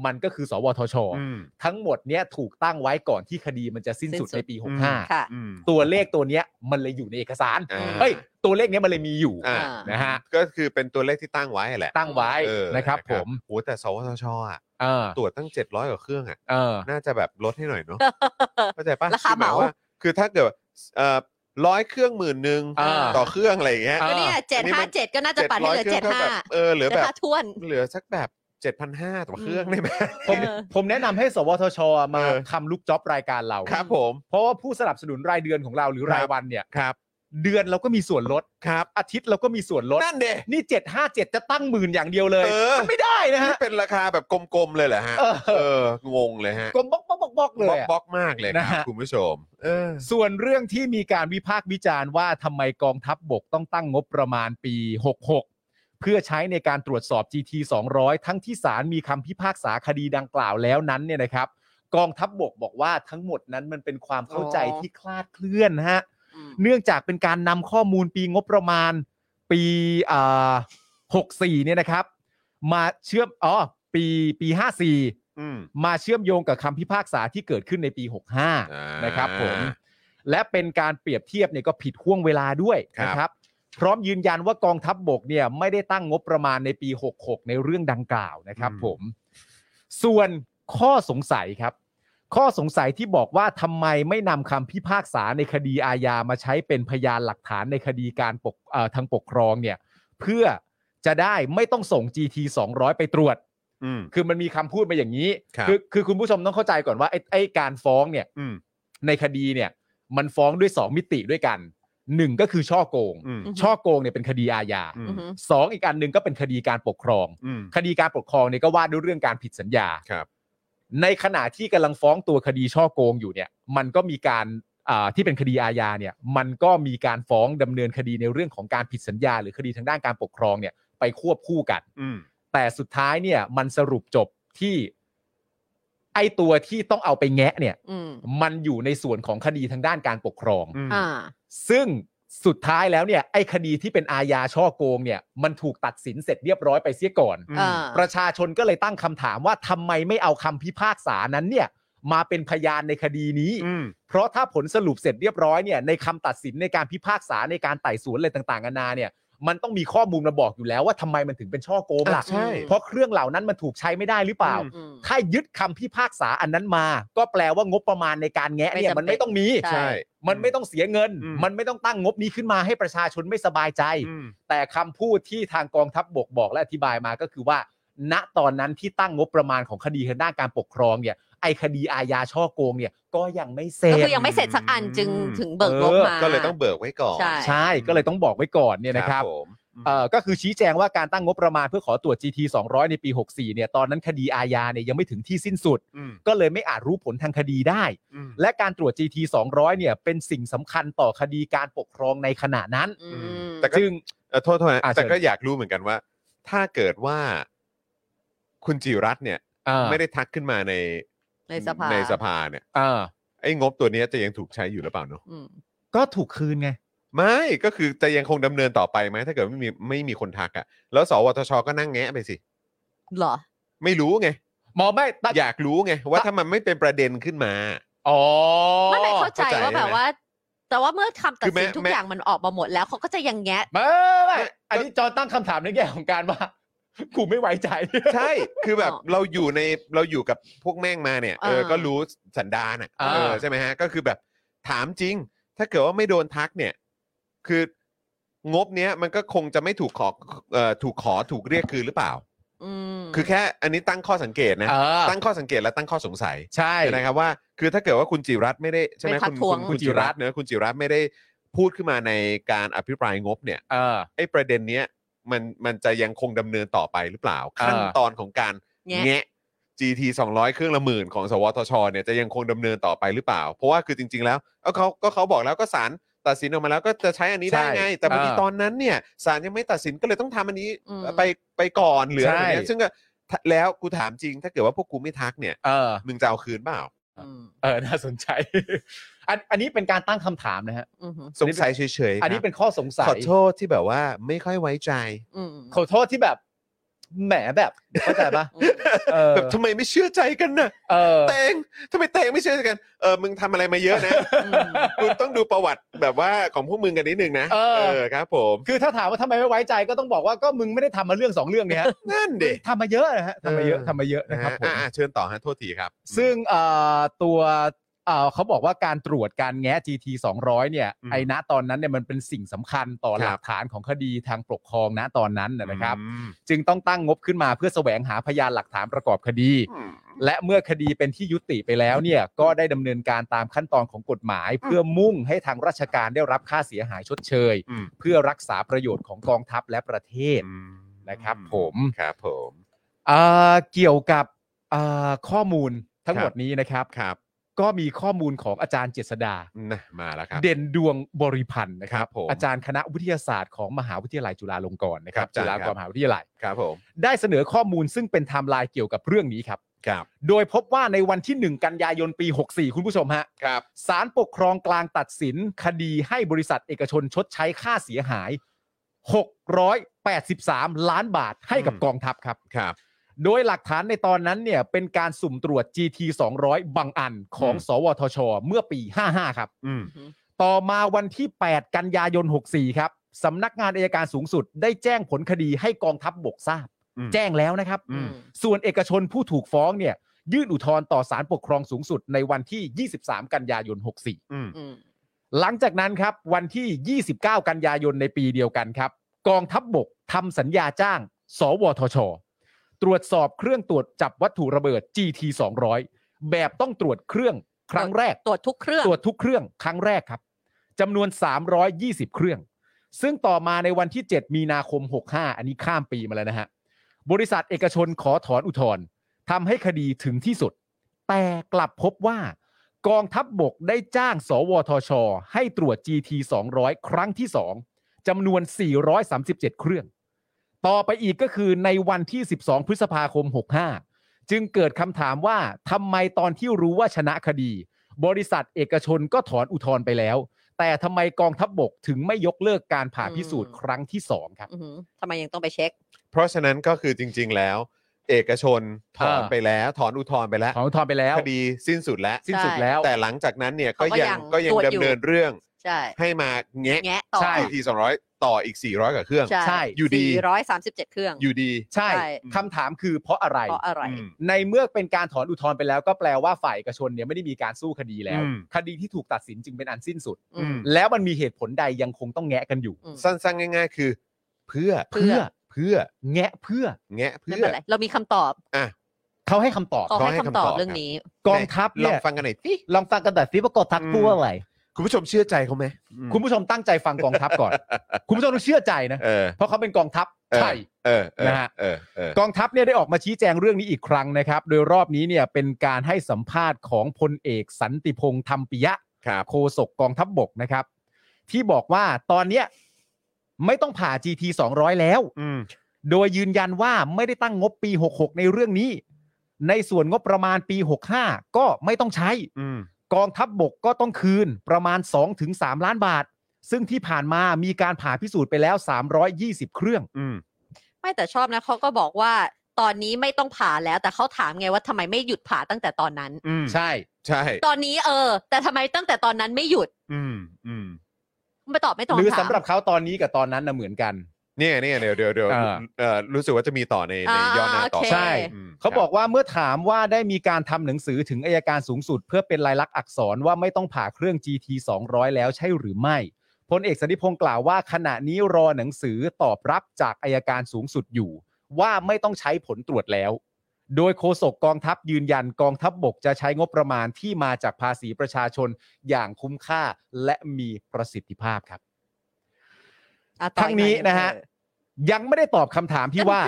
มันก็คือ สวทช อืม ทั้งหมดเนี่ยถูกตั้งไว้ก่อนที่คดีมันจะสิ้นสุดในปี ค่ะ อืม 65 ตัวเลขตัวเนี้ยมันเลยอยู่ในเอกสาร อ่า เฮ้ยตัวเลขเนี้ยมันเลยมีอยู่ อ่า นะฮะ ก็คือเป็นตัวเลขที่ตั้งไว้แหละ ตั้งไว้ เออ นะครับผม โหแต่สวทชอ่ะ เออ ตรวจตั้ง 700กว่าเครื่องอ่ะ เออ น่าจะแบบลดให้หน่อยเนาะ เข้าใจปะ ราอหคาย เหมา ว่าคือถ้าเกิดเอ่อร้อยเครื่องหมื่นหนึ่ง อ่า ต่อเครื่องอะไรอย่างเงี้ย อ่า ก็เนี่ยเจ็ดห้าเจ็ดก็น่าจะปัดให้เหลือ 700 เจ็ด ครื่อง ห้า ก็แบบเออเหลือ เจ็ด แบบ ห้าท้วน เหลือสักแบบเจ็ดพันห้าต่อเครื่อง อืม ได้ไหม ผม เออ ผมแนะนำให้ สวทช มา เออ ทำลุกจ็อบรายการเรา ครับผม เพราะว่าผู้สนับสนุนรายเดือนของเราหรืคอรับ รายวันเนี่ย ครับ เดือนเราก็มีส่วนลด ครับ อาทิตย์เราก็มีส่วนลด นั่นเด้ นี่ 757 จะตั้งหมื่นอย่างเดียวเลย เออ มันไม่ได้นะ นี่ ฮะ เป็นราคาแบบกลมๆเลยเหรอฮะ เออ งงเลยฮะ กลมบอกบอกบอกบอกเลยอะ บล็อกๆมากเลยครันะบ ฮะ คุณผู้ชม เออ ส่วนเรื่องที่มีการวิพากษ์วิจารณ์ว่าทำไมกองทัพบบกต้องตั้งงบประมาณปี 66 เพื่อใช้ในการตรวจสอบ GT 200 ทั้งที่ศาลมีคำพิพากษาคดีดังกล่าวแล้วนั้นเนี่ยนะครับ กองทัพบบกบอกว่าทั้งหมดนั้นมันเป็นความเข้าใจ อ๋อ ที่คลาดเคลื่อนนะฮะ อืม เนื่องจากเป็นการนำข้อมูลปีงบประมาณปีอ่า64 เนี่ยนะครับ มาเชื่อมอ๋อปีปีห้าสี่ อืม มาเชื่อมโยงกับคำพิพากษาที่เกิดขึ้นในปี 65 อ่า นะครับผม และเป็นการเปรียบเทียบเนี่ยก็ผิดห่วงเวลาด้วย ครับ นะครับ พร้อมยืนยันว่ากองทัพบบกเนี่ยไม่ได้ตั้งงบประมาณในปี 66 ในเรื่องดังกล่าวนะครับผม ส่วนข้อสงสัยครับ ข้อสงสัยที่บอกว่าทำไมไม่นำคำพิพากษาในคดีอาญามาใช้เป็นพยานหลักฐานในคดีการปกเอ่อทางปกครองเนี่ยเพื่อจะได้ไม่ต้องส่ง GT 200 ไปตรวจ อืม คือมันมีคำพูดมาอย่างนี้ ครับ อคือคุณผู้ชมต้องเข้าใจก่อนว่าไอ้ไอ้การฟ้องเนี่ย อืม ในคดีเนี่ย มันฟ้องด้วย 2 มิติด้วยกันหนึ่งก็คือช่อโกง อืม ช่อโกงเนี่ยเป็นคดีอาญา อื อื ม อหือ สองอีกอันหนึ่งก็เป็นคดีการปกครอง อืม คดีการปกครองเนี่ยก็ว่าด้วยเรื่องการผิดสัญญา ครับ ในขณะที่กำลังฟ้องตัวคดีช่อโกงอยู่เนี่ย มันก็มีการอ่าที่เป็นคดีอาญาเนี่ย มันก็มีการฟ้องดำเนินคดีในเรื่องของการผิดสัญญา หรือคดีทางด้านการปกครองเนี่ยไปควบคู่กัน อืม แต่สุดท้ายเนี่ยมันสรุปจบที่ไอตัวที่ต้องเอาไปแงะเนี่ย อืม มันอยู่ในส่วนของคดีทางด้านการปกครอง อืม อ่า ซึ่งสุดท้ายแล้วเนี่ยไอคดีที่เป็นอาญาช่อโกงเนี่ยมันถูกตัดสินเสร็จเรียบร้อยไปเสียก่อน อืม อ่า ประชาชนก็เลยตั้งคำถามว่าทำไมไม่เอาคำพิพากษานั้นเนี่ยมาเป็นพยานในคดีนี้ อืม เพราะถ้าผลสรุปเสร็จเรียบร้อยเนี่ยในคำตัดสินในการพิพากษาในการไต่สวนอะไรต่างๆนานาเนี่ย มันต้องมีข้อมูลมาบอกอยู่แล้วว่าทำไมมันถึงเป็นช่อโกงล่ะ ใช่ เพราะเครื่องเหล่านั้นมันถูกใช้ไม่ได้หรือเปล่า อืม อืม ถ้ายึดคำพิพากษาอันนั้นมา ก็แปลว่างบประมาณในการแงะเนี่ย ไม่จำเป็น มันไม่ต้องมี ใช่ ใช่ มันไม่ต้องเสียเงิน อืม มันไม่ต้องตั้งงบนี้ขึ้นมาให้ประชาชนไม่สบายใจ อืม แต่คำพูดที่ทางกองทัพบบกบอกและอธิบายมาก็คือว่า ณตอนนั้นที่ตั้งงบประมาณของคดีทางด้านการปกครองเนี่ยไอคดีอาญาช่อโกงเนี่ยก็ยังไม่เสร็ ก็ จ คือยังไม่เสร็จสักอันจึง อืม ถึงเบิกงบมา ก็เลยต้องเบิกไว้ก่อน ใช่ ใช่ก็เลยต้องบอกไว้ก่อนเนี่ยนะครับ ผม เอ่อก็คือชี้แจงว่าการตั้งงบประมาณเพื่อขอตรวจ GT 200 ในปี 64 เนี่ย ตอนนั้นคดีอาญาเนี่ยยังไม่ถึงที่สิ้นสุด อืม ก็เลยไม่อาจรู้ผลทางคดีได้ อืม และการตรวจ GT 200 เนี่ย เป็นสิ่งสำคัญต่อคดีการปกครองในขณะนั้น อืม แต่ก็ จึง เอ่อโทษโทษนะ อ่ะเชิญ แต่ก็อยากรู้เหมือนกันว่า ถ้าเกิดว่า คุณจิรัตน์เนี่ย เอ่อ ไม่ได้ทักขึ้นมาใน ในสภา ในสภาเนี่ย เอ่อ ไอ้งบตัวเนี้ยจะยังถูกใช้อยู่หรือเปล่าเนาะ อืม ก็ถูกคืนไง ไม่ก็คือจะยังคงดำเนินต่อไปไหมถ้าเกิดไม่มีไม่มีคนทักอะ่ะ แล้วสวทชก็นั่งแงะไปสิ เหรอ ไม่รู้ไง หมอไม่ตัด อยากรู้ไง ว่าถ้ามันไม่เป็นประเด็นขึ้นมา อ๋อ ไม่ไม่เข้าใจ เข้าใจ ว่าแบบ ใช่ไหม ว่า แต่ว่าเมื่อคำตัด คือแม้ สินทุก แม้ อย่างมันออกมาหมดแล้วเขาก็จะยังแงะ ไม่ไม่ไม่อันนี้จอห์นตั้งคำถามในแง่ของการว่า กูไม่ไว้ใจ ใช่ คือแบบ อ๋อ เราอยู่ในเราอยู่กับพวกแม่งมาเนี่ย เออ อ่า ก็รู้สันดานอ่ะ อ่า เออ ใช่ไหมฮะ ก็คือแบบถามจริง ถ้าเกิดว่าไม่โดนทักเนี่ย คืองบเนี้ยมันก็คงจะไม่ถูกขอเอ่อถูกขอถูกเรียกคืนหรือเปล่า อืม คือแค่ อันนี้ตั้งข้อสังเกตนะ เออ ตั้งข้อสังเกตและตั้งข้อสงสัย ใช่ นะครับว่า คือถ้าเกิดว่าคุณจิรัตน์ไม่ได้ใช่ไหมคุณคุณคุณจิรัตน์เนอะคุณจิรัตน์ไม่ได้พูดขึ้นมาในการอภิปรายงบเนี่ย เออ ไอ้ประเด็นเนี้ยมันมันจะยังคงดำเนินต่อไปหรือเปล่า ขั้นตอนของการ แงะ แงะ GT 200 เครื่องละหมื่นของสวทชเนี่ยจะยังคงดำเนินต่อไปหรือเปล่า เพราะว่าคือจริง ๆ แล้วเอาเขาก็เขาบอกแล้วก็ศาลตัดสินออกมาแล้วก็จะใช้อันนี้ได้ ใช่ ไง แต่พอดี เออ ตอนนั้นเนี่ยศาลยังไม่ตัดสินก็เลยต้องทำอันนี้ อืม ไปไปก่อนหรืออะไร ใช่ เนี้ยซึ่งก็ถ้าแล้วกูถามจริง ถ้าเกิดว่าพวกกูไม่ทักเนี่ย เออ มึงจะเอาคืนเปล่า อืม เออ น่าสนใจ อันอันนี้เป็นการตั้งคำถามนะฮะ อืม สงสัยเฉยๆ อันคนี้รับ เป็นข้อสงสัย ขอโทษที่แบบว่าไม่ค่อยไว้ใจ อืม ขอโทษที่แบบ แหมแบบเข้าใจปะ อืม เออ แบบทำไมไม่เชื่อใจกันน่ะ เออ เตงทำไมเตงไม่เชื่อกันเออมึงทำอะไรมาเยอะนะ อืม คุณต้องดูประวัติแบบว่าของพวกมึงกันนิดนึงนะ เออ ครับผม คือถ้าถามว่าทำไมไม่ไว้ใจก็ต้องบอกว่าก็มึงไม่ได้ทำมาเรื่องสองเรื่องเนี่ยฮะ นั่นเด็ ทำมาเยอะนะฮะทำมาเยอะทำมาเยอะ นะ นะ ค ค รั รั บบ ผ ผม ม เชิญต่อฮะโทษทีครับ ซึ่งเอ่อตัวเอ่อเขาบอกว่าการตรวจการแงะ GT 200 เนี่ย อืม ไอ้ณตอนนั้นเนี่ยมันเป็นสิ่งสำคัญต่อ ครับ หลักฐานของคดีทางปกครองณตอนนั้นนะนะครับ อืม จึงต้องตั้งงบขึ้นมาเพื่อแสวงหาพยานหลักฐานประกอบคดี และเมื่อคดีเป็นที่ยุติไปแล้วเนี่ยก็ได้ดำเนินการตามขั้นตอนของกฎหมาย เพื่อมุ่งให้ทางราชการได้รับค่าเสียหายชดเชย อืม เพื่อรักษาประโยชน์ของกองทัพและประเทศ นะครับผม ครับผม เอ่อเกี่ยวกับเอ่อข้อมูลทั้งหมดนี้นะครับ ครับ ก็มีข้อมูลของอาจารย์เจษดา นะมาแล้วครับ เด่นดวงบริพันธ์นะค ค รั รั บบ ผม อาจารย์คณะวิทยาศาสตร์ของมหาวิทยาลัยจุฬาลงกรณ์นะครัคบรับอาจา จุ รย์ ฬาลงก ครั ร บ ณ์มหาวิทยาลัย ครับผม ได้เสนอข้อมูลซึ่งเป็นไทม์ไลน์เกี่ยวกับเรื่องนี้ครับ ครับ โดยพบว่าในวันที่ 1 กันยายนปี 64 คุณผู้ชมฮะ ครับ ศาลปกครองกลางตัดสินคดีให้บริษัทเอกชนชดใช้ค่าเสียหาย 83 ล้านบาทให้กับ อืม กองทัพครับ ครับ โดยหลักฐานในตอนนั้นเนี่ยเป็นการสุ่มตรวจ GT 200 บางอันของ อืม สวทช เมื่อปี 55 ครับ อืม ต่อมาวันที่ 8 กันยายน 64 ครับสำนักงานอายการสูงสุด ได้แจ้งผลคดีให้กองทัพบบกทราบ อืม แจ้งแล้วนะครับ อืม ส่วนเอกชนผู้ถูกฟ้องเนี่ยยื่นอุทธรณ์ต่อศาลปกครองสูงสุดในวันที่ 23 กันยายน อืม อืม 64 หลังจากนั้นครับวันที่ 29 กันยายนในปีเดียวกันครับ กองทัพบบกทำสัญญาจ้าง สวทช ตรวจสอบเครื่องตรวจจับวัตถุระเบิด GT 200 แบบต้องตรวจเครื่องครั้งแรก ตรวจทุกเครื่อง ตรวจทุกเครื่องครั้งแรกครับจำนวน 320 เครื่อง ซึ่งต่อมาในวันที่ 7 มีนาคม 65 อันนี้ข้ามปีมาแล้วนะฮะ บริษัทเอกชนขอถอนอุทธรณ์ทำให้คดีถึงที่สุด แต่กลับพบว่า กองทัพบบกได้จ้าง สวทช ให้ตรวจ GT 200 ครั้งที่ 2จำนวน 437 เครื่อง ต่อไปอีกก็คือในวันที่ 12 พฤษภาคม 65 จึงเกิดคำถามว่าทำไมตอนที่รู้ว่าชนะคดี บริษัทเอกชนก็ถอนอุทธรณ์ไปแล้ว แต่ทำไมกองทัพบบกถึงไม่ยกเลิกการผ่าพิสูจน์ครั้งที่สองครับ อือหือทำไมยังต้องไปเช็ค เพราะฉะนั้นก็คือจริง ๆ แล้ว เอกชนถอน อ่า ไปแล้วถอนอุทธรณ์ไปแล้ว ถอนอุทธรณ์ไปแล้ว คดีสิ้นสุดแล้ว สิ้นสุดแล้ว แต่หลังจากนั้นเนี่ยก็ เขาก็ ยัง ยัง ก็ยัง ตรวจ ดำ อยู่ เนินเรื่อง ใช่ ให้มาแงะ แงะต่อ ใช่ ทีสองร้อยต่ออีก 400กว่าเครื่อง ใช่ อยู่ดี ร้อยสามสิบเจ็ดเครื่อง อยู่ดี ใช่ ใช่ คำถามคือเพราะอะไร เพราะอะไร อืม ในเมื่อเป็นการถอนอุทธรณ์ไปแล้วก็แปลว่าฝ่ายเอกชนเนี่ยไม่ได้มีการสู้คดีแล้ว อืม คดีที่ถูกตัดสินจึงเป็นอันสิ้นสุด อืม แล้วมันมีเหตุผลใดยังคงต้องแงะกันอยู่ อืม สั้นๆง่าย ๆ คือ เพื่อ เพื่อ เพื่อ แงะเพื่อ แงะ ไม่ เพื่อ เป็นไรเรามีคำตอบ อ่ะ เขาให้คำตอบ เขาให้เขาให้คำตอบคำตอบ เรื่องนี้ กองทัพ ลอ เนี่ ง ย ฟังกันหน่อยสิ ลองฟังกันแต่อยสิว่ากองทัพ อืม พูดว่าอะไร คุณผู้ชมเชื่อใจเขาไหม คุณผู้ชมตั้งใจฟังกองทัพก่อน คุณผู้ชมต้องเชื่อใจนะ เออ เพราะเขาเป็นกองทัพ เออ ใช่ เออเออ นะฮะ เออเออ กองทัพเนี่ยได้ออกมาชี้แจงเรื่องนี้อีกครั้งนะครับ โดยรอบนี้เนี่ยเป็นการให้สัมภาษณ์ของพลเอกสันติพงษ์ธรรมปิยะ ครับ โฆษกกองทัพบบกนะครับ ที่บอกว่าตอนเนี้ยไม่ต้องผ่า GT 200 แล้ว อืม โดยยืนยันว่าไม่ได้ตั้งงบปี 66 ในเรื่องนี้ ในส่วนงบประมาณปี 65 ก็ไม่ต้องใช้ อืม กองทัพบบกก็ต้องคืนประมาณ 2-3 ล้านบาท ซึ่งที่ผ่านมามีการผ่าพิสูจน์ไปแล้ว 320 เครื่อง อืม ไม่แต่ชอบนะเขาก็บอกว่าตอนนี้ไม่ต้องผ่าแล้ว แต่เขาถามไงว่าทำไมไม่หยุดผ่าตั้งแต่ตอนนั้น อืม ใช่ ใช่ ตอนนี้เออ แต่ทำไมตั้งแต่ตอนนั้นไม่หยุด อืม อืม ไม่ตอบไม่ตรง หรือ คำถาม สำหรับเขาตอนนี้กับตอนนั้นนะเหมือนกัน เนี่ยเนี่ยเดี๋ยวเดี๋ยวเดี๋ยว อ่า เอ่อรู้สึกว่าจะมีต่อในใน อ่า ย่อหน้าต่อ โอเค ใช่ ม เขาบอกว่าเมื่อถามว่าได้มีการทำหนังสือถึงอายการสูงสุด เพื่อเป็นลายลักษณ์อักษรว่าไม่ต้องผ่าเครื่อง GT 200 แล้วใช่หรือไม่พลเอกสันติพงศ์กล่าวว่าขณะนี้รอหนังสือตอบรับจากอายการสูงสุดอยู่ ว่าไม่ต้องใช้ผลตรวจแล้ว โดยโฆษกกองทัพยืนยันกองทัพบบกจะใช้งบประมาณที่มาจากภาษีประชาชนอย่างคุ้มค่าและมีประสิทธิภาพครับ อ่ะต่อ ทั้งนี้ อีกหอย นะฮะ ยังไม่ได้ตอบคำถามที่ว่า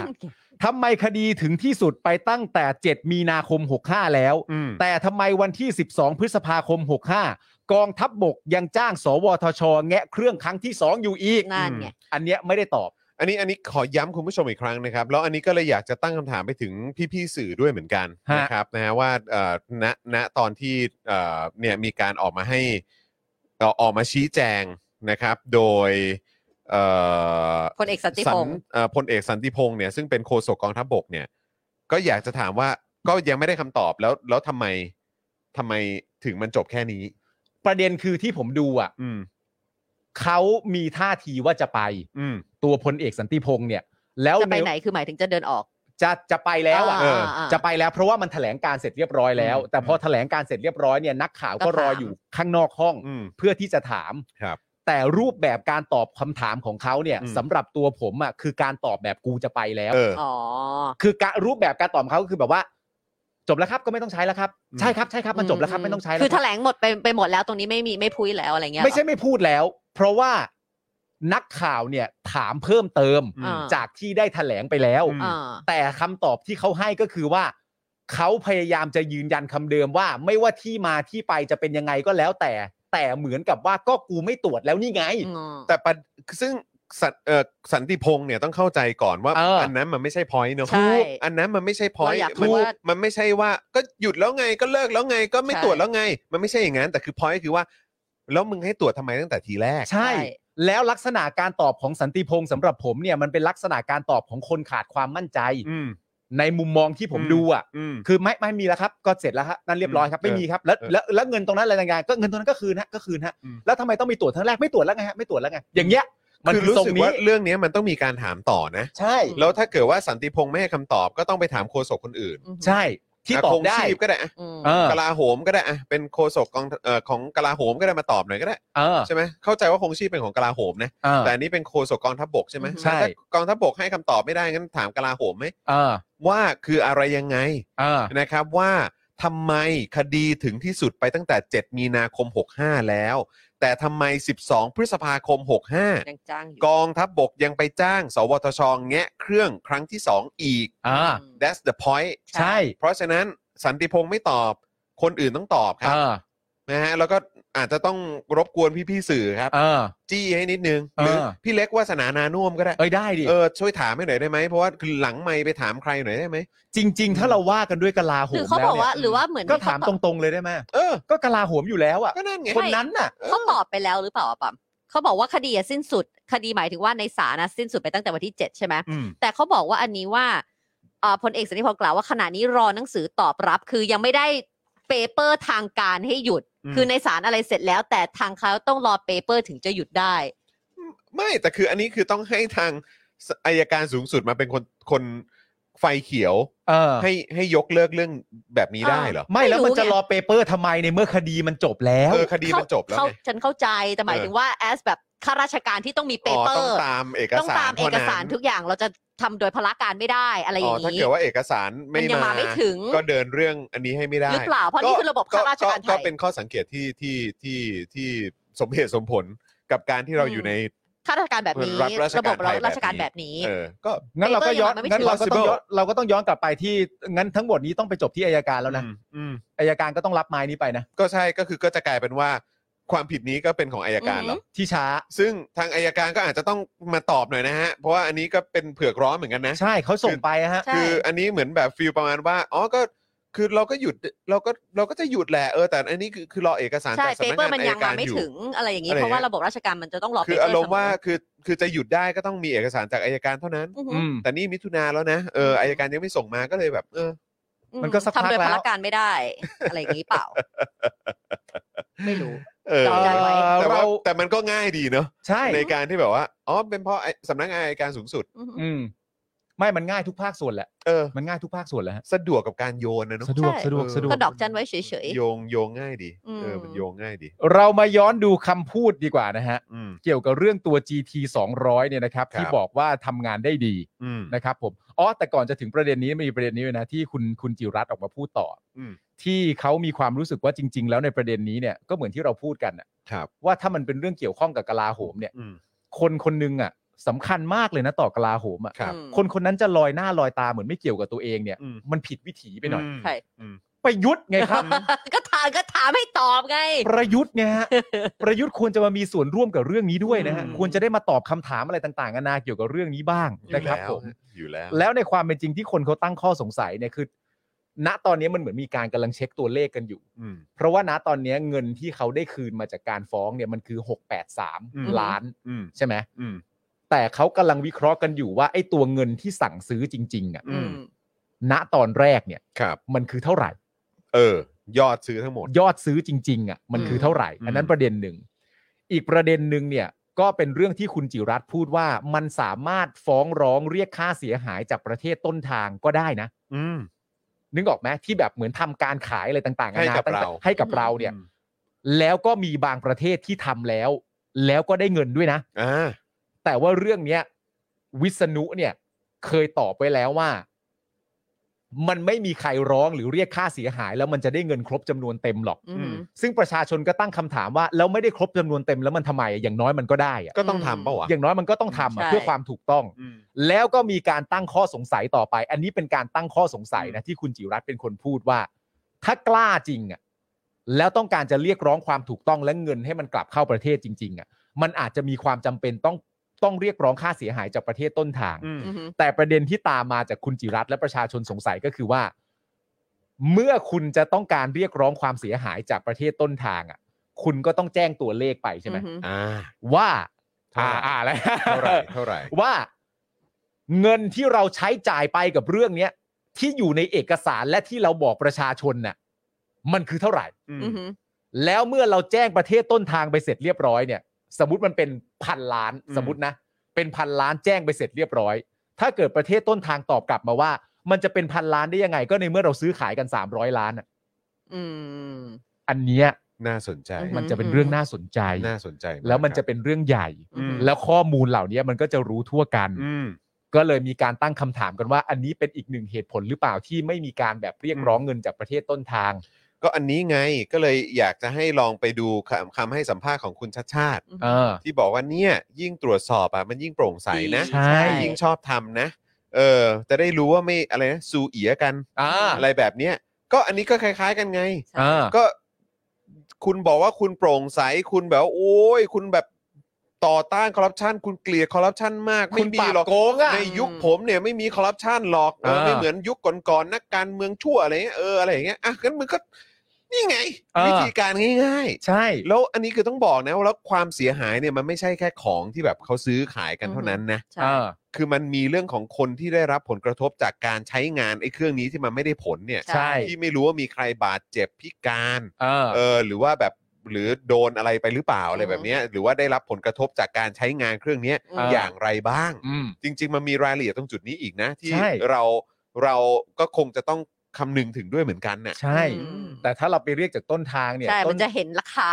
ทำไมคดีถึงที่สุดไปตั้งแต่ 7 มีนาคม 65 แล้ว อืม แต่ทำไมวันที่ 12 พฤษภาคม 65 กองทัพบบกยังจ้าง สวทช แงะเครื่องครั้งที่ 2 อยู่อีก นั่นไง อันเนี้ยไม่ได้ตอบ อันนี้อันนี้ขอย้ำคุณผู้ชมอีกครั้งนะครับ แล้วอันนี้ก็เลยอยากจะตั้งคำถามไปถึงพี่ๆสื่อด้วยเหมือนกัน ฮะ นะครับนะฮะว่าเอ่อณณตอนที่เอ่อเนี่ยมีการออกมาให้เอ่อออกมาชี้แจงนะครับ โดยเอ่อ พลเอกสันติพงศ์ สัเอ่อพลเอกสันติพงศ์เนี่ยซึ่งเป็นโฆษกกองทัพบกเนี่ย ก็อยากจะถามว่าก็ยังไม่ได้คำตอบแล้วแล้วทำไมทำไมถึงมันจบแค่นี้ ประเด็นคือที่ผมดูอ่ะ อืม เขามีท่าทีว่าจะไป อืม ตัวพลเอกสันติพงษ์เนี่ย แล้ว จะไป ใน ไหนคือหมายถึงจะเดินออก จะจะไปแล้วอ่ะ อ่า เออ อ่า จะไปแล้วเพราะว่ามันแถลงการเสร็จเรียบร้อยแล้ว อืม แต่พอแถลงการเสร็จเรียบร้อยเนี่ยนักข่าวก็ ก็ รอ ถาม อยู่ข้างนอกห้อง อืม เพื่อที่จะถาม ครับ แต่รูปแบบการตอบคำถามของเขาเนี่ย อืม สำหรับตัวผมอ่ะคือการตอบแบบกูจะไปแล้ว เออ อ๋อ คือการรูปแบบการตอบของเขาก็คือแบบว่า จบแล้วครับก็ไม่ต้องใช้แล้วครับ อืม ใช่ครับใช่ครับมันจบแล้วครับไม่ต้องใช้แล้ว คือ ค แถ รัลบงหมดไปไปหมดแล้วตรงนี้ไม่มีไม่พุ้ยแล้วอะไรเงี้ย ไม่ใช่ไม่พูดแล้ว เพราะว่านักข่าวเนี่ยถามเพิ่มเติม อ่ จากที่ได้แถลงไปแล้ว อืม อ่า แต่คำตอบที่เขาให้ก็คือว่า เขาพยายามจะยืนยันคำเดิมว่า ไม่ว่าที่มาที่ไปจะเป็นยังไงก็แล้ว แต่แต่เหมือนกับว่าก็กูไม่ตรวจแล้วนี่ไง อืม แต่ประซึ่งสันเอ่อสันติพงษ์เนี่ยต้องเข้าใจก่อนว่า เอออั อันนั้นมันไม่ใช่ point เนอะ ใช่ อันนั้นมันไม่ใช่ point เราอยากรู้ มัน ว่ามั มันไม่ใช่ว่าก็หยุดแล้วไงก็เลิกแล้วไงก็ไม่ ใช่ ตรวจแล้วไง มันไม่ใช่อย่างนั้นแต่คือ point คือว่า แล้วมึงให้ตรวจทำไมตั้งแต่ทีแรก ใช่ ใช่ แล้วลักษณะการตอบของสันติพงศ์สำหรับผมเนี่ยมันเป็นลักษณะการตอบของคนขาดความมั่นใจ อืม ในมุมมองที่ผม อืม ดูอ่ะ อืม คือไม่ไม่มีแล้วครับ ก็เสร็จแล้วฮะนั่นเรียบร้อยครับ เออ ไม่มีครับแล้ว เออ แล้วแล้วเงินตรงนั้นอะไรต่างๆก็เงินตรงนั้นก็คืนฮะก็คืนฮะ อืม แล้วทำไมต้องมีตรวจทั้งแรกไม่ตรวจแล้วไงฮะไม่ตรวจแล้วไงอย่างเงี้ยมัน คือ คือ รู้ ทรง สึก นี้ ว่าเรื่องเนี้ยมันต้องมีการถามต่อนะ ใช่ แล้วถ้าเกิดว่าสันติพงษ์ไม่ให้คำตอบก็ต้องไปถามโฆษกคนอื่น อือหือ ใช่ที่ ะ ตอ ค บ ง ได้ ชีพก็ได้อะ อืม เออก ลาโหมก็ได้อะเป็นโฆษกกองเอ่อของกลาโหมก็ได้มาตอบหน่อยก็ได้ เออ ใช่ไหมเข้าใจว่าคงชีพเป็นของกลาโหมนะ เออ แต่อันนี่เป็นโฆษกกองทัพบกใช่ไหม ใช่ ถ้ากองทัพบกให้คำตอบไม่ได้งั้นถามกลาโหมไหม เออ ว่าคืออะไรยังไง เออ นะครับว่าทำไมคดีถึงที่สุดไปตั้งแต่ 7 มีนาคม 65 แล้ว แต่ทำไม 12 พฤษภาคม 65 ยังจ้างอยู่ กองทัพบกยังไปจ้าง สวทช แงะเครื่องครั้งที่ 2 อีก เออ ม that's the point ใช่ เพราะฉะนั้นสันติพงศ์ไม่ตอบ คนอื่นต้องตอบค เอ รับ อ นะฮะแล้วก็อาจจะต้องรบกวนพี่ๆสื่อครับ เออ จี้ให้นิดนึง หรือ เออ พี่เล็กวาสนานานุ่มก็ได้ เอ้ยได้ดิ เออช่วยถามให้หน่อยได้ไหมเพราะว่าคือหลังไม่ไปถามใครหน่อยได้ไหม จริง ๆ ถ้าเราว่ากันด้วยกลาโห หรือ ม เขา แล้ บอกวเนี่ ว่า ย หรือว่าเหมือน ก็ถามตรงๆเลยได้ไหม เออ ก็กลาโหมอยู่แล้วอ่ะ ก็นั่นไง คนนั้นน่ะ เขาตอบไปแล้วหรือเปล่าอะปั๊มเขาบอกว่าคดีอะสิ้นสุด คดีหมายถึงว่าในศาลนะสิ้นสุดไปตั้งแต่วันที่เจ็ดใช่ไหม อืม แต่เขาบอกว่าอันนี้ว่าเอ่อพลเอกสันติพงศ์กล่าวว่าขณะนี้รอหนังสือตอบรับ คือยังไม่ได้เปเปอร์ทางการให้หยุด อืม คือในศาลอะไรเสร็จแล้ว แต่ทางเขาต้องรอเปเปอร์ถึงจะหยุดได้ ไม่แต่คืออันนี้คือต้องให้ทางอายการสูงสุดมาเป็นคนคนไฟเขียว เออ ให้ให้ยกเลิกเรื่องแบบนี้ได้เหรอ ไม่แล้ว ไม่รู้ มันจะ ไง รอเปเปอร์ทำไมในเมื่อคดีมันจบแล้ว เออคดีมันจบแล้ว เข้า ไง ฉันเข้าใจแต่หมาย เออ ถึงว่า as แบบข้าราชการที่ต้องมีเปเปอ ต้อง ร์ ตามเอก ต้อง สาร ตามเอกสารทุกอย่างเราจะทำโดยพละการไม่ได้อะไรอ อ๋อย่าง ถ้า นี้ เกิดว่าเอกสาร มั ไม่ ยังมาไม่ถึง ก็เดินเรื่องอันนี้ให้ไม่ได้ หรือเปล่าเพราะนี่คือระบบข้าราชการไท ก็ ย เป็นข้อสังเกตที่ที่ที่ที่สมเหตุสมผลกับการที่เราอยู่ใน ข้าราชการแบบนี้ รัฐราชการ ระบบ ไทยแบบนี้ ราชการแบบนี้ เออก็ งั้นเราก็ย้อน เปเปอร์ยังมาไม่ถึง งั้นเราก็ต้อง possible ย้อนเราก็ต้องย้อนกลับไปที่งั้นทั้งหมดนี้ต้องไปจบที่อายการแล้วนะ อืมอืม อายการก็ต้องรับไม้นี้ไปนะ ก็ใช่ก็คือก็จะกลายเป็นว่าความผิดนี้ก็เป็นของอายการแล้ว ที่ช้า ซึ่งทางอายการก็อาจจะต้องมาตอบหน่อยนะฮะ เพราะว่าอันนี้ก็เป็นเผือกร้อนเหมือนกันนะ ใช่เขาส่งไปอะฮะ ใช่ คืออันนี้เหมือนแบบฟิลประมาณว่าอ๋อก็คือเราก็หยุดเราก็เราก็จะหยุดแหละเออแต่อันนี้คือคือรอเอกสาร ใช่ จาก เป สำนัก เปอร์ งา มัน น อา ยั ย ง การ มาไม่ อยู่ ถึงอะไรอย่างนี้ อะไร เพราะว่า เงี้ย ระบบราชการมันจะต้องรอ คือ เปเปอร์ อารมณ์ว่า เส คือคือจะหยุดได้ก็ต้องมีเอกสารจากอายการเท่านั้น มออือหือ อืม แต่นี่มิถุนาแล้วนะเอออายการยังไม่ส่งมาก็เลยแบบ เออ อื มันก็สักพัก ทำโดย แล้ว พละการไม่ได้ อะไรอย่างนี้เปล่า ไม่รู้ เออ จำได้ไหม แต่ว่า เรา แต่มันก็ง่ายดีเนอะ ใช่ ในการที่แบบว่าอ๋อเป็นเพราะไอ้สำนักงานอายการสูงสุด อือหือ อืมไม่มันง่ายทุกภาคส่วนแหละ เออ มันง่ายทุกภาคส่วนแหละฮะ สะดวกกับการโยนนะเนอะ สะดวก ใช่ สะดวกสะดว ก็ ก ดอกจันไว้เฉย โยงโยงง่ายดีเอออ ม มันโยงง่ายดี เรามาย้อนดูคำพูดดีกว่านะฮะ อืม เกี่ยวกับเรื่องตัว GT 200เนี่ยนะครับ ครับ ที่บอกว่าทำงานได้ดี อืม นะครับผมอ๋อแต่ก่อนจะถึงประเด็นนี้มีประเด็นนี้ด้วยนะที่คุณคุณจิรัตน์ออกมาพูดต่ออ ม ที่เขามีความรู้สึกว่าจริง ๆ แล้วในประเด็นนี้เนี่ยก็เหมือนที่เราพูดกันน่ะ ครับ ว่าถ้ามันเป็นเรื่องเกี่ยวข้องกับกลาโหมเนี่ย อืม คนคนหนึงอ่ะสำคัญมากเลยนะต่อกลาโหมอ่ะ ครับ อืม คนคนนั้นจะลอยหน้าลอยตาเหมือนไม่เกี่ยวกับตัวเองเนี่ย อืม มันผิดวิถีไปหน่อย ม ใช่ ประยุทธ์ไงครับ ๆ ก็ถามก็ถามให้ตอบไง ประยุทธ์ไงฮะ ประยุทธ์ควรจะมามีส่วนร่วมกับเรื่องนี้ด้วยนะฮะ อืม ควรจะได้มาตอบคำถามอะไรต่างๆนานาเกี่ยวกับเรื่องนี้บ้าง อยู่ นะครับ แล้ว ผม อยู่แล้ว แล้วในความเป็นจริงที่คนเขาตั้งข้อสงสัยเนี่ยคือ ณตอนนี้มันเหมือนมีการกำลังเช็คตัวเลขกันอยู่ อืม เพราะว่าณตอนนี้เงินที่เขาได้คืนมาจากการฟ้องเนี่ยมันคือ อืม 683 ล้าน อืม ใช่ไหม อืม แต่เขากำลังวิเคราะห์กันอยู่ว่าไอ้ตัวเงินที่สั่งซื้อจริงๆอะ อื อื ม ม ณตอนแรกเนี่ย ครับ มันคือเท่าไหร่ เออ ยอดซื้อทั้งหมด ยอดซื้อจริงๆอะมันคือเท่าไหร่ อืม อันนั้นประเด็นหนึ่ง อีกประเด็นหนึ่งเนี่ยก็เป็นเรื่องที่คุณจิรัตน์พูดว่ามันสามารถฟ้องร้องเรียกค่าเสียหายจากประเทศต้นทางก็ได้นะ อืม นึกออกไหมที่แบบเหมือนทำการขายอะไรต่างๆ ให้กับ นนตั้งแต่ เรา ให้กับเราเนี่ย อืม แล้วก็มีบางประเทศที่ทำแล้ว แล้วก็ได้เงินด้วยนะ อ่า แต่ว่าเรื่องเนี้ยวิษณุเนี่ยเคยตอบไว้แล้วว่า มันไม่มีใครร้องหรือเรียกค่าเสียหาย แล้วมันจะได้เงินครบจำนวนเต็มหรอก อืม ซึ่งประชาชนก็ตั้งคำถามว่าแล้วไม่ได้ครบจำนวนเต็มแล้วมันทำไมอะอย่างน้อยมันก็ได้อะ ก็ต้องทำเปล่าวะ อย่างน้อยมันก็ต้องทำอะ ใช่ เพื่อความถูกต้อง อืม แล้วก็มีการตั้งข้อสงสัยต่อไป อันนี้เป็นการตั้งข้อสงสัยนะที่คุณจิรัตน์เป็นคนพูดว่า ถ้ากล้าจริงอ่ะแล้วต้องการจะเรียกร้องความถูกต้องและเงินให้มันกลับเข้าประเทศจริง ๆอ่ะมันอาจจะมีความจำเป็นต้องต้องเรียกร้องค่าเสียหายจากประเทศต้นทาง อืม อือหือ แต่ประเด็นที่ตามมาจากคุณจิรัตน์และประชาชนสงสัยก็คือว่า เมื่อคุณจะต้องการเรียกร้องความเสียหายจากประเทศต้นทางอ่ะ คุณก็ต้องแจ้งตัวเลขไปใช่ไหม อือหือ อ่า ว่า เท่า อ่า ไหร่ อ่าเท่าแล้วไหร่เท่าไหร่ ว่าเงินที่เราใช้จ่ายไปกับเรื่องเนี้ยที่อยู่ในเอกสารและที่เราบอกประชาชนน่ะมันคือเท่าไหร่ อืม อือหือ แล้วเมื่อเราแจ้งประเทศต้นทางไปเสร็จเรียบร้อยเนี่ย สมมติมันเป็นพันล้าน อืม สมมตินะ เป็นพันล้านแจ้งไปเสร็จเรียบร้อย ถ้าเกิดประเทศต้นทางตอบกลับมาว่า มันจะเป็นพันล้านได้ยังไง ก็ในเมื่อเราซื้อขายกัน 300 ล้านอะ อืม อันเนี้ย น่าสนใจ อือหื มันจะเป็นเรื่องน่าสนใจ น่าสนใจาก แล้วมันคจะรับ เป็นเรื่องใหญ่ อืม แล้วข้อมูลเหล่านี้มันก็จะรู้ทั่วกัน อืม ก็เลยมีการตั้งคำถามกันว่า อันนี้เป็นอีกหนึ่งเหตุผลหรือเปล่าที่ไม่มีการแบบเรียกร้องเงินจากประเทศต้นทาง ก็อันนี้ไงก็เลยอยากจะให้ลองไปดูคำคำให้สัมภาษณ์ของคุณชัดชาติ เออ ที่บอกว่าเนี่ยยิ่งตรวจสอบอ่ะมันยิ่งโปร่งใสนะ ใช่ ยิ่งชอบทำนะ เออ จะได้รู้ว่าไม่อะไรนะซูเอียกัน อ่า อะไรแบบเนี้ยก็อันนี้ก็คล้าย ๆ กันไง อ่า ก็คุณบอกว่าคุณโปร่งใสคุณแบบว่าโอ้ยคุณแบบต่อต้านคอร์รัปชันคุณเกลียดคอร์รัปชันมากไม่มีหรอก คุณปราบโกงอะ ในยุคผมเนี่ยไม่มีคอร์รัปชันหรอกเออ เออ ไม่เหมือนยุคก่อนๆนักการเมืองชั่วอะไรเงี้ยเอออะไรอย่างเงี้ยอ่ะงั้นมึงก็นี่ไง เออ วิธีการง่าย ใช่ ๆ แล้วอันนี้คือต้องบอกนะว่าแล้วความเสียหายเนี่ยมันไม่ใช่แค่ของที่แบบเขาซื้อขายกันเท่านั้นนะ ใช่ อ่า คือมันมีเรื่องของคนที่ได้รับผลกระทบจากการใช้งานไอ้เครื่องนี้ที่มันไม่ได้ผลเนี่ย ใช่ ที่ไม่รู้ว่ามีใครบาดเจ็บพิการ เออ เออหรือว่าแบบหรือโดนอะไรไปหรือเปล่าอะไรแบบเนี้ยหรือว่าได้รับผลกระทบจากการใช้งานเครื่องเนี้ย อืม อย่างไรบ้าง อืม จริง ๆ มันมีรายละเอียดตรงจุดนี้อีกนะ ที่ ใช่ เราเราก็คงจะต้องคำนึงถึงด้วยเหมือนกันน่ะ ใช่ อืม แต่ถ้าเราไปเรียกจากต้นทางเนี่ย ใช่ ต้ มันจะเห็นราคา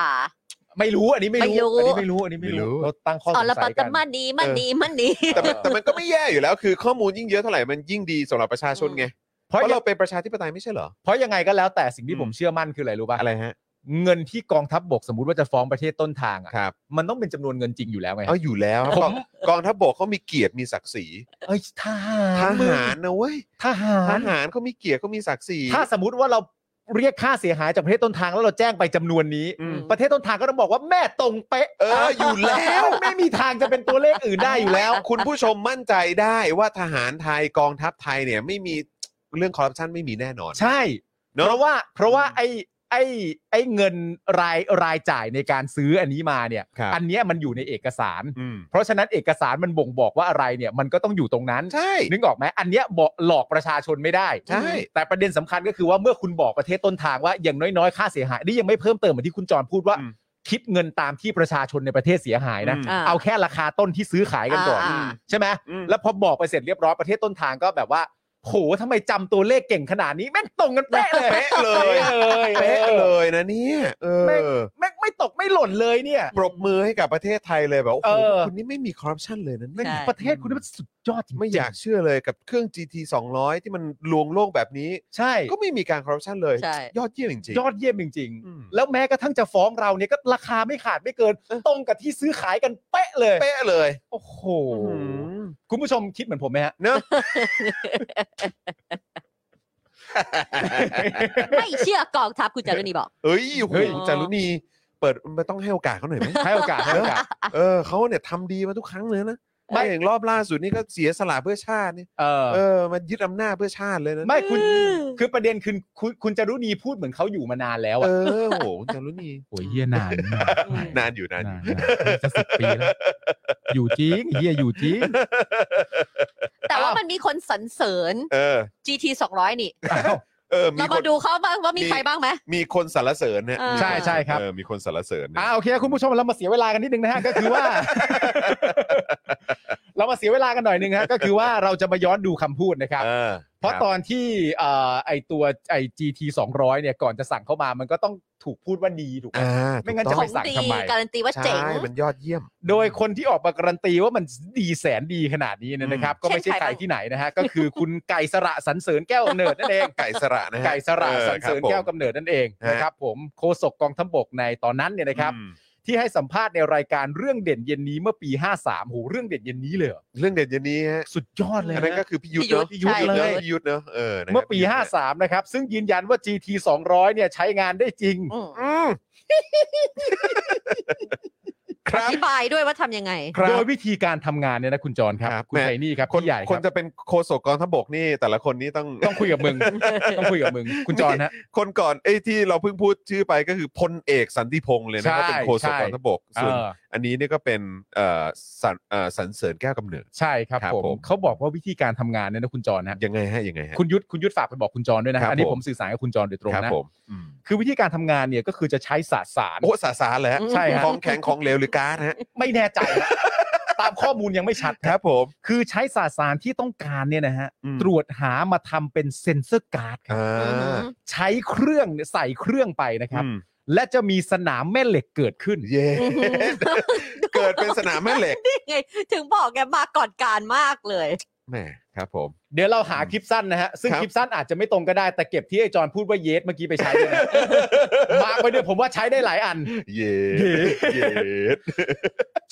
ไม่รู้อันนี้ไม่ ไม่รู้ รู้ อันนี้ไม่รู้ อันนี้ไม่ ไม่รู้ รู้เราตั้งข้อสง อ๋อแล้ว สัย ก็ กัน มันดีมันดีมันดี แต่มันแต่มันก็ไม่แย่อยู่แล้ว คือข้อมูลยิ่งเยอะเท่าไหร่มันยิ่งดีสำหรับประชาชนไงเพ เพราะ ราะเราเป็นประชาธิปไตยไม่ใช่เหรอ เพราะยังไงก็แล้วแต่สิ่ง อื ที่ ม ผมเชื่อมั่นคืออะไรรู้ป่ะ อะไรฮะ เงินที่กองทัพบกสมมติว่าจะฟ้องประเทศต้นทางอ่ะ ครับ มันต้องเป็นจำนวนเงินจริงอยู่แล้วไง เอาอยู่แล้วครับกองกองทัพบกเขามีเกียรติมีศักดิ์ศรี เอ้ยทหา ท รมึง หารนะเว้ย ทหา ท ร หารเขามีเกียรติเขามีศักดิ์ศรี ถ้าสมมติว่าเราเรียกค่าเสียหายจากประเทศต้นทางแล้วเราแจ้งไปจำนวนนี้ อืม ประเทศต้นทางก็ต้องบอกว่าแม่ตรงเป๊ะ เอออยู่แล้ว ไม่มีทางจะเป็นตัวเลขอื่นได้อยู่แล้ว คุณผู้ชมมั่นใจได้ว่าทหารไทยกองทัพไทยเนี่ยไม่มีเรื่องคอร์รัปชันไม่มีแน่นอน ใช่ เนอะ เพราะว่าเพราะว่าไอ้ไอ้ไอ้เงินรายรายจ่ายในการซื้ออันนี้มาเนี่ย ครับ อันเนี้ยมันอยู่ในเอกสาร อืม เพราะฉะนั้นเอกสารมันบ่งบอกว่าอะไรเนี่ยมันก็ต้องอยู่ตรงนั้น ใช่ นึกออกไหมอันเนี้ยบอกหลอกประชาชนไม่ได้ ใช่ แต่ประเด็นสำคัญก็คือว่าเมื่อคุณบอกประเทศต้นทางว่าอย่างน้อยๆ ค่าเสียหายนี่ยังไม่เพิ่มเติมเหมือนที่คุณจรพูดว่า อืม คิดเงินตามที่ประชาชนในประเทศเสียหายนะ อืม อ่า เอาแค่ราคาต้นที่ซื้อขายกันก่อน อ่าอ่า ใช่ไหม อืม แล้วพอบอกไปเสร็จเรียบร้อยประเทศต้นทางก็แบบว่าโหทำไมจำตัวเลขเก่งขนาดนี้แม่งตรงกันเป๊ะเลย เป๊ะเลย เลย เป๊ะเลยนะเนี่ยเออ แม่งไม่ตกไม่หล่นเลยเนี่ย ปรบมือให้กับประเทศไทยเลยแบบโอ้โห เออ คุณนี่ไม่มีคอร์รัปชันเลยนะเนี่ย ใช่ ประเทศคุณนี่มันสุดยอดจริงๆ ไม่อยากเชื่อเลยกับเครื่อง GT 200 ที่มันลวงโลกแบบนี้ ใช่ ก็ไม่มีการคอร์รัปชันเลย ใช่ ยอดเยี่ยมจริง ยอดเยี่ยมจริง ๆอืม ๆ แล้วแม้กระทั่งจะฟ้องเราเนี่ยก็ราคาไม่ขาดไม่เกิน ตรงกับที่ซื้อขายกันเป๊ะเลย เป๊ะเลย โอ้โห อืม คุณผู้ชมคิดเหมือนผมไหม ฮะ เนอะ ไม่เชื่อกองทัพคุณจารุณีบอก เอ้ยโอ้โห เฮ้ย จารุณีเปิดมันต้องให้โอกาสเขาหน่อยไหม ให้โอกาสให้โอกาส เออเขาเนี่ยทำดีมาทุกครั้งเลยนะ ไม่ ไม่อย่างรอบล่าสุดนี่ก็เสียสละเพื่อชาตินี่ เออ เออมันยึดอำนาจเพื่อชาติเลยนะ ไม่คุณคือประเด็นคือคุณคุณจารุณีพูดเหมือนเขาอยู่มานานแล้ว เอ ออ่ะโหคุณจารุณี โอ้ยเฮียนาน นานอยู่นานอยู่ จะสิบปีแล้ว อยู่จริงเฮียอยู่จริง แต่ว่า อ้าว มันมีคนสรรเสริญ เออ GT 200 นี่ เออมี เรา ค มาน ดูเขาบ้างว่ามี มี ใครบ้างไหม มีคนสรรเสริญเนี่ย อ่า มีน ใช่ใช่ครับ เออมีคนสรรเสริญเนี่ย อ่าโอเคคุณผู้ชมเรามาเสียเวลากันนิดนึงนะฮะก็คือว่า เรามาเสียเวลากันหน่อยนึงฮะก็คือว่าเราจะมาย้อนดูคำพูดนะครับ เออ เพราะ คบ ตอนที่เอ่อไอตัวไอ GT 200เนี่ยก่อนจะสั่งเข้ามามันก็ต้องถูกพูดว่าดีถูกไหม อ่า ไม่งั้น ถู จะ กต้อขง องไปสั่ง ดี ทำไม การันตีว่าเจ๋ง ใช่มันยอดเยี่ยม โดยคนที่ออกมาการันตีว่ามันดีแสนดีขนาดนี้เนยนะครับ ก็ไม่ใช่ใครที่ไหนนะฮะ ก็คือคุณไก่สระสันเสริญแก้วกำเนิดนั่นเอง ไก่สระนะฮะ ไก่สระสันเสริญ ออ แก้ คว บผม กำเนิดนั่นเอง ฮะ นะครับผมโฆษกกองทัพบกในตอนนั้นเนี่ยนะครับ อืม ที่ให้สัมภาษณ์ในรายการเรื่องเด่นเย็นนี้เมื่อปี 53โหเรื่องเด่นเย็นนี้เลยเหรอ เรื่องเด็ดเยันนี้ฮะ สุดยอดเลย อัน นะ นั้นก็คือพี่ยุทธเนอะ พี่ยุทธ พี่ ใช่ เนอะพี่ยุทธเนอะเออนะครับ เมื่อปี พี่ยุทธเนี่ย 53 นะครับ ซึ่งยืนยันว่า GT 200เนี่ยใช้งานได้จริง อืม อืม ค อ รับ ธิบายด้วยว่าทำยังไง ครับ โดยวิธีการทำงานเนี่ยนะคุณจรครับ ครับ คุณ แหม่ ไทนี่ครับ คน พี่ใหญ่ ค คน น จะเป็นโคศกกองทัพบกนี่แต่ละคนนี่ต้อง ต้องคุยกับ มึง ต้องคุยกับมึง คุณจรฮะ คนก่อนไอ้ยที่เราเพิ่งพูดชื่อไปก็คือพลเอกสันติพงษ์เลยนะ ใช่ ว่าเป็นโคศก ใช่ กองทัพบก เอ ส่วน อ อันนี้เนี่ยก็เป็นเอ่อสันเอ่อสันเสริญแก้วกำเนิด ใช่ครับ ครับ ผม ผม เขาบอกว่าวิธีการทำงานเนี่ยนะคุณจรฮะ ยังไงฮะยังไงฮะ คุณยุทธคุณยุทธฝากไปบอกคุณจรด้วยคนะฮะ รับ อันนี้ ผม ผมสื่อสารกับคุณจรโดยตรง ครับ นะ ผมอืม คือวิธีการทำงานเนี่ยก็คือจะใช้สาสาร โอ้สาสารแล้ว ใช่ฮะ ของแข็งของเหลวหรือก๊าซฮะ ไม่แน่ใจนะ ตามข้อมูลยังไม่ชัด ครับผม คือใช้สาสารที่ต้องการเนี่ยนะฮะ อืม ตรวจหามาทำเป็นเซ็นเซอร์การ์ดครับ อ่า ใช้เครื่องเนี่ยใส่เครื่องไปนะครับ อืม และจะมีสนามแม่เหล็กเกิดขึ้น เย้ อืม เกิดเป็นสนามแม่เหล็ก ไงถึงบอกแกมาก่อนการมากเลย แหมครับผม เดี๋ยวเราหาคลิปสั้นนะฮะ ซึ่ง ครับ คลิปสั้นอาจจะไม่ตรงก็ได้ แต่เก็บที่ไอจอนพูดว่าเยสเมื่อกี้ไปใช้ด้วยนะ มาร์กไว้ด้วยผมว่าใช้ได้หลายอัน เย้เยเย้้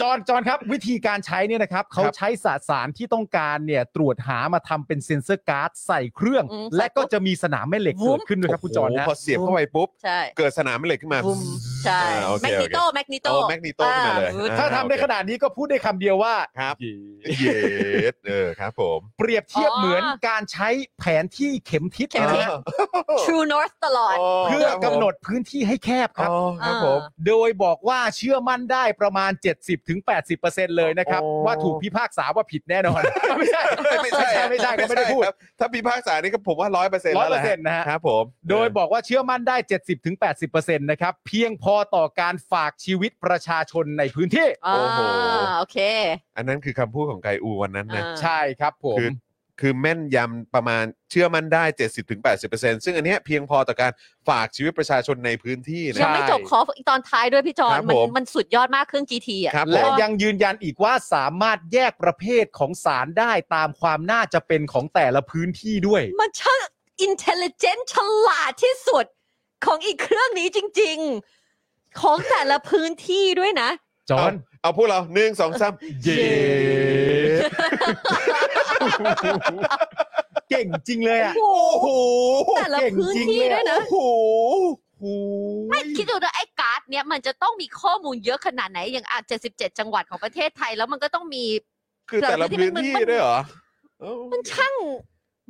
จอนจอนครับ วิธีการใช้เนี่ยนะครับเขาใช้สสารที่ต้องการเนี่ยตรวจหามาทำเป็นเซ็นเซอร์การ์ดใส่เครื่อง อืม และก็จะมีสนามแม่เหล็ก วุ้มเกิดขึ้นด้วยครับคุณจอน โโห นะ พอเสียบเข้าไปปุ๊บ ใช่ เกิดสนามแม่เหล็กขึ้นมา บุมใช่ อ่าโอเค แมกนิโต โอเค แมกนิโต โอ้แมกนีโตขึ้นมาเลย อ่า อ่ ถ้าทำได้ โอเค ขนาดนี้ก็พูดได้คำเดียวว่า ครับ เย้เออครับผม เปรียบเทียบ อ๋อ เหมือนการใช้แผนที่เข็มทิศ เข็มทิศ นะฮะ True North ตลอด เพื่อกำหนดพื้นที่ให้แคบครับ อ๋อครับผม โดยบอกว่าเชื่อมั่นได้ประมาณ 70-80%เลยนะครับ โอ้ ว่าถูกพิพากษาว่าผิดแน่นอน ไม่ใช่ ไม่ใช่ ไม่ใช่ก็ไม่ได้พูด ครับถ้าพิพากษานี่ก็ผมว่าร้อยเปอร์เซ็นต์ ร้อย แล้วล่ะเปอร์เซ็นต์นะฮะ ครับผม โดยบอกว่าเชื่อมั่นได้ 70-80%นะครับ เพียงพอต่อการฝากชีวิตประชาชนในพื้นที่ อ่าโอเค อันนั้นคือคำพูดของไกอูวันนั้นนะ อ่า ใช่ครับผม คือ คือแม่นยำประมาณเชื่อมั่นได้ 70-80%ซึ่งอันเนี้ยเพียงพอต่อการฝากชีวิตประชาชนในพื้นที่นะ ยังไม่จบขออีกตอนท้ายด้วยพี่จอน ครับ มัน ผม มันสุดยอดมากเครื่อง GT อ่ะ ครับผ และ ม ยังยืนยันอีกว่าสามารถแยกประเภทของสารได้ตามความน่าจะเป็นของแต่ละพื้นที่ด้วย มันช่างอินเทลเจนฉลาดที่สุดของอีกเครื่องนี้จริง ๆ ของแต่ละพื้นที่ด้วยนะ จอห์น เอาพวกเราหนึ่งสองสามเย้ เก่งจริงเลยอ่ะ โอ้โห แต่ละพื้นที่ด้วยนะ โอ้โห ไม่คิดดูนะไอ้การ์ดเนี่ยมันจะต้องมีข้อมูลเยอะขนาดไหน อย่างอ่ะ77 จังหวัดของประเทศไทยแล้วมันก็ต้องมี คือแต่ละพื้นที่ด้วยเหรอเอ้า มันช่าง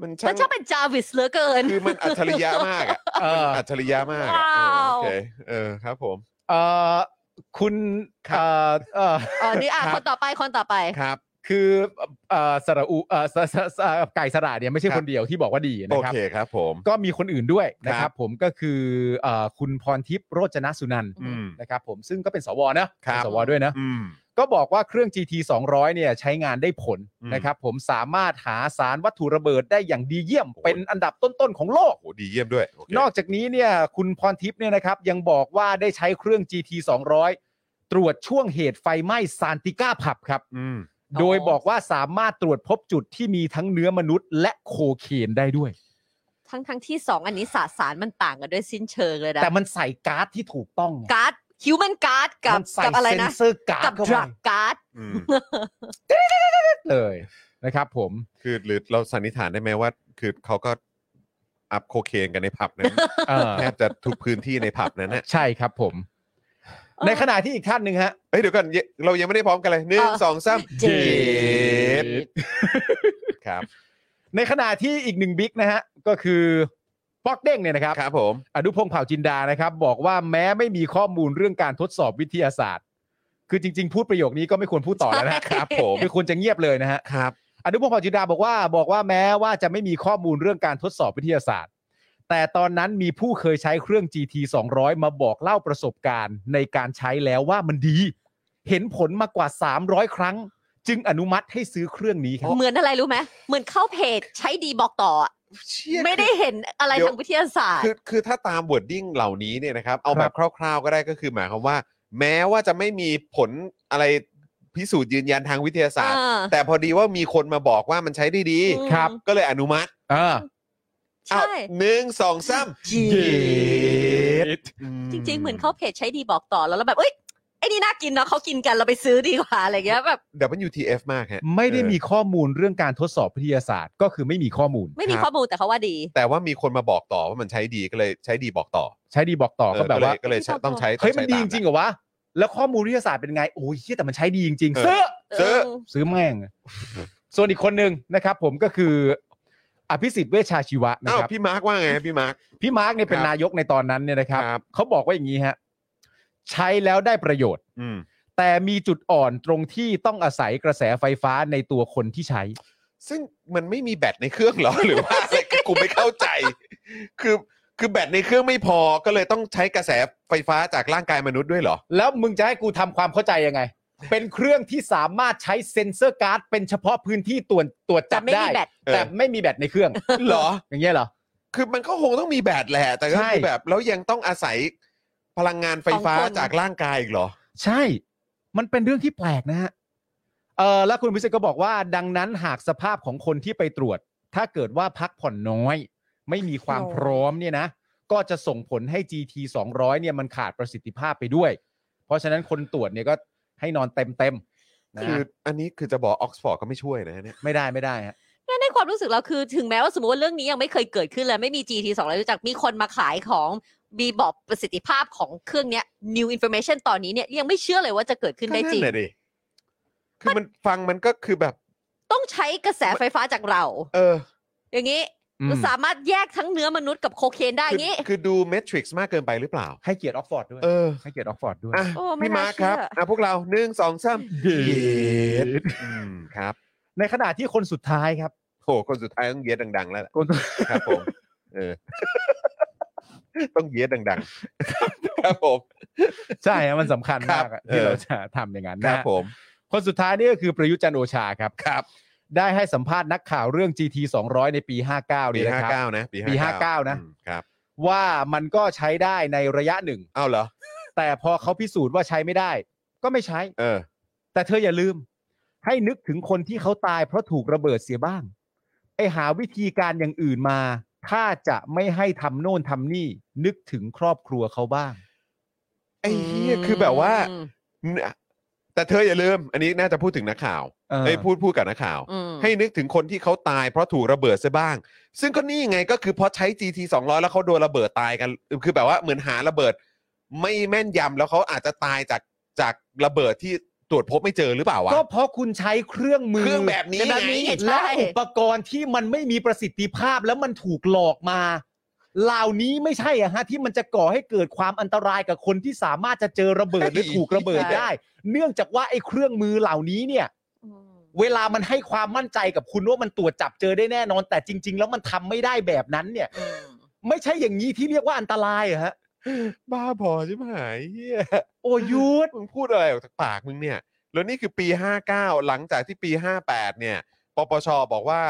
มัน มั ช่าน ง ช่างเป็นจาวิสเหลือเกิน คือมันอัจฉริยะมากอะ เออ อัจฉริยะมากอะ ว้าว เออโอเคเออครับผม เอ่อคุณเอ่อเอ่อ อ๋อนี่อ่ะคนต่อไปคนต่อไป ครับ คือเอ่อสระอุเอ่อสสสไก่สระเนี่ยไม่คใช่รับ คนเดียวที่บอกว่าดี โอ นะครับ เคครับผม ก็มีคนอื่นด้วยนะค ครั รับ บ ผมก็คือเอ่อคุณพรทิพย์โรจนสุนันท์ อืม นะครับผมซึ่งก็เป็นสวนะครับ เป็นสวด้วยนะ อืม ก็บอกว่าเครื่อง GT 200 เนี่ยใช้งานได้ผล อืม นะครับผมสามารถหาสารวัตถุระเบิดได้อย่างดีเยี่ยม เป็นอันดับต้น ๆ ของโลก โหดีเยี่ยมด้วยโเคน อกจากนี้เนี่ยคุณพรทิพย์เนี่ยนะครับยังบอกว่าได้ใช้เครื่อง GT 200 ตรวจช่วงเหตุไฟไหม้ซานติก้าผับครับ อืม โดยบอกว่าสามารถตรวจพบจุดที่มีทั้งเนื้อมนุษย์และโคเคนได้ด้วย ทั้งทั้งที่สองอันนี้สสารมันต่างกันด้วยสิ้นเชิงเลยนะ แต่มันใส่การ์ดที่ถูกต้องไง การ์ดฮิวแมนการ์ดกับ มันใส่ กับอะไร เซ็น นะ เซอร์การ์ กั ด บ เข้า ด ไป รักการ์ด อืม เลยนะครับผม คือหรือเราสันนิษฐานได้ไหมว่า คือเขาก็อัพโคเคนกันในผับนั้น เออ แทบจะทุกพื้นที่ในผับนั้นนะ ใช่ครับผม เออ ในขณะที่อีกท่านหนึ่งฮะ เอ้ยเดี๋ยวก่อนเยเรายังไม่ได้พร้อมกันเลยหนึ่ง เออ สองสาม เจ็ด ดครับ ในขณะที่อีกหนึ่งบิ๊กนะฮะ ก็คือป๊อกเด้งเนี่ยนะครับ ครับผม อนุพงษ์เผ่าจินดานะครับ บอกว่าแม้ไม่มีข้อมูลเรื่องการทดสอบวิทยาศาสตร์ คือจริง ๆ พูดประโยคนี้ก็ไม่ควรพูดต่อแล้วนะ ใช่ ครับผม คือควรจะเงียบเลยนะฮะ ครับ อนุพงศ์เผ่าจินดาบอกว่าบอกว่าแม้ว่าจะไม่มีข้อมูลเรื่องการทดสอบวิทยาศาสตร์ แต่ตอนนั้นมีผู้เคยใช้เครื่อง GT 200 มาบอกเล่าประสบการณ์ในการใช้แล้วว่ามันดี เห็นผลมากว่า 300 ครั้ง จึงอนุมัติให้ซื้อเครื่องนี้ครับ เหมือนอะไรรู้ไหมเหมือนเข้าเพจใช้ดีบอกต่ออะไม่ได้เห็นอะไร เดี๋ยว ทางวิทยาศาสตร์ คือคือถ้าตามวอร์ดดิ้งเหล่านี้เนี่ยนะครับ เอา ค แบ รั บบ คร่าวๆก็ได้ก็คือหมายความว่า แม้ว่าจะไม่มีผลอะไรพิสูจน์ยืนยันทางวิทยาศาสตร์ อ่า แต่พอดีว่ามีคนมาบอกว่ามันใช้ได้ดี อืม ครับ ก็เลยอนุมัติ อ่า อ้าว ใช่ หนึ่งสองสามเย็ด จริง ๆ เหมือนเข้าเพจใช้ดีบอกต่อแล้วแล้วแบบเอ้ยไอ้นี่น่ากินเนาะเขากินกันเราไปซื้อดีกว่าอะไรเงี้ยแบบ WTF มากฮะ ไม่ได้มี เออ ข้อมูลเรื่องการทดสอบวิทยาศาสตร์ ก็คือไม่มีข้อมูล ไม่มีข้อมูลแต่เขาว่าดี แต่ว่ามีคนมาบอกต่อว่ามันใช้ดีก็เลยใช้ดีบอกต่อ ใช้ดีบอกต่อ เอ ก็ อ แบบว่า ก็เลยก็เลยใช้ต้องใช้ เฮ้ยมันดีจ ต้อ ริ ใช้ตางเหรอวะ แล้วข้อมูลวิทยาศาสตร์เป็นไง โอ้ยเหี้ยแต่มันใช้ดีจริง เออๆซื้อ ซื้อ เ ซื้อแม่ง ส่วนอีกคนหนึ่งนะครับผมก็คือ อภิสิทธิ์เวชชาชีวะนะ อ้าว ครับ พี่มาร์กว่าไงพี่มาร์ก พี่มาร์กเนี่ยเป็น ครับ นายกในตอนนั้นเนี่ยนะครับ ครับ เขาบอกว่าอย่างนี้ฮะ ใช้แล้วได้ประโยชน์ อืม แต่มีจุดอ่อนตรงที่ต้องอาศัยกระแสไฟฟ้าในตัวคนที่ใช้ ซึ่งมันไม่มีแบตในเครื่องเหร อ หรือว่าอะไรกูไม่เข้าใจ คือคือแบตในเครื่องไม่พอก็เลยต้องใช้กระแสไฟฟ้าจากร่างกายมนุษย์ด้วยเหรอ แล้วมึงจะให้กูทำความเข้าใจยังไง เป็นเครื่องที่สามารถใช้เซ็นเซอร์การ์ดเป็นเฉพาะพื้นที่ตัวตัวจจับ แต่ไม่ ได้ มีแบต แต่ไม่มีแบตใน เครื่อง เหรอ อย่างเงี้ยเหรอ คือมันก็คงต้องมีแบตแหละ แต่ก็ ใช่ คือแบบแล้วยังต้องอาศัยพลังงานไฟฟ้า ของคน จากร่างกายอีกเหรอ ใช่ มันเป็นเรื่องที่แปลกนะฮะ เออแล้วคุณวิศนุก็บอกว่า ดังนั้นหากสภาพของคนที่ไปตรวจ ถ้าเกิดว่าพักผ่อนน้อย ไม่มีความ โอ้ พร้อมเนี่ยนะ ก็จะส่งผลให้ GT 200เนี่ยมันขาดประสิทธิภาพไปด้วย เพราะฉะนั้นคนตรวจเนี่ยก็ให้นอนเต็มเต็มๆนะ คืออันนี้คือจะบอกออกซฟอร์ดก็ไม่ช่วยนะเนี่ย ไม่ได้ไม่ได้ฮะ นั่นในความรู้สึกเราคือถึงแม้ว่าสมมติว่าเรื่องนี้ยังไม่เคยเกิดขึ้นเลยไม่มี GT 2อะไรรู้จักมีคนมาขายของมีบอกประสิทธิภาพของเครื่องเนี้ย new information ตอนนี้เนี่ยยังไม่เชื่อเลยว่าจะเกิดขึ้นได้จริง ก็แหละดิคือมันฟังมันก็คือแบบ ต้องใช้กระแสไฟฟ้าจากเรา เออ อย่างนี้ อืม สามารถแยกทั้งเนื้อมนุษย์กับโคเคนได้ คื อย่างนี้ คือดูเมทริกซ์มากเกินไปหรือเปล่า ให้เกียรติออกฟอร์ดด้วย เออ ให้เกียรติออกฟอร์ดด้วย อ่ะ โอ้ไม่ พี่ น่า มาร์คครับ เชื่ออ่ อ่ะพวกเราหนึ่งสองสาม เย็ อืมครับ ในขณะที่คนสุดท้ายครับ โหคนสุดท้ายต้องเย็ดดัง ๆ แล้วล่ะ คน ครับผม เออ ต้องเย็ดดัง ๆ ครับผม ใช่ฮะมันสำคัญมากอะ ครับ ที่ เออ เราจะทำอย่างนั้น ค นะ รับ ฮะ ผม คนสุดท้ายนี่ก็คือประยุทธ์จันทร์โอชาครับ ครับ ได้ให้สัมภาษณ์นักข่าวเรื่อง GT 200 ในปี 59 ปี เนี่ย ห้า นะครับ เก้านะปี ปี59นะ อืมครับ ว่ามันก็ใช้ได้ในระยะหนึ่ง อ้าวเหรอ แต่พอเขาพิสูจน์ว่าใช้ไม่ได้ ก็ไม่ใช้ เออ แต่เธออย่าลืม ให้นึกถึงคนที่เขาตายเพราะถูกระเบิดเสียบ้าง ไอหาวิธีการอย่างอื่นมา ถ้าจะไม่ให้ทำโน่นทำนี่ นึกถึงครอบครัวเขาบ้าง ไอ้เหี้ยคือแบบว่า อืม แต่เธออย่าลืม อันนี้น่าจะพูดถึงนักข่าว เออ เอ้ยพูดพูดกับนักข่าว อืม ให้นึกถึงคนที่เขาตายเพราะถูกระเบิดซะบ้าง ซึ่งก็นี่ไงก็คือพอใช้ GT 200 แล้วเขาโดนระเบิดตายกัน คือแบบว่าเหมือนหาระเบิด ไม่แม่นยำแล้วเขาอาจจะตายจากจากระเบิดที่ตรวจพบไม่เจอหรือเปล่าวะ ก็เพราะคุณใช้เครื่องมือ เครื่องแบบนี้ไง แบบนี้และอุปกรณ์ที่มันไม่มีประสิทธิภาพแล้วมันถูกหลอกมา เหล่านี้ไม่ใช่อะฮะที่มันจะก่อให้เกิดความอันตรายกับคนที่สามารถจะเจอระเบิดหรือถูกระเบิดได้ เนื่องจากว่าไอ้เครื่องมือเหล่านี้เนี่ย อืม เวลามันให้ความมั่นใจกับคุณว่ามันตรวจจับเจอได้แน่นอน แต่จริง ๆ แล้วมันทำไม่ได้แบบนั้นเนี่ย อืม ไม่ใช่อย่างนี้ที่เรียกว่าอันตรายเหรอฮะ บ้าพอใช่ไหมเหี้ย โอ้ยุด มึงพูดอะไรออกจากปากมึงเนี่ย แล้วนี่คือปี 59 หลังจากที่ปี 58 เนี่ย ปปช บอกว่า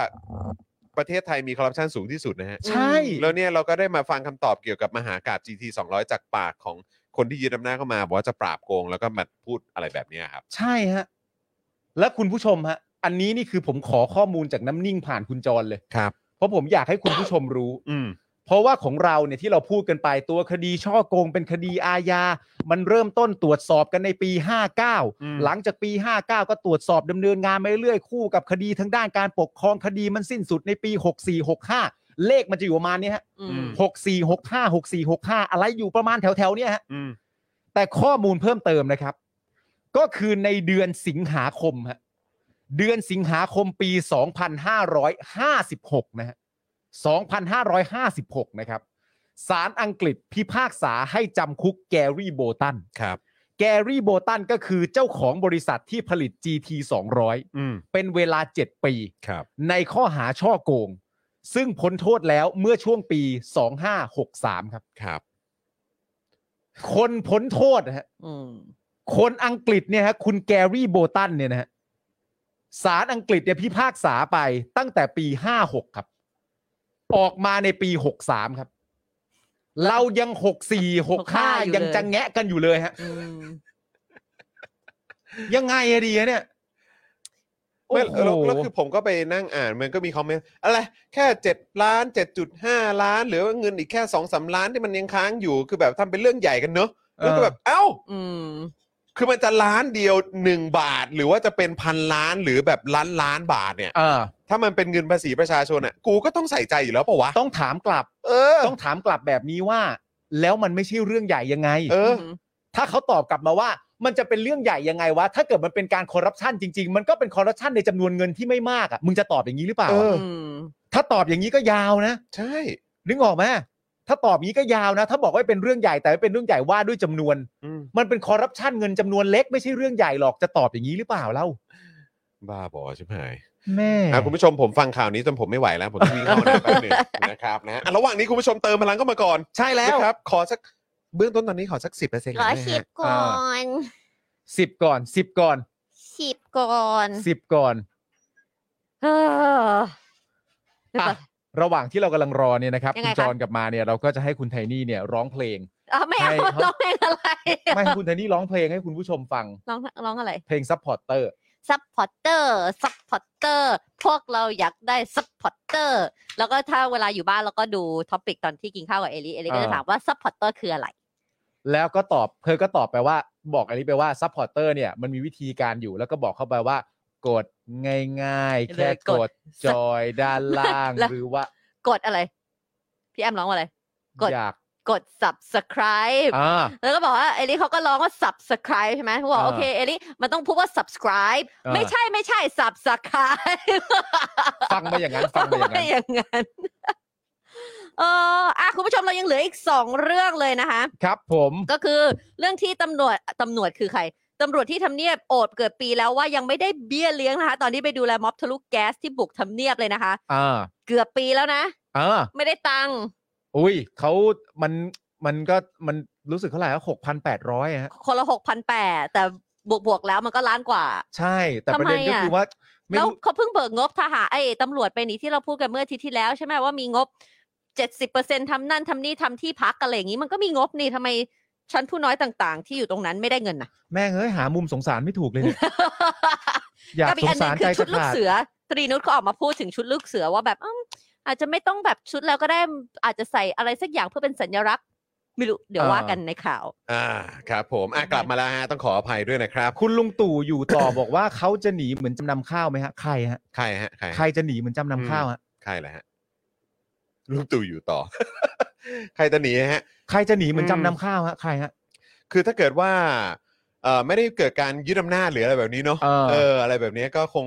ประเทศไทยมีคอร์รัปชันสูงที่สุดนะฮะ ใช่ แล้วเนี่ยเราก็ได้มาฟังคำตอบเกี่ยวกับมหากาบ GT 200 จากปากของคนที่ยึดอำนาจเข้ามา บอกว่าจะปราบโกง แล้วก็มาพูดอะไรแบบเนี้ยครับ ใช่ฮะและคุณผู้ชมฮะ อันนี้นี่คือผมขอข้อมูลจากน้ำนิ่งผ่านคุณจรเลย ครับ เพราะผมอยากให้คุณผู้ชมรู้ อืม เพราะว่าของเราเนี่ยที่เราพูดกันไปตัวคดีช่อโกงเป็นคดีอาญา มันเริ่มต้นตรวจสอบกันในปี อืม 59 หลังจากปี 59 ก็ตรวจสอบดำเนินงานมาเรื่อยๆคู่กับคดีทางด้านการปกครองคดีมันสิ้นสุดในปี 64 65 เลขมันจะอยู่ประมาณเนี้ยฮะ อื อื ม ม 64 65 64 65 อะไรอยู่ประมาณแถวๆเนี้ยฮะ อืม แต่ข้อมูลเพิ่มเติมนะครับ ก็คือในเดือนสิงหาคมฮะเดือนสิงหาคมปี 2556 นะฮะ 2556 นะครับ ศาลอังกฤษพิพากษาให้จำคุกแกรี่โบตัน ครับ แกรี่โบตันก็คือเจ้าของบริษัทที่ผลิต GT 200 อืม เป็นเวลา 7 ปี ครับ ในข้อหาช่อโกง ซึ่งพ้นโทษแล้วเมื่อช่วงปี 2563 ครับ ครับ คนพ้นโทษนะฮะ อืม คนอังกฤษเนี่ยฮะคุณแกรี่โบตันเนี่ยนะฮะศาลอังกฤษเนี่ยพิพากษาไปตั้งแต่ปี 56 ครับ ออกมาในปี 63 ครับ เรายัง 64 65 ยังจะแงะกันอยู่เลยฮะ อืม ยังไงอะดีอะเนี่ย โอ้ ไม่ โห แล้วแล้วคือผมก็ไปนั่งอ่านมันก็มีคอมเมนต์อะไรแค่เจ็ดล้านเจ็ดจุดห้าล้าน หรือว่าเงินอีกแค่สองสามล้านที่มันยังค้างอยู่คือแบบทำเป็นเรื่องใหญ่กันเนอะแล้วก็ เออ แบบเอ้า อืม คือมันจะล้านเดียวหนึ่งบาท หรือว่าจะเป็นพันล้านหรือแบบล้านล้านบาทเนี่ย เออ ถ้ามันเป็นเงินภาษีประชาชนอ่ะกูก็ต้องใส่ใจอยู่แล้วปะวะ ต้องถามกลับ เออ ต้องถามกลับแบบนี้ว่า แล้วมันไม่ใช่เรื่องใหญ่ยังไง เออ ม ถ้าเขาตอบกลับมาว่า มันจะเป็นเรื่องใหญ่ยังไงวะ ถ้าเกิดมันเป็นการคอร์รัปชันจริง ๆ มันก็เป็นคอร์รัปชันในจำนวนเงินที่ไม่มากอ่ะ มึงจะตอบอย่างนี้หรือเปล่า เออ อืม ถ้าตอบอย่างนี้ก็ยาวนะ ใช่ นึกออกไหมถ้าตอบอย่างนี้ก็ยาวนะ ถ้าบอกว่าเป็นเรื่องใหญ่แต่ไม่เป็นเรื่องใหญ่ว่าด้วยจำนวน อืม มันเป็นคอร์รัปชันเงินจำนวนเล็กไม่ใช่เรื่องใหญ่หรอกจะตอบอย่างนี้หรือเปล่าเล่า บ้าบอใช่ไหม แม่ อ่ะคุณผู้ชมผมฟังข่าวนี้จนผมไม่ไหวแล้ว ผมต้องวิ่งเข้าห้องน้ำแป๊บ หนึงนะครับนะฮะอ่ะระหว่างนี้คุณผู้ชมเติมพลังเข้ามาก่อน ใช่แล้ว นะครับ ขอสักเบื้องต้นตอนนี้ขอสักสิบเปอร์เซ็นต์ ขอสิบก่อน สิบก่อนสิบก่อน สิบก่อน สิบก่อน เออเดี๋ยวก่ออ่ะน ระหว่างที่เรากำลังรอเนี่ยนะครับ ยัง คุ ไง ณ คะ จรกลับมาเนี่ยเราก็จะให้คุณไทนี่เนี่ยร้องเพลง อ่ะไม่เอา ให้เขา ร้องเพลงอะไร ไม่ให้คุณไทนี่ร้องเพลงให้คุณผู้ชมฟัง ร้องร้องอะไร เพลงซัพพอร์เตอร์ ซัพพอร์เตอร์ซัพพอร์เตอร์พวกเราอยากได้ซัพพอร์เตอร์แล้วก็ถ้าเวลาอยู่บ้านเราก็ดูท็อปิกตอนที่กินข้าวกับเอลิเอลิก็จะ อ่า ถามว่าซัพพอร์เตอร์คืออะไร แล้วก็ตอบเธอก็ตอบไปว่าบอกอะไรไปว่าซัพพอร์เตอร์เนี่ยมันมีวิธีการอยู่แล้วก็บอกเข้าไปว่ากดง่ายๆ แค่ เลย ก กดดจอยด้านล่าง แล้ว หรือว่าก ดอะไร พี่แอมร้องว่าอะไร กด อยาก กด subscribe อ่า แล้วก็บอกว่าเอลิเขาก็ร้องว่า subscribe ใช่ไหมเขาบอก อ่า โอเคเอลิมันต้องพูดว่า subscribe อ่า ไม่ใช่ไม่ใช่ subscribe ฟังมาอย่างนั้นฟังมาอย่าง ไม่ นั้น อย่างนั้น เอออ่ะคุณผู้ชมเรายังเหลืออีกสองเรื่องเลยนะคะ ครับผม ก็คือเรื่องที่ตำรวจตำรวจคือใครตำรวจที่ทำเนียบโอดเกิดปีแล้วว่ายังไม่ได้เบี้ยเลี้ยงนะคะ ตอนนี้ไปดูแลม็อบทะลุแก๊สที่บุกทำเนียบเลยนะคะ อ่า เกือบปีแล้วนะ อ่า ไม่ได้ตังค์ อุ้ยเขามันมันก็มันรู้สึกเท่าไหร่หกพันแปดร้อยฮะ คนละหกพันแปดแต่บวกบวกๆแล้วมันก็ล้านกว่า ใช่แต่ ทำ ประเด็น ไม ก็ อะ คือว่าไม่ แล้ว รู้ เขาเพิ่งเบิกงบทหารไอ้ยตำรวจไปนี่ที่เราพูดกันเมื่ออาทิตย์ที่แล้วใช่ไหมว่ามีงบเจ็ดสิบเปอร์เซ็นทำนั่นทำนี่ทำที่พักอะไรอย่างนี้ มันก็มีงบนี่ทำไมชั้นผู้น้อยต่างๆ ที่อยู่ตรงนั้นไม่ได้เงินนะ แม่งเอ้ยหามุมสงสารไม่ถูกเลย เนี่ย อยาก กับ ส อีก ง อันห สา นึ่ รง ใจ คือชุดจะลูก ขาด เสือ ตรีนุชก็ออกมาพูดถึงชุดลูกเสือว่าแบบอืมอาจจะไม่ต้องแบบชุดแล้วก็ได้อาจจะใส่อะไรสักอย่างเพื่อเป็นสัญลักษณ์ไม่รู้เดี๋ยวว่ากันในข่าว อ่าครับผมอ่ะกลับมาแล้วฮะต้องขออภัยด้วยนะครับ คุณลุงตู่อยู่ต่อ บอกว่าเขาจะหนีเหมือนจำนำข้าวไหมฮะใครฮะ ใครฮะใคร ใครจะหนีเหมือนจำนำข้าวฮะ ใครแหละฮะลุงตู่อยู่ต่อ ใครจะหนีฮะ ใครจะหนีเหมือน อืม จำนำข้าวฮะใครฮะ คือถ้าเกิดว่าเอ่อไม่ได้เกิดการยึดอำนาจหรืออะไรแบบนี้เนาะ เออ ออะไรแบบนี้ก็คง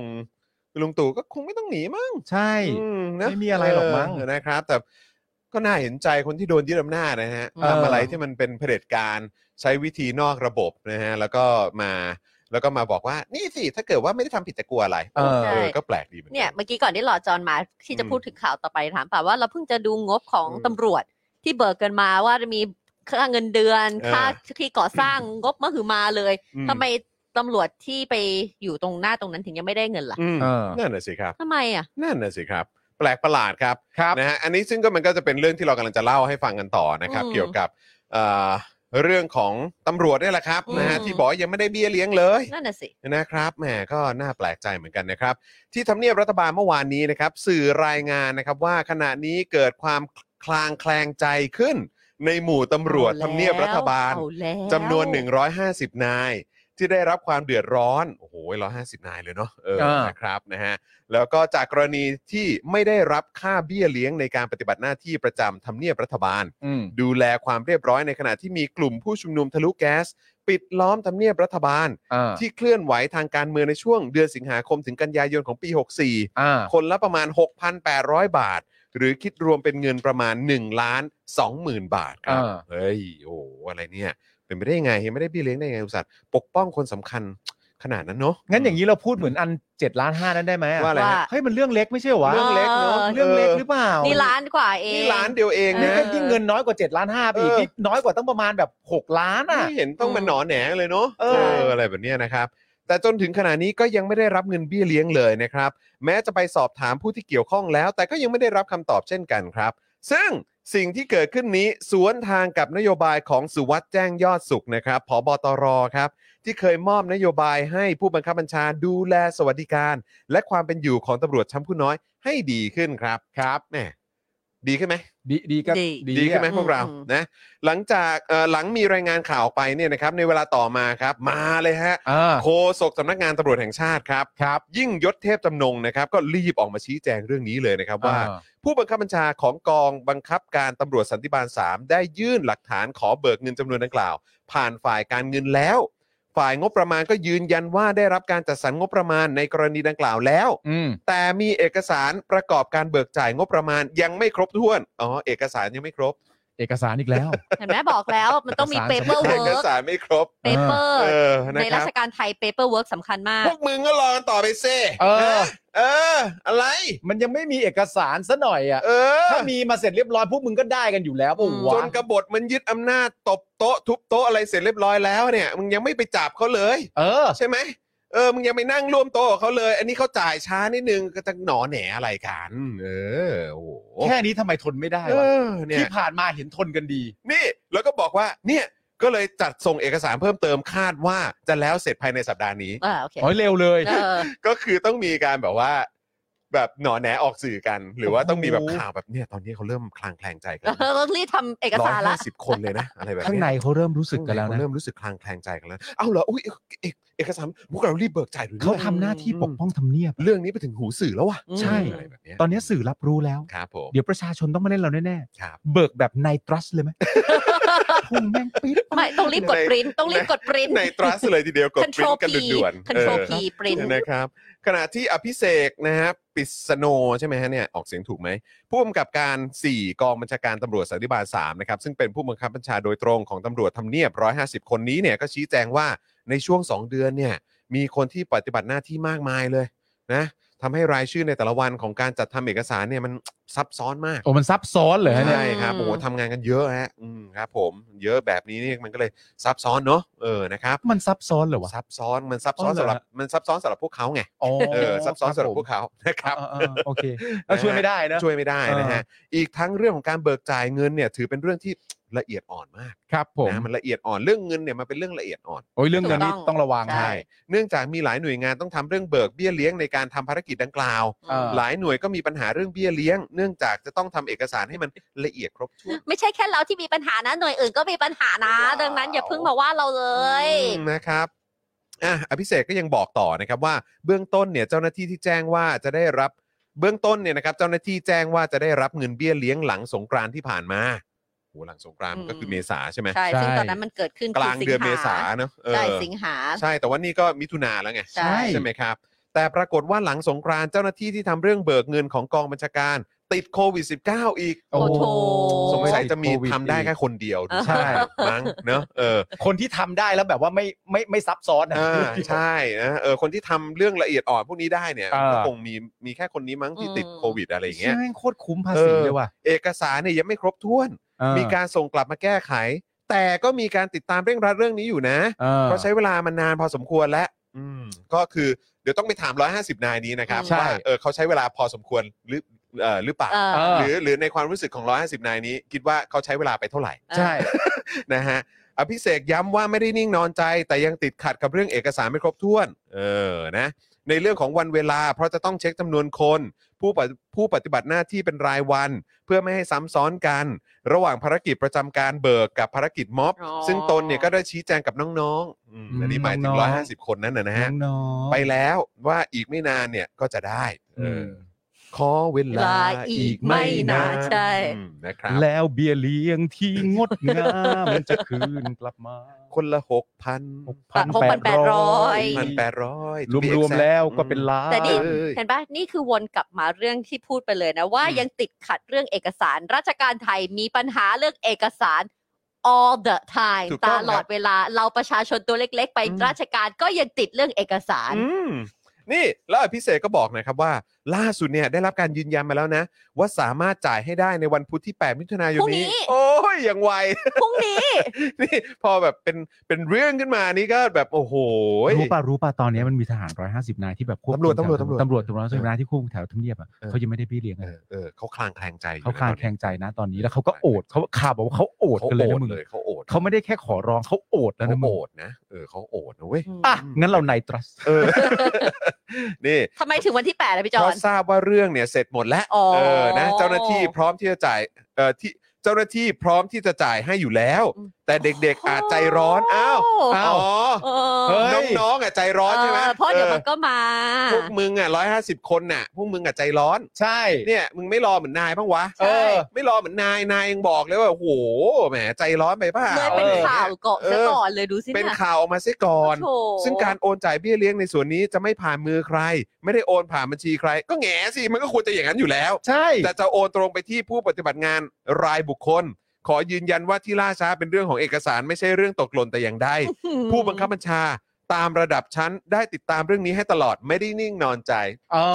ลุงตู่ก็คงไม่ต้องหนีมั้ง ใช่ อืมนะ ไม่มีอะไรหรอกมั้ง เนะครับ แต่ก็น่าเห็นใจคนที่โดนยึดอำนาจนะฮะ เออ ทำอะไรที่มันเป็นเผด็จการใช้วิธีนอกระบบนะฮะแล้วก็มาแล้วก็มาบอกว่านี่สิถ้าเกิดว่าไม่ได้ทำผิดจะกลัวอะไร เออ ใช่ เออก็แปลกดีเหมือน เนี่ย กั เมื่อกี้ก่อนที่หลอจอนมาที่จะ อืม พูดถึงข่าวต่อไปถามป่าว่าเราเพิ่งจะดูงบของ อืม ตำรวจที่เบิกกันมาว่าจะมีค่าเงินเดือน เออ ค่าที่ก่อสร้างงบมหึมาเลย อื ทำไมตำรวจที่ไปอยู่ตรงหน้าตรงนั้นถึงยังไม่ได้เงินล่ะ อืม เออ นั่นน่ะสิครับ ทำไมอ่ะ นั่นน่ะสิครับ แปลกประหลาดครับ ครับ นะฮะอันนี้ซึ่งก็มันก็จะเป็นเรื่องที่เรากำลังจะเล่าให้ฟังกันต่อนะครับ อืม เกี่ยวกับเอ่อเรื่องของตำรวจเนี่ยแหละครับนะฮะ อืม ที่บอกว่ายังไม่ได้เบี้ยเลี้ยงเลย นั่นน่ะสิ นะครับแหมก็น่าแปลกใจเหมือนกันนะครับ ที่ทำเนียบรัฐบาลเมื่อวานนี้นะครับ สื่อรายงานนะครับว่าขณะนี้เกิดความคลางแคลงใจขึ้น ในหมู่ตำรวจ เอา ทำเนียบรัฐบาล เอแว จำนวน 150 นาย ที่ได้รับความเดือดร้อน โอ้โห150 นายเลยเนาะเออ อ่าน นะครับนะฮะแล้วก็จากกรณีที่ไม่ได้รับค่าเบี้ยเลี้ยงในการปฏิบัติหน้าที่ประจำทำเนียบรัฐบาล อืม ดูแลความเรียบร้อยในขณะที่มีกลุ่มผู้ชุมนุมทะลุแก๊ส ปิดล้อมทำเนียบรัฐบาล อ่า ที่เคลื่อนไหวทางการเมืองในช่วงเดือนสิงหาคมถึงกันยายนของปี อ่า 64 คนละประมาณ 6,800 บาท หรือคิดรวมเป็นเงินประมาณ1ล้าน20,000 บาทครับ อ่า เฮ้ย โอ้โห อะไรเนี่ย เป็นไปได้ยังไงยังไม่ได้พี่เลี้ยงได้ยังไงอุตสัตว์ปกป้องคนสำคัญขนาดนั้นเนาะ งั้นอย่างนี้เราพูดเหมือนอันเจ็ดล้านห้านั้นได้ไหมอะ ว่าอะไรฮะ เฮ้ยมันเรื่องเล็กไม่ใช่หรอวะ เรื่องเล็กเนอะ เรื่องเล็กหรือเปล่า นี่ นี่ ล้านกว่าเอง นี่ร้านเดียวเอง เอ นี่ นะ อ ก็ยิ่งเงินน้อยกว่าเจ็ดล้านห้าไปอีก เออ นี่น้อยกว่าต้องประมาณแบบหกล้านอ่ะ ไม่เห็นต้องมันหนอนแหนเลยเนาะ เอ เออออะไรแบบเนี้ยนะครับ แต่จนถึงขณะนี้ก็ยังไม่ได้รับเงินเบี้ยเลี้ยงเลยนะครับ แม้จะไปสอบถามผู้ที่เกี่ยวข้องแล้ว แต่ก็ยังไม่ได้รับคำตอบเช่นกันครับ ซึ่งสิ่งที่เกิดขึ้นนี้สวนทางกับนโยบายของสุวัสด์แจ้งยอดสุขนะครับผบตรครับ ที่เคยมอบนโยบายให้ผู้บังคับบัญชาดูแลสวัสดิการ และความเป็นอยู่ของตำรวจชั้นผู้น้อยให้ดีขึ้นครับครับแหมดีขึ้นไหม ดีดีก็ ดี ดีขึ้นไหม อะ พวกเรา อืม นะ หลังจากเอ่อหลังมีรายงานข่าวออกไปเนี่ยนะครับ ในเวลาต่อมาครับ มาเลยฮะ อ่า โฆษกสำนักงานตำรวจแห่งชาติครับ ครับ ยิ่งยศเทพจำนงนะครับ ก็รีบออกมาชี้แจงเรื่องนี้เลยนะครับว่า ผู้บังคับบัญชาของกองบังคับการตำรวจสันติบาล 3 ได้ยื่นหลักฐานขอเบิกเงินจำนวนดังกล่าว ผ่านฝ่ายการเงินแล้ว ฝ่ายงบประมาณก็ยืนยันว่าได้รับการจัดสรรงบประมาณในกรณีดังกล่าวแล้ว อืม แต่มีเอกสารประกอบการเบิกจ่ายงบประมาณยังไม่ครบถ้วน อ๋อ เอกสารยังไม่ครบ เอกสารอีกแล้ว เห็นไหมบอกแล้วมันต้องมี เอกสาร paper เอก work สารไม่ครบ paper เออ นะ ใน ค รา รับ ชการไทย paper work สำคัญมาก พวกมึงก็รอกันต่อไปเซ่ เออ เออ อะไร มันยังไม่มีเอกสารซะหน่อยอ่ะ เออ ถ้ามีมาเสร็จเรียบร้อยพวกมึงก็ได้กันอยู่แล้วปะ อืม วะ จนกบฏมันยึดอำนาจตบโต๊ะทุบโต๊ะอะไรเสร็จเรียบร้อยแล้วเนี่ยมึงยังไม่ไปจับเขาเลย เออ ใช่ไหมเออมึงยังไปนั่งร่วมโต๊ะกับเขาเลย อันนี้เขาจ่ายช้านิดนึงก็จะหนอแหนอะไรกันเออโอ้โห แค่นี้ทำไมทนไม่ได้ เอ วะ อเนี่ ที่ ย ผ่านมาเห็นทนกันดี นี่แล้วก็บอกว่าเนี่ยก็เลยจัดส่งเอกสารเพิ่มเติมคาดว่าจะแล้วเสร็จภายในสัปดาห์นี้ อ่าโอเค โอ้ยเร็วเลย เออ ก็คือต้องมีการแบบว่า แบบหนอแหนออกสื่อกัน หรือว่าต้องมีแบบ โอ้โห ข่าวแบบเนี่ยตอนนี้เขาเริ่มคลางแคลงใจกัน เออต้องรีบทำเอก ร้อ สาย รละ ห้าสิบคนเลยนะอะไรแบบ ข้าง เนี้ย ในเขาเริ่มรู้สึกกันแล้วนะ เริ่มรู้สึกคลางแคลงใจกันแล้ว เอ้าเหรอ อุ้ยเอกเอกเอกสารพวกเรารีบเบิกจ่ายหรือ เขาทำหน้าที่ปกป้องทำเนียบ เรื่องนี้ไปถึงหูสื่อแล้ววะ ใช่ อะไรแบบเนี้ย ตอนนี้สื่อรับรู้แล้ว ครับผม เดี๋ยวประชาชนต้องมาเล่นเราแน่ ครับ ๆ เบิกแบบไนตรัสเลยไหม พุ่งแม่งปิด ไม่ต้องรีบกด ใน ปริ้นต้องรีบกดปริ้น ในตรัสเลยทีเดียวกดปริ้ Control นกัน P ด่วนๆ Control เอ P อ ปริ้น นะครับ ขณะที่อภิเษกนะฮะปิสโนใช่ไหมฮะเนี่ยออกเสียงถูกไหมผู้กำกับการ 4 กองบัญชาการตำรวจสันติบาล3นะครับซึ่งเป็นผู้บังคับบัญชาโดยตรงของตำรวจทำเนียบ 150 คนนี้เนี่ยก็ชี้แจงว่าในช่วง 2 เดือนเนี่ยมีคนที่ปฏิบัติหน้าที่มากมายเลยนะทำให้รายชื่อในแต่ละวันของการจัดทำเอกสารเนี่ยมันซับซ้อนมาก โอ้มันซับซ้อนเลยเนี่ย ใช่ครับโอ้โหทำงานกันเยอะฮะอืมครับผมเยอะแบบนี้นี่มันก็เลยซับซ้อนเนาะเออนะครับ มันซับซ้อนเหรอวะ ซับซ้อนมันซับซ้อน อ๋อสำเหรอหรับ ฮะ มันซับซ้อนสำหรับพวกเขาไง อ๋อ เออซับซ้อนสำหรับพวกเขานะครับ เออเออโอเคเราช่วยไม่ได้นะ ช่วยไม่ได้นะฮะอีกทั้งเรื่องของการเบิกจ่ายเงินเนี่ยถือเป็นเรื่องที่ละเอียดอ่อนมาก ครับผม นะมันละเอียดอ่อนเรื่องเงินเนี่ยมันเป็นเรื่องละเอียดอ่อน โอ้ยเรื่องเงินนี่ ถูกต้อง ต้องระวัง ใช่ นะ เนื่องจากมีหลายหน่วยงานต้องทำเรื่องเบิกเบี้ยเลี้ยงในการทำภารกิจดังกล่าว เออ หลายหน่วยก็มีปัญหาเรื่องเบี้ยเลี้ยง เนื่องจากจะต้องทำเอกสารให้มันละเอียดครบถ้วน ไม่ใช่แค่เราที่มีปัญหานะ หน่วยอื่นก็มีปัญหานะ ว้าว ดังนั้นอย่าเพิ่งมาว่าเราเลย อืมนะครับอ่ะอภิเษกก็ยังบอกต่อนะครับว่าเบื้องต้นเนี่ยเจ้าหน้าที่ที่แจ้งว่าจะได้รับเบื้องต้นเนี่ยนะครับเจ้าหน้าที่แจ้งว่าจะได้รับเงินเบี้ยเลี้ยงหลังสงกรานต์ที่ผ่านมาโหหลังสงกรานต์มันก็คือเมษาใช่ไหม ใช่ ซึ่งตอนนั้นมันเกิดขึ้น ก คื ลางเดือนเมษาเนอะเออ ใช่สิงหา ใช่แต่ว่านี่ก็มิถุนาแล้วไง ใช่ ใช่ไหมครับ แต่ปรากฏว่าหลังสงกรานต์เจ้าหน้าที่ที่ทำเรื่องเบิกเงินของกองบัญชาการ ติดโควิด -19 อีก โอ้โห สงสัยจะมี โควิด ทำได้แค่ อีก คนเดียว ใช่ มั้งเนอะเออ คนที่ทำได้แล้วแบบว่าไม่ไม่ไม่ซับซ้อนนะ อ่าใช่นะเออคนที่ทำเรื่องละเอียดอ่อนพวกนี้ได้เนี่ย อ่า ก็คงมีมีแค่คนนี้มั้งที่ติด อืม โควิดอะไรอย่างเงี้ย ใช่โคตรคุ้มภาษีเลยว่ะ เอกสารเนี่ยยังไม่ครบถ้วน เออ มีการส่งกลับมาแก้ไข แต่ก็มีการติดตามเร่งรัดเรื่องนี้อยู่นะ เออ เพราะใช้เวลามานานพอสมควรแล้วอืมก็คือเดี๋ยวต้องไปถาม 150 นายนี้นะครับ ใช่ ว่าเออเขาใช้เวลาพอสมควรหรือเอ่อหรือเปล่า เออหเออรือหรือในความรู้สึกของ 150 นายนี้ คิดว่าเขาใช้เวลาไปเท่าไหร่ ใช่ นะฮะอภิเษกย้ำว่าไม่ได้นิ่งนอนใจ แต่ยังติดขัดกับเรื่องเอกสารไม่ครบถ้วน เออนะในเรื่องของวันเวลา เพราะจะต้องเช็คจำนวนคน ผู้ปฏิผู้ปฏิบัติหน้าที่เป็นรายวัน เพื่อไม่ให้ซ้ำซ้อนกัน ระหว่างภารกิจประจำการเบิกกับภารกิจม็อบ อ๋อ ซึ่งตนเนี่ยก็ได้ชี้แจงกับน้องๆอืม อืม อันนี้หมายถึง น้องๆ 150 คนนั่นนะนะฮะ น้องๆ ไปแล้วว่าอีกไม่นานเนี่ยก็จะได้เอ อื อ ม ขอเวลาอีกไม่นาน ใช่ อืมนะครับ แล้วเบียร์เลี้ยงที่งดงามมันจะคืนกลับมา คนละหกพัน 6,800 พันแปดร้อย รวมๆแล้วก็เป็นล้าน แต่นี่ เอ้ย เห็นปะนี่คือวนกลับมาเรื่องที่พูดไปเลยนะ ว่า อืม ยังติดขัดเรื่องเอกสาร ราชการไทยมีปัญหาเรื่องเอกสาร all the time ถูก ต ต้องครับ ลอดเวลาเราประชาชนตัวเล็ก ๆ ไป อืม ราชการก็ยังติดเรื่องเอกสาร อืมนี่แล้วพิเศษกก็บอกนะครับว่า ล่าสุดเนี่ยได้รับการยืนยันมาแล้วนะ ว่าสามารถจ่ายให้ได้ในวันพุธที่ 8 มิถุนายน พรุ่งนี้ นี้ โอ้ยอย่างไว พรุ่งนี้ นี่พอแบบเป็นเป็นเรื่องขึ้นมานี่ก็แบบโอ้โห รู้ป่ะรู้ป่ะตอนนี้มันมีทหารร้อยห้าสิบนายที่แบบควบคุม ตำรวจตำรวจ แถ ตำรวจ ตำรวจตำรวจตำรวจนายที่ควบคุมแถวทำเนียบอ่ะ เออ เขายังไม่ได้พี่เลี้ยง เอ เลย อเออเขาคลางแคลงใจอยู่ เขาคลางแคลงใจนะตอนนี้แล้วเขาก็โอดเขาข่าวบอกว่าเขาโอด เขา กันเล โอย ด นะมึง เลยเขาโอด เขาไม่ได้แค่ขอร้องเขาโอดแล้ว เขา นะมึ โอง ดนะเออเขาโอดนะเว้ย อืม อ่ะงั้นเราไนตรัส เออ นี่ ทำไมถึงวันที่8ล่ะพี่จ เพ อ ราะ น ทราบว่าเรื่องเนี่ยเสร็จหมดแล้ว อ๋อ เออนะเจ้าหน้าที่พร้อมที่จะจ่ายเอ่อที่เจ้าหน้าที่พร้อมที่จะจ่ายให้อยู่แล้ว อืม แต่เด็กๆอาจใจร้อนอ้าว อ้าว อ๋อ เอ เฮ้ อย น้องๆอ่ะใจร้อนใช่ไหม เออเพราะเดี๋ยวมันก็มา เออพวกมึงอ่ะร้อยห้าสิบคนน่ะพวกมึงอ่ะใจร้อน ใช่ เนี่ยมึงไม่รอเหมือนนายบ้างวะ เออ ไม่รอเหมือนนายนายยังบอกเลยว่าโอ้โหแหมใจร้อนไปเปล่า เลยเป็น ออ ข่าวเกาะซะก่อนเลยดูสิ เป็น ย ข่าวออกมาเสียก่อน โถ ซึ่งการโอนจ่ายเบี้ยเลี้ยงในส่วนนี้จะไม่ผ่านมือใคร ไม่ได้โอนผ่านบัญชีใคร ก็แง่สิมันก็ควรจะอย่างนั้นอยู่แล้ว ใช่ แต่จะโอนตรงไปที่ผู้ปฏิบัติงานรายบุคคล ขอยืนยันว่าที่ล่าช้าเป็นเรื่องของเอกสารไม่ใช่เรื่องตกหล่นแต่อย่างใดผู้บังคับบัญชาตามระดับชั้นได้ติดตามเรื่องนี้ให้ตลอดไม่ได้นิ่งนอนใจ อ๋อ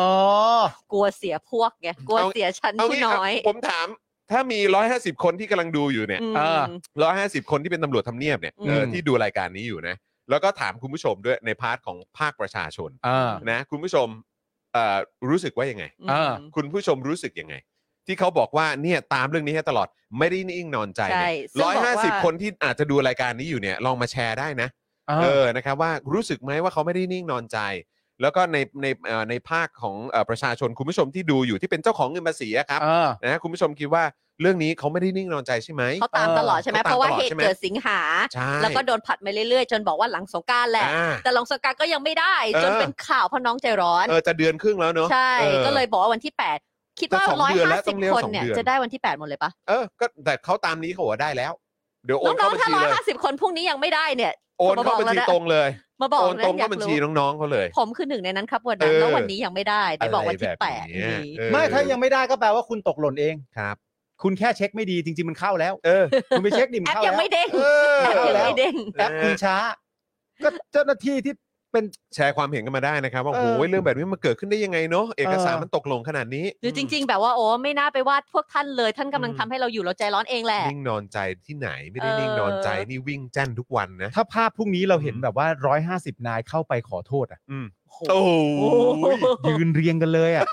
กลัวเสียพวกไงกลัว เอา เสียชั้น เอา ที่ งี้ น้อย ผมถามถ้ามี 150 คนที่กำลังดูอยู่เนี่ย ม เออ ร้อยห้าสิบคนที่เป็นตำรวจทำเนียบเนี่ย อืม เออที่ดูรายการนี้อยู่นะ แล้วก็ถามคุณผู้ชมด้วยในพาร์ทของภาคประชาชน อ่า นะคุณผู้ชมเอ่อรู้สึกว่ายังไง ม อ่า คุณผู้ชมรู้สึกยังไง ที่เขาบอกว่าเนี่ยตามเรื่องนี้ให้ตลอดไม่ได้นิ่งนอนใจ ใช่ซึ่ง ร้อย บอก ห้า ว่า สิบคนที่อาจจะดูรายการนี้อยู่เนี่ยลองมาแชร์ได้นะ อ่า เออนะครับว่ารู้สึกไหมว่าเขาไม่ได้นิ่งนอนใจ แล้วก็ในในเอ่อในภาคของเอ่อประชาชนคุณผู้ชมที่ดูอยู่ที่เป็นเจ้าของเงินภาษีอะครับ อ่า นะคุณผู้ชมคิดว่าเรื่องนี้เขาไม่ได้นิ่งนอนใจใช่ไหม เขาตามตลอดใช่ไหม เขาตาม เพราะว่า ตลอด เหตุ ใช่ไหม เกิดสิงหา ใช่ แล้วก็โดนผลัดมาเรื่อยๆ จนบอกว่าหลังสงกรารแหละ อ่า แต่หลังสงกรารก็ยังไม่ได้ เออ จนเป็นข่าวเพราะน้องใจร้อน เออจะเดือนครึ่งแล้วเนอะ ใช่ ออ ก็เลยบอกว่าวันที่ 8 คิดว่า จะสอง ร้อย เดือนแล้ ห้าวสิ ต้อบ งเรียก ค ว่าน เนี่ย สองเดือน จะได้วันที่ 8 หมดเลยปะ เออก็แต่เขาตามนี้เขาบอกว่าได้แล้ว เดี๋ยวโอน น้ เข้า อง บัญ ๆถ้า ชี ร้อย เลย ห้าสิบคนพรุ่งนี้ยังไม่ได้เนี่ย โอนเข้า มาบอก บัญชี แล้วนะ ตรงเลย มาบอก โอน นะ ตรง อยา เข้าก บัญชี รู้ น้องๆเขาเลย ผมคือหนึ่งในนั้นครับวันนั้ เอนอ แล้ววันนี้ยังไม่ได้ได้บอกวันที่ อะไร แปด บบเนี้ย นี้ เออ ไม่ถ้ายังไม่ได้ก็แปลว่าคุณตกหล่นเอง ครับ คุณแค่เช็คไม่ดีจริง ๆ มันเข้า แล้ว เออ คุณไปเช็คดิมน แอป เข้า ยั แล้ ง ว ไม่เด้ง เออ แอปยัง แล้ว ไม่เด้ง แอปคุณช้า ก็เจ้าหน้าที่ที่เป็น แชร์ความเห็นกันมาได้นะครับ ว่า เอ โอ้ อ โหเรื่องแบบนี้มันเกิดขึ้นได้ยังไงเนาะเอกสาร เออ มันตกหลงขนาดนี้ หรือจริง ๆ แบบว่าโอ้ไม่น่าไปวาดพวกท่านเลยท่านกำลังทำให้เราอยู่เราใจร้อนเองแหละ นิ่งนอนใจที่ไหนไม่ได้นิ่งนอนใจ เออ นี่วิ่งแจ้นทุกวันนะ ถ้าภาพพรุ่งนี้เราเห็น อืม แบบว่าร้อยห้าสิบนายเข้าไปขอโทษอ่ะ อืม โอ้โห โอ้โห ยืนเรียงกันเลยอ่ะ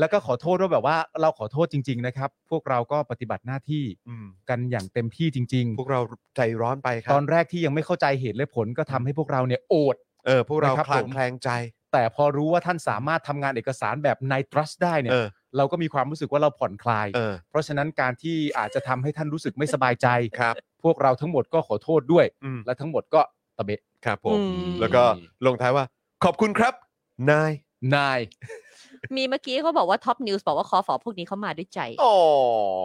แล้วก็ขอโทษว่าแบบว่าเราขอโทษจริง ๆ นะครับ พวกเราก็ปฏิบัติหน้าที่ อืม กันอย่างเต็มที่จริง พวกเราใจร้อนไปค ๆ รั ต บ อนแรกที่ยังไม่เข้าใจเหตุและผลก็ทำให้พวกเราเนี่ยโอด เออพวกเรา นะคคลารับง ผม แคลงใจ แต่พอรู้ว่าท่านสามารถทำงานเอกสารแบบนายทรัสได้เนี่ย เออ เราก็มีความรู้สึกว่าเราผ่อนคลาย เออ เพราะฉะนั้นการที่อาจจะทำให้ท่านรู้สึกไม่สบายใจ ครับ พวกเราทั้งหมดก็ขอโทษด้วย อืม และทั้งหมดก็ตะเบะ ครับผม อืม แล้วก็ลงท้ายว่า ขอบคุณครับ นาย นาย มีเมื่อกี้เขาบอกว่าท็อปนิวส์บอกว่าคอฝอพวกนี้เขามาด้วยใจ อ๋อ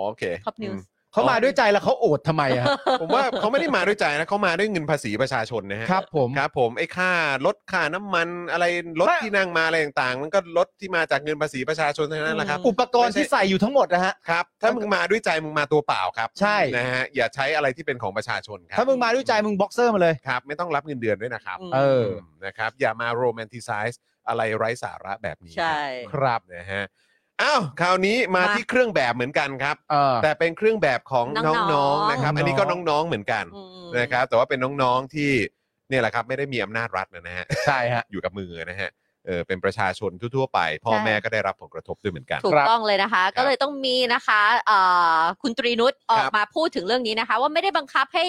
โอเค ท็อปนิวส์ เขามาด้วยใจแล้วเขาโอดทำไมอะ อืมผมว่าเขาไม่ได้มาด้วยใจนะเขามาด้วยเงินภาษีประชาชนนะฮะ ครับผม ครับผมไอ้ค่ารถค่าน้ำมันอะไรรถที่นั่งมาอะไรต่างๆ มันก็รถที่มาจากเงินภาษีประชาชนทั้งนั้นแหละครับ อืม อุปกรณ์ที่ใส่อยู่ทั้งหมดนะฮะ ครับ ถ้ามึงมาด้วยใจมึงมาตัวเปล่าครับ ใช่ นะฮะอย่าใช้อะไรที่เป็นของประชาชนครั ถ้ามึงมาด้วยใจมึงบ็อกเซอร์มาเลย ครับ ไม่ต้องรับเงินเดือนด้วยนะครับ เออ มนะครับ อย่ามาโรแมนติไซส์อะไรไร้สาระแบบนี้ ใช่ ครับนะฮะอ้าวคราวนี้มาที่เครื่องแบบเหมือนกันครับ เออ แต่เป็นเครื่องแบบของ น้ น้ อ อง ง ๆ ๆนะครับอันนี้ก็น้องๆเหมือนกัน อืม นะครับ แต่ว่าเป็นน้องๆที่เนี่ยแหละครับ ไม่ได้มีอำนาจรัฐนะฮะ ใช่ฮะ อยู่กับมือนะฮะเออเป็นประชาชนทั่วๆไป พ่อ ใช่ แม่ก็ได้รับผลกระทบด้วยเหมือนกัน ถูก ครับ ต้องเลยนะคะ ก็เลยต้องมีนะคะเอ่อคุณตรีนุชออก ครับ มาพูดถึงเรื่องนี้นะคะ ว่าไม่ได้บังคับให้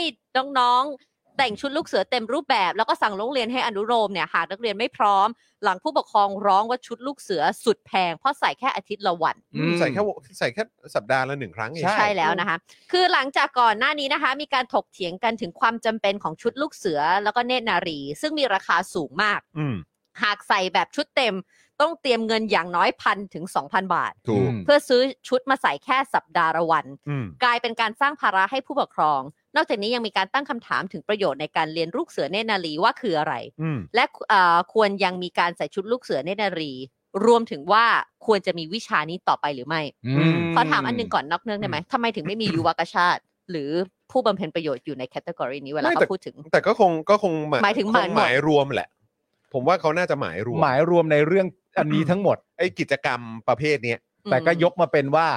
น้องๆ แต่งชุดลูกเสือเต็มรูปแบบ แล้วก็สั่งโรงเรียนให้อนุโรมเนี่ยหากนักเรียนไม่พร้อม หลังผู้ปกครองร้องว่าชุดลูกเสือสุดแพง เพราะใส่แค่อาทิตย์ละวัน อืม ใส่แค่วใส่แค่สัปดาห์ละหนึ่งครั้งเอง ใช่ ใช่แล้วนะคะ คือหลังจากก่อนหน้านี้นะคะ มีการถกเถียงกันถึงความจำเป็นของชุดลูกเสือแล้วก็เนตรนารี ซึ่งมีราคาสูงมาก อืม หากใส่แบบชุดเต็ม ต้องเตรียมเงินอย่างน้อยพันถึง 2,000 บาท ถูก เพื่อซื้อชุดมาใส่แค่สัปดาห์ละวัน อืม กลายเป็นการสร้างภาระให้ผู้ปกครอง นอกจากนี้ยังมีการตั้งคำถามถึงประโยชน์ในการเรียนลูกเสือเนตรนารีว่าคืออะไร อืม และเอ่อควรยังมีการใส่ชุดลูกเสือเนตรนารี รวมถึงว่าควรจะมีวิชานี้ต่อไปหรือไม่ อืม ขอถามอันหนึงก่อนนอกเรื่องได้ไหมทำไมถึงไม่มียุวกชาติ หรือผู้บำเพ็ญประโยชน์อยู่ในแคตตากรีนี้เวลาเขาพูดถึง แต่ก็คงก็คง หมายถึง ค หมายหมด หมายรวมแหละ ผมว่าเขาน่าจะหมายรวม หมายรวมในเรื่องอันนี้ทั้งหมด ไอ้กิจกรรมประเภทเนี้ย แต่ก็ยกมาเป็นว่า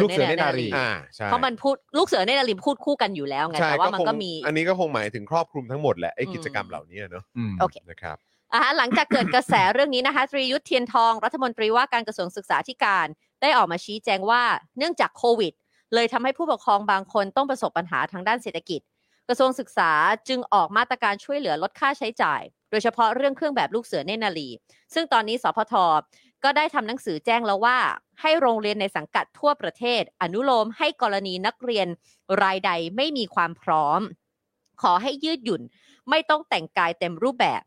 ลูกเสือเนตรนารี อ่าใช่ เพราะมันพูดลูกเสือเนตรนารีพูดคู่กันอยู่แล้วไง ใช่ แต่ว่ามัน คง ก็มี อันนี้ก็คงหมายถึงครอบคลุมทั้งหมดแหละไอ้ อืม กิจกรรมเหล่านี้เนอะ อืม โอเค นะครับ อ่ะหลังจากเกิดกระแสเรื่องนี้นะคะตรียุทธเทียนทองรัฐมนตรีว่าการกระทรวงศึกษาธิการ ได้ออกมาชี้แจงว่าเนื่องจากโควิด เลยทำให้ผู้ปกครองบางคนต้องประสบปัญหาทางด้านเศรษฐกิจ กระทรวงศึกษาจึงออกมาตรการช่วยเหลือลดค่าใช้จ่าย โดยเฉพาะเรื่องเครื่องแบบลูกเสือเนตรนารี ซึ่งตอนนี้สพทก็ได้ทำหนังสือแจ้งแล้วว่า ให้โรงเรียนในสังกัดทั่วประเทศ อนุโลมให้กรณีนักเรียนรายใดไม่มีความพร้อม ขอให้ยืดหยุ่น ไม่ต้องแต่งกายเต็มรูปแบบ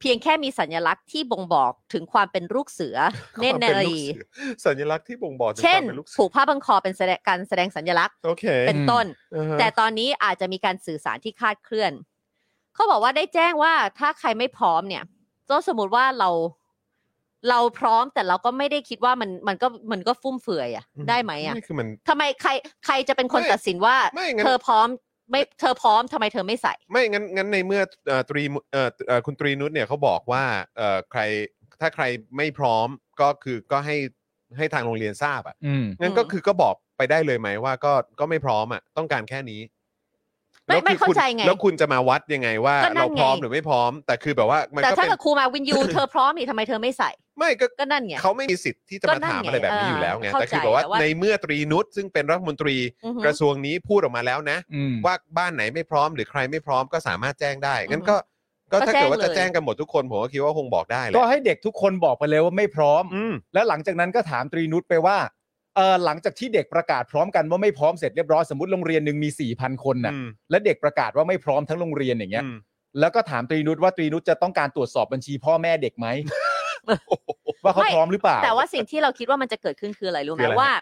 เพียงแค่มีสัญลักษณ์ที่บ่งบอกถึงความเป็นลูกเสือ เนตรนารี สัญลักษณ์ที่บ่งบอกถึงค เช่น วามเป็นลูกศิษย์ ผูกผ้าบังคอเป็นแสดงการแสดงสัญลักษณ์ โอเค เป็นต้น อ่าฮะ แต่ตอนนี้อาจจะมีการสื่อสารที่คลาดเคลื่อน เขาบอกว่าได้แจ้งว่าถ้าใครไม่พร้อมเนี่ยก็สมมติว่าเรา เราพร้อมแต่เราก็ไม่ได้คิดว่ามันมันก็มันก็ฟุ่มเฟือยอะได้ไหมอะ นี่คือมัน ทำไมใครใครจะเป็นคน ไม่ ตัดสินว่า ไม่งั้น เธอพร้อม ไม่เธอพร้อมทำไมเธอไม่ใส่ ไม่งั้นงั้นในเมื่อเอ่อตรีมุเอ่อเอ่อคุณตรีนุชเนี่ยเขาบอกว่าเอ่อใครถ้าใครไม่พร้อมก็คือก็ให้ให้ทางโรงเรียนทราบอ่ะ อืม งั้น อืม ก็คือก็บอกไปได้เลยไหมว่าก็ก็ไม่พร้อมอ่ะต้องการแค่นี้ ไม่ แล้ว ไม่ คือ เข้า คุณ ใจไง แล้วคุณจะมาวัดยังไงว่า ก็นั่น เราพร้อม ไง หรือไม่พร้อม แต่คือแบบว่ามัน แต่ ก็ ถ้า เป็น เกิดครูมาวินยู เธอพร้อมนี่ทำไมเธอไม่ใส่ ไม่ก็ ก็นั่นไง เขาไม่มีสิทธิ์ที่จะ ก็ มา นั่น ถาม ไง อะไรแบบนี้อยู่แล้วไง เออเข้า แต่คือ ใจ แบบว่า แต่ว่า ในเมื่อตรีนุชซึ่งเป็นรัฐมนตรี อือฮึ กระทรวงนี้พูดออกมาแล้วนะ อืม ว่าบ้านไหนไม่พร้อมหรือใครไม่พร้อมก็สามารถแจ้งได้ งั้น อือฮึ ก็ก็ ก็ ถ้า แจ้ เกิดงว่าจะ เลย แจ้งกันหมดทุกคนผมก็คิดว่าคงบอกได้แห ก็ ละ ให้เด็กทุกคนบอกไปเลยว่าไม่พร้อม อืม แล้วหลังจากนั้นก็ถามตรีนุชไปว่าเออหลังจากที่เด็กประกาศพร้อมกันว่าไม่พร้อมเสร็จเรียบร้อยสมมติโรงเรียนหนึ่งมี4ี่พันคนน่ะ อืม และเด็กประกาศว่าไม่พร้อมทั้งโรงเรียนอย่างเงี้ย อืม แล้วก็ถามตรีนุชว่าตรีนุชจะต้องการตรวจสอบบัญชีพ่อแม่เด็ กไหม ว่าเขา ไม่ พร้อมหรือเปล่า แต่ว่าสิ่งที่เราคิดว่ามันจะเกิดขึ้นคืออะไรรู้ไห คือมอะไร ว่า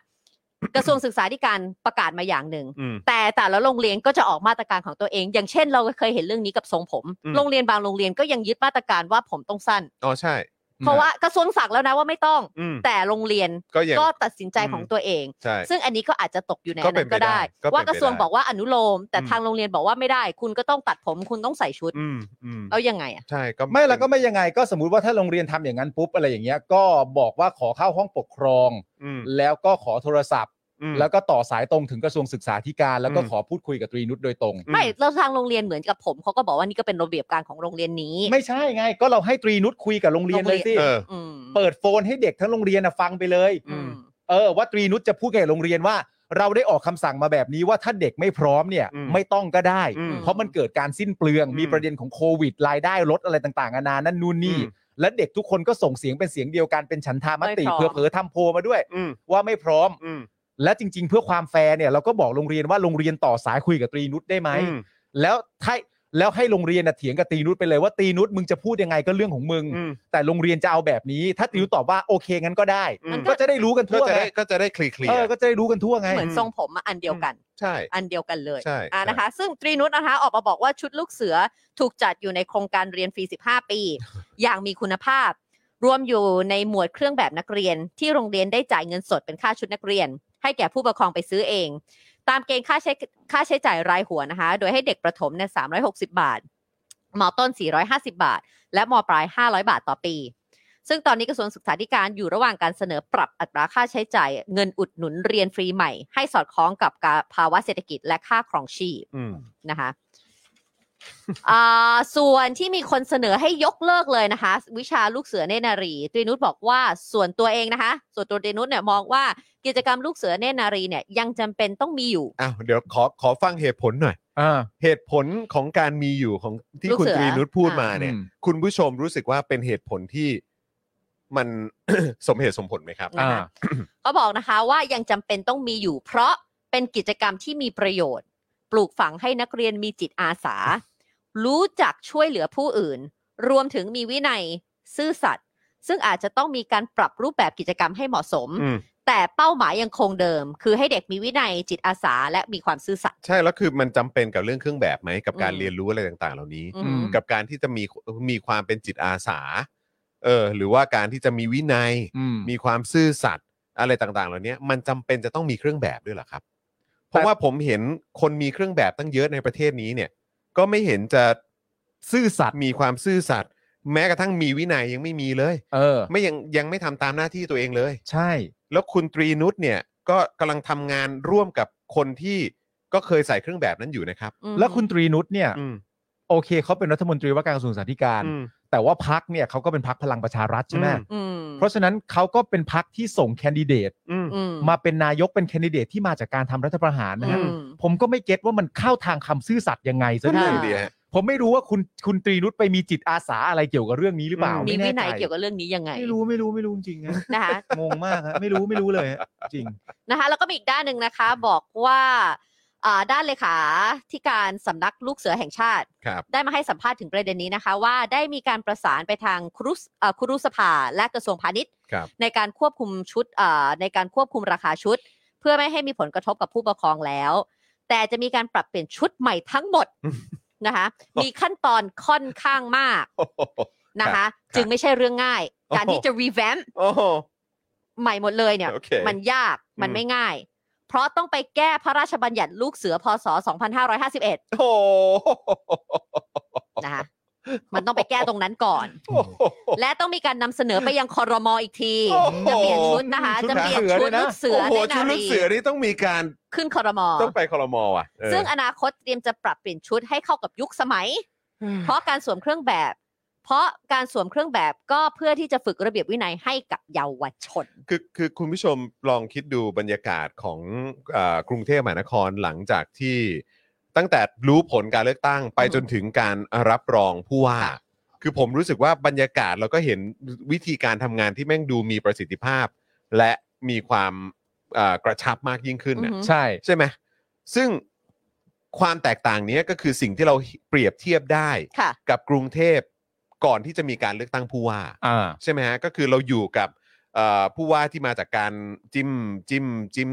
กระทรวงศึกษาธิการประกาศมาอย่างหนึ่ง อืม แต่แต่ละโรงเรียนก็จะออกมาตรการของตัวเอง อย่างเช่น เราเคยเห็นเรื่องนี้กับทรงผม อืม โรงเรียนบางโรงเรียนก็ยังยึดมาตรการว่าผมต้องสั้น อ๋อใช่ อืม เพราะว่ากระทรวงสั่งแล้วนะว่าไม่ต้อง อืม แต่โรงเรียน ก็ยัง ก็ตัดสินใจของตัวเอง ใช่ ซึ่งอันนี้ก็อาจจะตกอยู่ใน ก็ อัน เป็ นั้น น ไป ก็ได้ได้ก็เป็นไป ว่ากระทรวง ได้ บอกว่าอนุโลม แต่ อืม ทางโรงเรียนบอกว่าไม่ได้ คุณก็ต้องตัดผมคุณต้องใส่ชุด อืมอืม แล้วยังไงอะ ใช่ก็ ไม่แล้วก็ไม่ยังไงก็สมมติว่าถ้าโรงเรียนทำอย่างนั้นปุ๊บอะไรอย่างเงี้ยก็บอกว่าขอเข้าห้องปกครอง อืม แล้วก็ขอโทรศัพท์ อืม แล้วก็ต่อสายตรงถึงกระทรวงศึกษาธิการ แล้วก็ อืม ขอพูดคุยกับตรีนุชโดยตรง อืม ไม่เราทางโรงเรียนเหมือนกับผมเขาก็บอกว่านี่ก็เป็นระเบียบการของโรงเรียนนี้ ไม่ใช่ไง ก็เราให้ตรีนุชคุยกับโรงเรียนเลยสิ เออ อืม เปิดโฟนให้เด็กทั้งโรงเรียนนะฟังไปเลย อืม เออว่าตรีนุชจะพูดกับโรงเรียนว่า เราได้ออกคำสั่งมาแบบนี้ว่าถ้าเด็กไม่พร้อมเนี่ย อืม ไม่ต้องก็ได้ อืม เพราะมันเกิดการสิ้นเปลือง อืม มีประเด็นของโควิดรายได้ลดอะไรต่างๆนานานั่นนู่นนี่ อืม และเด็กทุกคนก็ส่งเสียงเป็นเสียงเดียวกันเป็นฉันทามติ ไม่พร้ เพื่ อ อ ม เผลอๆทำโพลมาด้วย อืม ว่าไม่พร้อม อืม และจริง ๆ เพื่อความแฟร์เนี่ยเราก็บอกโรงเรียนว่าโรงเรียนต่อสายคุยกับตรีนุชได้ไหม อืม แล้วถ้าแล้วให้โรงเรียนน่ะเถียงกับตีนุชไปเลยว่าตีนุชมึงจะพูดยังไงก็เรื่องของมึง อืม แต่โรงเรียนจะเอาแบบนี้ ถ้าตีนุชตอบว่าโอเคงั้นก็ได้ มันก็ ก็จะได้รู้กัน ก็ ทั่ว จะ ไง ได้ก็จะได้เคลียร์ เออก็จะได้รู้กันทั่วไง เหมือนทรงผมอะอันเดียวกัน ใช่ อันเดียวกันเลย ใช่ อ่า ใช่ นะคะ ซึ่งตรีนุชนะคะออกมาบอกว่าชุดลูกเสือถูกจัดอยู่ในโครงการเรียนฟรี 15 ปี อย่างมีคุณภาพ รวมอยู่ในหมวดเครื่องแบบนักเรียน ที่โรงเรียนได้จ่ายเงินสดเป็นค่าชุดนักเรียน ให้แก่ผู้ปกครองไปซื้อเอง ตามเกณฑ์ค่าใช้ค่าใช้จ่ายรายหัวนะคะ โดยให้เด็กประถมเนี่ย360 บาทมอต้น 450 บาท และมอปลาย 500 บาทต่อปี ซึ่งตอนนี้กระทรวงศึกษาธิการอยู่ระหว่างการเสนอปรับอัตราค่าใช้จ่ายเงินอุดหนุนเรียนฟรีใหม่ ให้สอดคล้องกับกาภาวะเศรษฐกิจและค่าครองชีพ อืม นะคะอ่าส่วนที่มีคนเสนอให้ยกเลิกเลยนะคะ วิชาลูกเสือเนตรนารี ตรีนุชบอกว่าส่วนตัวเองนะคะ ส่วนตัวตรีนุชเนี่ยมองว่ากิจกรรมลูกเสือเนตรนารีเนี่ยยังจำเป็นต้องมีอยู่ อ้าวเดี๋ยวขอขอฟังเหตุผลหน่อย เหตุผลของการมีอยู่ของที่ ลูก คุณ เสือ ตรีนุชพูด อ่ะ มาเนี่ย อืม คุณผู้ชมรู้สึกว่าเป็นเหตุผลที่มัน สมเหตุสมผลไหมครับ นะ อ่า คะ ก็บอกนะคะว่ายังจำเป็นต้องมีอยู่ เพราะเป็นกิจกรรมที่มีประโยชน์ ปลูกฝังให้นักเรียนมีจิตอาสา รู้จักช่วยเหลือผู้อื่น รวมถึงมีวินัยซื่อสัตย์ซึ่งอาจจะต้องมีการปรับรูปแบบกิจกรรมให้เหมาะสม อืม แต่เป้าหมายยังคงเดิม คือให้เด็กมีวินัยจิตอาสาและมีความซื่อสัตย์ ใช่แล้วคือมันจำเป็นกับเรื่องเครื่องแบบไหมกับการ อืม เรียนรู้อะไรต่างๆ เหล่านี้ อืม กับการที่จะมีมีความเป็นจิตอาสา เออ หรือว่าการที่จะมีวินัย อืม มีความซื่อสัตย์อะไรต่างๆ เหล่านี้มันจำเป็นจะต้องมีเครื่องแบบด้วยเหรอครับ เพราะว่าผมเห็นคนมีเครื่องแบบตั้งเยอะในประเทศนี้เนี่ย ก็ไม่เห็นจะ ซื่อสัตย์ มีความซื่อสัตย์แม้กระทั่งมีวินัยยังไม่มีเลย เออ ไม่ยังยังไม่ทำตามหน้าที่ตัวเองเลย ใช่ แล้วคุณตรีนุชเนี่ยก็กำลังทำงานร่วมกับคนที่ก็เคยใส่เครื่องแบบนั้นอยู่นะครับ แล้วคุณตรีนุชเนี่ย อืม โอเคเขาเป็นรัฐมนตรีว่าการกระทรวงสาธารณสุขการ อืม แต่ว่าพักเนี่ยเขาก็เป็นพักพลังประชารัฐใช่ไหม อืม อืม เพราะฉะนั้นเขาก็เป็นพักที่ส่งแคนดิเดต อืม อืม มาเป็นนายกเป็นแคนดิเดตที่มาจากการทำรัฐประหารนะฮะ อืม ผมก็ไม่เก็ตว่ามันเข้าทางคำซื่อสัตย์ยังไงซะ ก็นั่ ด้ น วย ดีฮะ ผมไม่รู้ว่าคุณคุณตรีนุชไปมีจิตอาสาอะไรเกี่ยวกับเรื่องนี้หรือเปล่า มี ไแ วินัยเกี่ยวกับเรื่องนี้ยังไง ไม่รู้ไม่รู้ไม่รู้จริงๆนะ นะคะ งงมากฮะไม่รู้ไม่รู้เลยฮะจริง นะคะแล้วก็มีอีกด้านหนึ่งนะคะบอกว่า อ่าด้านเลขาที่การสำนักลูกเสือแห่งชาติ ครับ ได้มาให้สัมภาษณ์ถึงประเด็นนี้นะคะ ว่าได้มีการประสานไปทางครุสเอ่อครุสภาและกระทรวงพาณิชย์ ครับ ในการควบคุมชุดเอ่อในการควบคุมราคาชุด เพื่อไม่ให้มีผลกระทบกับผู้ปกครองแล้ว แต่จะมีการปรับเปลี่ยนชุดใหม่ทั้งหมดนะคะ มีขั้นตอนค่อนข้างมาก โอ้โห นะ ครั คะ บ จึงไม่ใช่เรื่องง่าย โอ้โห การที่จะ revamp โอ้โห ใหม่หมดเลยเนี่ย โอเค มันยากมัน อืม ไม่ง่าย เพราะต้องไปแก้พระราชบัญญัติลูกเสือพศ 2551 โอ้โห นะคะมันต้องไปแก้ตรงนั้นก่อน โอ้โห และต้องมีการนำเสนอไปยังคอรมออีกที โอ้โห จะเปลี่ยนชุดนะคะ ชุด จะเปลี่ยน เสือ ชุ ด้ ด วยนะ ลูกเสือ โอ้โห ได้ ชุ นา ดลูก รี เสือนี่ต้องมีการ ขึ้นคอรมอ ต้องไปคอรมอว่ะเออ ซึ่งอนาคตเตรียมจะปรับเปลี่ยนชุดให้เข้ากับยุคสมัย เพราะการสวมเครื่องแบบ เพราะการสวมเครื่องแบบก็เพื่อที่จะฝึกระเบียบวินัยให้กับเยาวชน คือคือคุณผู้ชมลองคิดดูบรรยากาศของเอ่อกรุงเทพมหานครหลังจากที่ตั้งแต่รู้ผลการเลือกตั้งไป อืม จนถึงการรับรองผู้ว่า คือผมรู้สึกว่าบรรยากาศเราก็เห็นวิธีการทำงานที่แม่งดูมีประสิทธิภาพ และมีความเอ่อกระชับมากยิ่งขึ้น อือ น่ะ หือ ใช่ ใช่ไหมซึ่งความแตกต่างเนี้ยก็คือสิ่งที่เราเปรียบเทียบได้ ค่ะ กับกรุงเทพก่อนที่จะมีการเลือกตั้งผู้ว่า อ่า ใช่ไหมฮะ ก็คือเราอยู่กับเอ่อผู้ว่าที่มาจากการจิ้มจิ้มจิ้ม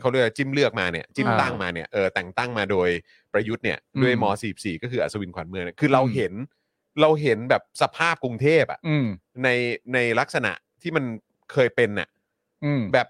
เขาเรียกว่าจิ้มเลือกมาเนี่ยจิ้ม อ่า ตั้งมาเนี่ยเออแต่งตั้งมาโดยประยุทธ์เนี่ย อืม ด้วยม .44 ก็คืออัศวินขวัญเมืองเนี่ยคือเรา อืม เห็นเราเห็นแบบสภาพกรุงเทพอะ อืม ในในลักษณะที่มันเคยเป็นน่ะ อืม แบบ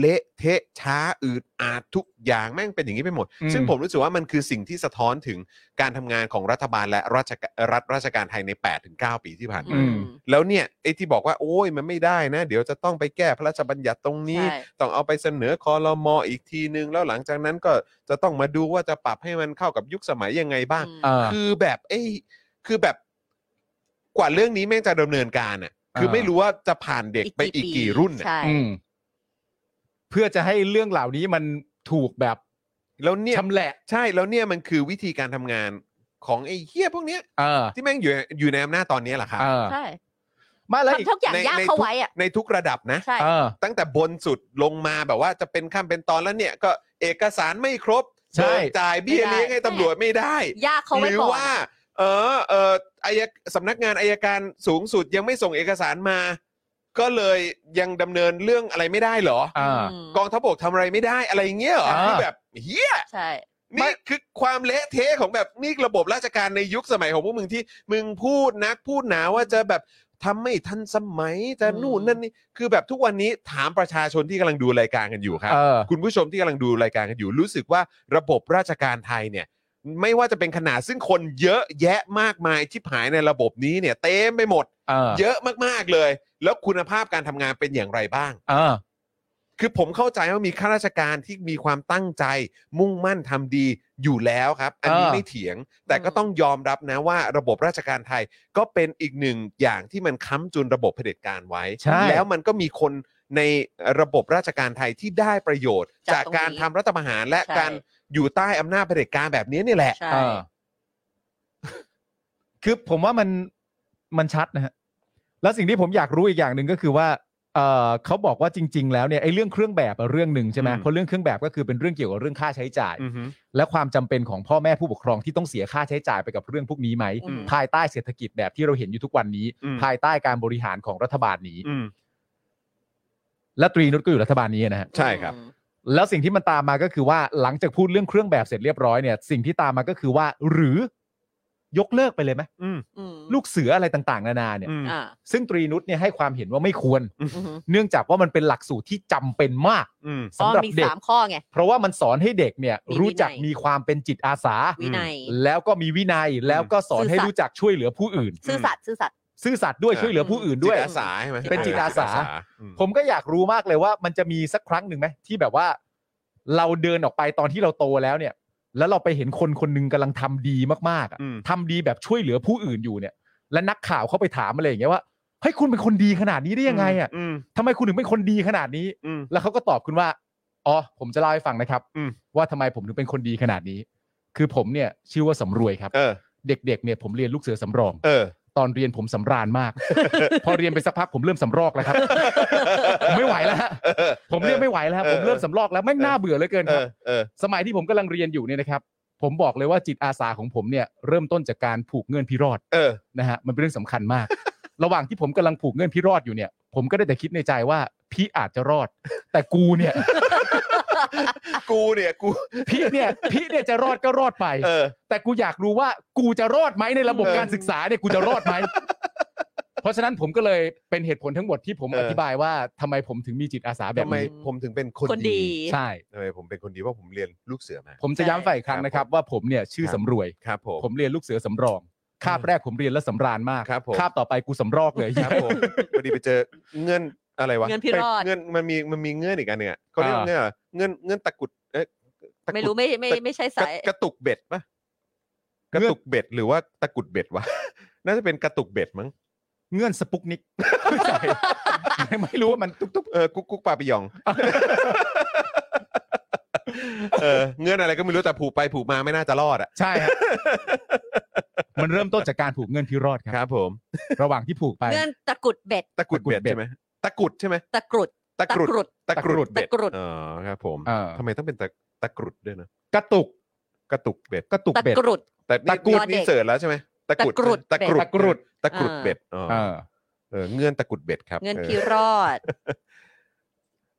เละเทะช้าอืดอาดทุกอย่างแม่งเป็นอย่างนี้ไปหมด อืม ซึ่งผมรู้สึกว่ามันคือสิ่งที่สะท้อนถึงการทำงานของรัฐบาลและรัฐรัฐราชการไทยใน 8-9 ปีที่ผ่าน อื มาม แล้วเนี่ยไอ้ที่บอกว่าโอ้ยมันไม่ได้นะ เดี๋ยวจะต้องไปแก้พระราชบัญญัติตรงนี้ ใช่ ต้องเอาไปเสนอคอรมออีกทีนึง แล้วหลังจากนั้นก็จะต้องมาดูว่าจะปรับให้มันเข้ากับยุคสมัยยังไงบ้าง อืม อ่า คือแบบไอ้คือแบบกว่าเรื่องนี้แม่งจะดำเนินการอ่ะคือ เออ ไม่รู้ว่าจะผ่านเด็กไปอีกกี่รุ่นน่ะ ใช่ อืม เพื่อจะให้เรื่องเหล่านี้มันถูกแบบ แล้วเนี่ย ชำแหละ ใช่แล้วเนี่ยมันคือวิธีการทำงานของไอ้เฮียพวกเนี้ย เออ ที่แม่งอยู่อยู่ในอำนาจตอนเนี้ยแหละครับ เออ ใช่ มาแล้วอีก ทำทุกอย่าง ใน ยาก ใน เข้า ทุก ไว้อะ ในทุกระดับนะ ใช่ เออ ตั้งแต่บนสุดลงมาแบบว่าจะเป็นขั้นเป็นตอนแล้วเนี่ยก็เอกสารไม่ครบ ใช่ เบิกจ่ายเบี้ยเลี้ยงให้ตำรวจไม่ได้ ยากเข้า ห ไว้ รือ ก่อน ว่า เออเอออายสำนักงานอายการสูงสุดยังไม่ส่งเอกสารมา ก็เลยยังดำเนินเรื่องอะไรไม่ได้เหรอ อ่า อืม กองทัพบกทำอะไรไม่ได้อะไรอย่างเงี้ยเหรอ อ่า คือแบบเฮีย ใช่ ไม่ นี่คือความเละเทะของแบบนี่ระบบราชการในยุคสมัยของพวกมึงที่มึงพูดนักพูดหนาว่าจะแบบทำไม่ทันสมัยจะ อืม นู่นนั่นนี่คือแบบทุกวันนี้ถามประชาชนที่กำลังดูรายการกันอยู่ครับ เออ คุณผู้ชมที่กำลังดูรายการกันอยู่ รู้สึกว่าระบบราชการไทยเนี่ย ไม่ว่าจะเป็นขนาดซึ่งคนเยอะแยะมากมายที่หายในระบบนี้เนี่ยเต็มไปหมด เออ เยอะมากๆเลย แล้วคุณภาพการทำงานเป็นอย่างไรบ้าง เออ คือผมเข้าใจว่ามีข้าราชการที่มีความตั้งใจ มุ่งมั่นทำดีอยู่แล้วครับ อันนี้ เออ ไม่เถียง แต่ก็ต้องยอมรับนะว่าระบบราชการไทยก็เป็นอีกหนึ่งอย่างที่มันค้ำจุนระบบเผด็จการไว้ ใช่ แล้วมันก็มีคนในระบบราชการไทยที่ได้ประโยชน์ จา จาก ก ตรงนี้ การทำรัฐประหารและ ใช่ การอยู่ใต้อำนาจเผด็จการแบบนี้นี่แหละ ใช่ เออ คือผมว่ามันมันชัดนะฮะ แล้วสิ่งที่ผมอยากรู้อีกอย่างหนึ่งก็คือว่าเออเขาบอกว่าจริง ๆ แล้วเนี่ยไอ้เรื่องเครื่องแบบอะเรื่องหนึ่งใช่ไหม อืม เพราะเรื่องเครื่องแบบก็คือเป็นเรื่องเกี่ยวกับเรื่องค่าใช้จ่าย อือฮึ และความจำเป็นของพ่อแม่ผู้ปกครองที่ต้องเสียค่าใช้จ่ายไปกับเรื่องพวกนี้ไหม อืม ภายใต้เศรษฐกิจแบบที่เราเห็นอยู่ทุกวันนี้ อืม ภายใต้การบริหารของรัฐบาลนี้ อืม และตรีนุชก็อยู่รัฐบาลนี้นะฮะ ใช่ครับ อืม แล้วสิ่งที่มันตามมาก็คือว่าหลังจากพูดเรื่องเครื่องแบบเสร็จเรียบร้อยเนี่ยสิ่งที่ตามมาก็คือว่า หรือยกเลิกไปเลยไหม อืม อืม ลูกเสืออะไรต่างๆ นานาเนี่ย อืม อ่า ซึ่งตรีนุชเนี่ยให้ความเห็นว่าไม่ควร อือหือ เนื่องจากว่ามันเป็นหลักสูตรที่จำเป็นมาก อืม อ๋อ สำหรับ มี เด็ก สามข้อไง เพราะว่ามันสอนให้เด็กเนี่ย มีวินัย รู้จักมีความเป็นจิตอาสา วินัย แล้วก็มีวินัยแล้วก็สอนให้รู้จักช่วยเหลือผู้อื่น ซื่อสัตย์ซื่อสัตย์ ซื่อสัตย์ด้วยช่วยเหลือผู้อื่นด้วย จิตอาสาใช่ไหม เป็นจิตอาสา อืม ผมก็อยากรู้มากเลยว่ามันจะมีสักครั้งหนึ่งไหมที่แบบว่า เราเดินออกไปตอนที่เราโตแล้วเนี่ย แล้วเราไปเห็นคนคนหนึงกำลังทำดีมากๆอะ อืม ทำดีแบบช่วยเหลือผู้อื่นอยู่เนี่ย และนักข่าวเข้าไปถามอะไรอย่างเงี้ยว่าเฮ้ยคุณเป็นคนดีขนาดนี้ได้ยังไงอ่ะ อืม ทำไมคุณถึงเป็นคนดีขนาดนี้ อืม แล้วเขาก็ตอบคุณว่าอ๋อผมจะเล่าให้ฟังนะครับ อืม ว่าทำไมผมถึงเป็นคนดีขนาดนี้ คือผมเนี่ยชื่อว่าสำรวยครับ เออ เด็กๆเนี่ยผมเรียนลูกเสือสำรอง เออ ตอนเรียนผมสำราญ มาก พอเรียนไปสักพัก ผมเริ่มสำรอกแล้วครับ ผมไม่ไหวแล้วฮะ เออ ผมเรียกไม่ไหวแล้วฮะ เออ ผมเริ่มสำรอกแล้วแม่งน่าเบื่อเหลือเกิน เอ ครับ อเออ สมัยที่ผมกำลังเรียนอยู่เนี่ยนะครับ ผมบอกเลยว่าจิตอาสาของผมเนี่ยเริ่มต้นจากการผูกเงื่อนพิรอด เออ นะฮะมันเป็นเรื่องสำคัญ มาก ระหว่างที่ผมกำลังผูกเงื่อนพิรอดอยู่เนี่ย ผมก็ได้แต่คิดในใจว่าพี่อาจจะรอด แต่กูเนี่ย กูเนี่ยกู พี่เนี่ยพี่เนี่ยจะรอดก็รอดไป เออ แต่กูอยากรู้ว่ากูจะรอดไหมในระบบ เออ การศึกษาเนี่ยกูจะรอดไหม เพราะฉะนั้นผมก็เลยเป็นเหตุผลทั้งหมดที่ผม เออ อ อ ธิบายว่าทำไมผมถึงมีจิตอาสาแบบ ทำไม นี้ ผมถึงเป็นคน คนดี ดี ใช่ ทำไมผมเป็นคนดีเพราะผมเรียนลูกเสือมา ผมจะย้ำไปอีกครั้งนะครับ ว่าผมเนี่ยชื่อ ครับ สำรวย ครับผม ผมเรียนลูกเสือสำรอง คาบแรกผมเรียนแล้วสำราญมาก ครับผม บต่อไปกูสำรอกเลย ครับผมพอดีไปเจอเงื่อนอะไรวะ เงื่อนพิรอด เงื่อนมันมีมันมีเงื่อนอีกอันหนึ่งอะเขาเรียกว่า อ่า เงื่อนอะไรเงื่อนเงื่อนตะกรุดเอ๊ะตะก ไม่ รุ รู้ ด ไม่ไม่ไม่ใช่ กระ สาย กระตุกเบ็ดปะกระตุกเบ็ดหรือว่าตะกรุดเบ็ดวะ น่าจะเป็นกระตุกเบ็ดมั้ง เงื่อนสปุกนิก ไม่ รู้ว่ามันตุ๊บตุ๊บ เออกุ๊กกุ๊กปลาปิยอง เออเงื่อนอะไรก็ไม่รู้แต่ผูกไปผูกมาไม่น่าจะรอดอ่ะ ใช่ฮะมันเริ่มต้นจากการผูกเงื่อนพิรอดค ครับ รับ ผม ระหว่างที่ผูกไป เงื่อนตะกรุดเบ็ด ตะกรุดเบ็ดใช่ไหมตะกรุดใช่ไหม ตะกรุด ตะกรุด ตะกรุด เบ็ด ตะกรุด อ๋อครับ ผม เออ ทำไมต้องเป็นตะตะกรุดด้วยนะ กระตุก กระตุกเบ็ด กระตุก ตะ เบ็ด กรุด แต่นี่ ตะกรุด นี่นี่เสิร์ชแล้วใช่ไหมตะกรุด ตะกรุด ตะกรุด ตะกรุด ตะกรุดเบ็ดอ๋อ เออ เออเงื่อนตะกรุดเบ็ดครับ เงิน ออ พิรอด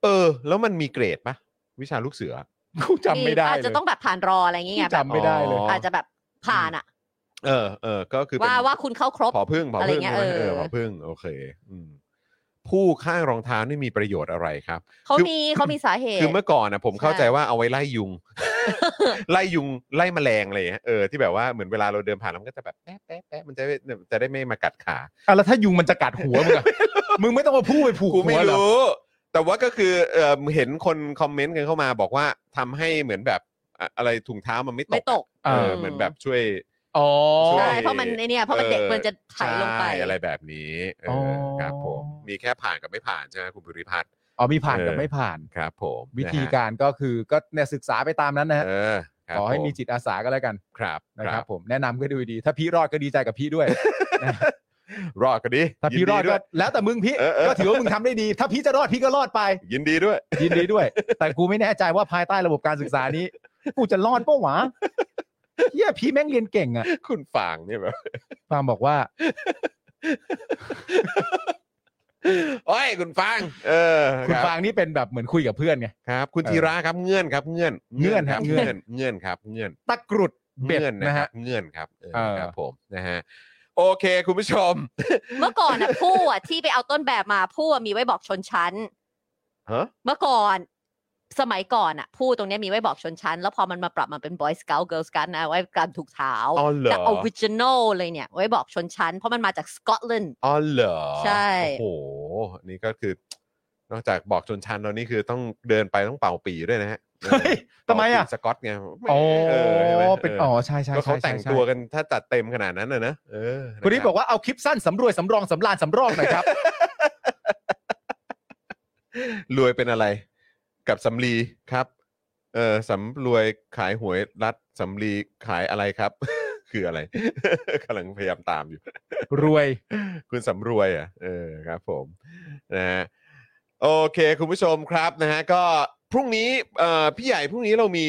เออ แล้วมันมีเกรดปะวิชาลูกเสือ กูจำไม่ได้ อาจ เล จะ ย ต้องแบบผ่านรออะไรอย่างเงี้ยไงแบบ จำไม่ได้เลย อ๋ออ อาจจะแบบผ่านอ่ะ เออเออก็คือเป็น ว่าว่าคุณเข้าครบ ผอพึ่งผอพึ่ง อะไรเงี้ย ใช่ไหม เออ เออผอพึ่งโอเคอืมผู้ข้างรองเท้านี่มีประโยชน์อะไรครับ เขา คือ มีเขามีสาเหตุ คือเมื่อก่อนนะผมเข้าใจว่าเอาไว้ไล่ ยุง ไล่ยุงไล่แมลงอะไรเงี้ยเออที่แบบว่าเหมือนเวลาเราเดินผ่านแล้วมันก็จะแบบแป๊ะแป๊ะแป๊ะมันจะได้จะได้ไม่มากัดขา อ่ะแล้วถ้ายุงมันจะกัดหัวมึงอะมึงไม่ต้องมาพูดไปผูก กู หั ไม่ วเหรอ รู้ แต่ว่าก็คือเออเห็นคนคอมเมนต์กันเข้ามาบอกว่าทำให้เหมือนแบบอะอะไรถุงเท้ามันไม่ ไม่ ต ต ก ก เอ เอ อ อเหมือนแบบช่วย อ๋อ ใช่ ใช่เพราะมันไอเนี่ยเพราะมันเด็กมันจะไถลงไป ใช่อะไรแบบนี้เอออ อ ครับผมมีแค่ผ่านกับไม่ผ่านใช่ไหมคุณภูริพัฒน์ อ๋อมีผ่านกับไม่ผ่าน ครับ ผม วิธี นะฮะ การก็คือก็เนี่ยศึกษาไปตามนั้นนะฮะ เออครับ ขอให้ ผ มีจิตอาสาก็แล้วกัน ครับ นะครับผมแนะนำก็ดูดี ถ้าพี่รอดก็ดีใจกับพี่ด้วย รอดก็ดี ถ้าพี่รอด ยิน ก็ วย แล้วแต่มึงพี่ เออเออ ก็ถือว่ามึงทำได้ดี ถ้าพี่จะรอดพี่ก็รอดไป ยินดีด้วย ยินดีด้วย แต่กูไม่แน่ใจว่าภายใต้ระบบการศึกษานี้ กูจะรอดเปะวะเฮียพี่แม่งเรียนเก่งอะ คุณฝางเนี่ยแบบ ฟาร์มบอกว่า โอ้ยคุณฟางเออ คุณ รับ ฟางนี่เป็นแบบเหมือนคุยกับเพื่อนไง ครับ คุณธีระครับเงื่อนครับเงื่อน เงื่อนฮะเงื่ เงื่อ อน น เงื่อนครับเงื่อน ตะกรุดเบ็ด เงื่อนนะ นะ ครั ฮะ บเงื่อนครับเออ เออ ครับผมนะฮะโอเค คุณผู้ชม เมื่อก่อนอ่ะ ผู้อ่ะที่ไปเอาต้นแบบมาผู้อ่ะมีไว้บอกชนชั้น ฮะ เมื่อก่อนสมัยก่อนอ่ะ ผู้ตรงเนี้ยมีไว้บอกชนชั้น แล้วพอมันมาปรับมาเป็น Boy Scout Girl Scout นะไว้การถูกเท้า อ๋อเหร แต่ อ ออริจินอลเลยเนี่ย ไว้บอกชนชั้น เพราะมันมาจากสกอตแลนด์ อ๋อเหรอ ใช่ โอ้โหอันนี่ก็คือนอกจากบอกชนชั้นแล้วนี่คือต้องเดินไปต้องเป่าปีด้วยนะฮะ เฮ้ยทำไมอะ เป่าปีสกอตไง อ๋อ เออใช่ไหม เป็น ออ อ๋อใช่ใช่ ก็เขา ใช่ แต่ง ใช่ ตัวกันถ้าจัดเต็มขนาดนั้นนะนะเออ คุณนี่ ะ บอกว่าเอาคลิปสั้นสำรวยสำรองสำรานสำรอกหน่อย ครับ รวยเป็นอะไร กับสำลีครับ เออสำรวยขายหวยรัดสำลีขายอะไรครับ คืออะไร กำลังพยายามตามอยู่ รวย คุณสำรวยอ่ะเออครับผมนะฮะโอเค คุณผู้ชมครับนะฮะก็พรุ่งนี้เอ่อพี่ใหญ่พรุ่งนี้เรามี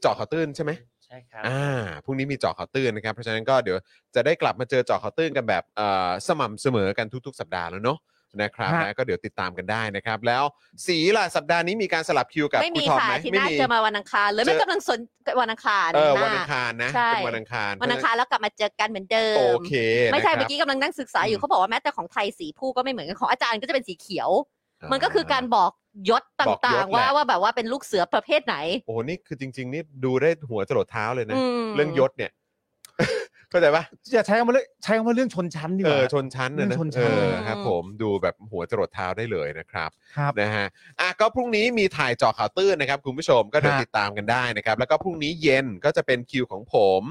เจาะข่าวตื้นใช่ไหม ใช่ครับ อ่าพรุ่งนี้มีเจาะข่าวตื้นนะครับ เพราะฉะนั้นก็เดี๋ยวจะได้กลับมาเจอเจาะข่าวตื้นกันแบบเอ่อสม่ำเสมอกันทุกๆ สัปดาห์แล้วเนาะนะครับ ฮะ นะก็เดี๋ยวติดตามกันได้นะครับ แล้วสีล่ะสัปดาห์นี้มีการสลับคิวกับ ไม่ ครู มี ทอม ค่ะ ไหม ที่น่าจะมาวันอังคารเลยไม่กำลังสนวันอังคาร เออ ห วันอังคารนะ ใช่ เป็นวันอังคาร วันอังคารแล้วกลับมาเจอกันเหมือนเดิม โอเค ไม่ใช่ นะ เมื่อ ครับ กี้กำลังนั่งศึกษาอยู่เขาบอกว่าแม้แต่ของไทยสีผู้ก็ไม่เหมือนกันของอาจารย์ก็จะเป็นสีเขียว มันก็คือการบอกยศต่างๆ ว่าว่าแบบว่าเป็นลูกเสือประเภทไหน โอ้โหนี่คือจริง ๆ นี่ดูได้หัวจรดเท้าเลยนะ อืม เรื่องยศเนี่ย เข้าใจปะ อย่าใช้คำว่าเรื่องใช้คำว่าเรื่องชนชั้นดีก เอ ว่า อชนชั้นนะ เรื่ นะ องชนชั้ เอน อครับ ผมดูแบบหัวจรดเท้าได้เลยนะครับ ครับ นะฮะ อ่ะก็พรุ่งนี้มีถ่ายเจอข่าวตื้นนะครับ คุณผู้ชมก็เดี๋ยว ฮะ ติดตามกันได้นะครับ แล้วก็พรุ่งนี้เย็นก็จะเป็นคิวของผม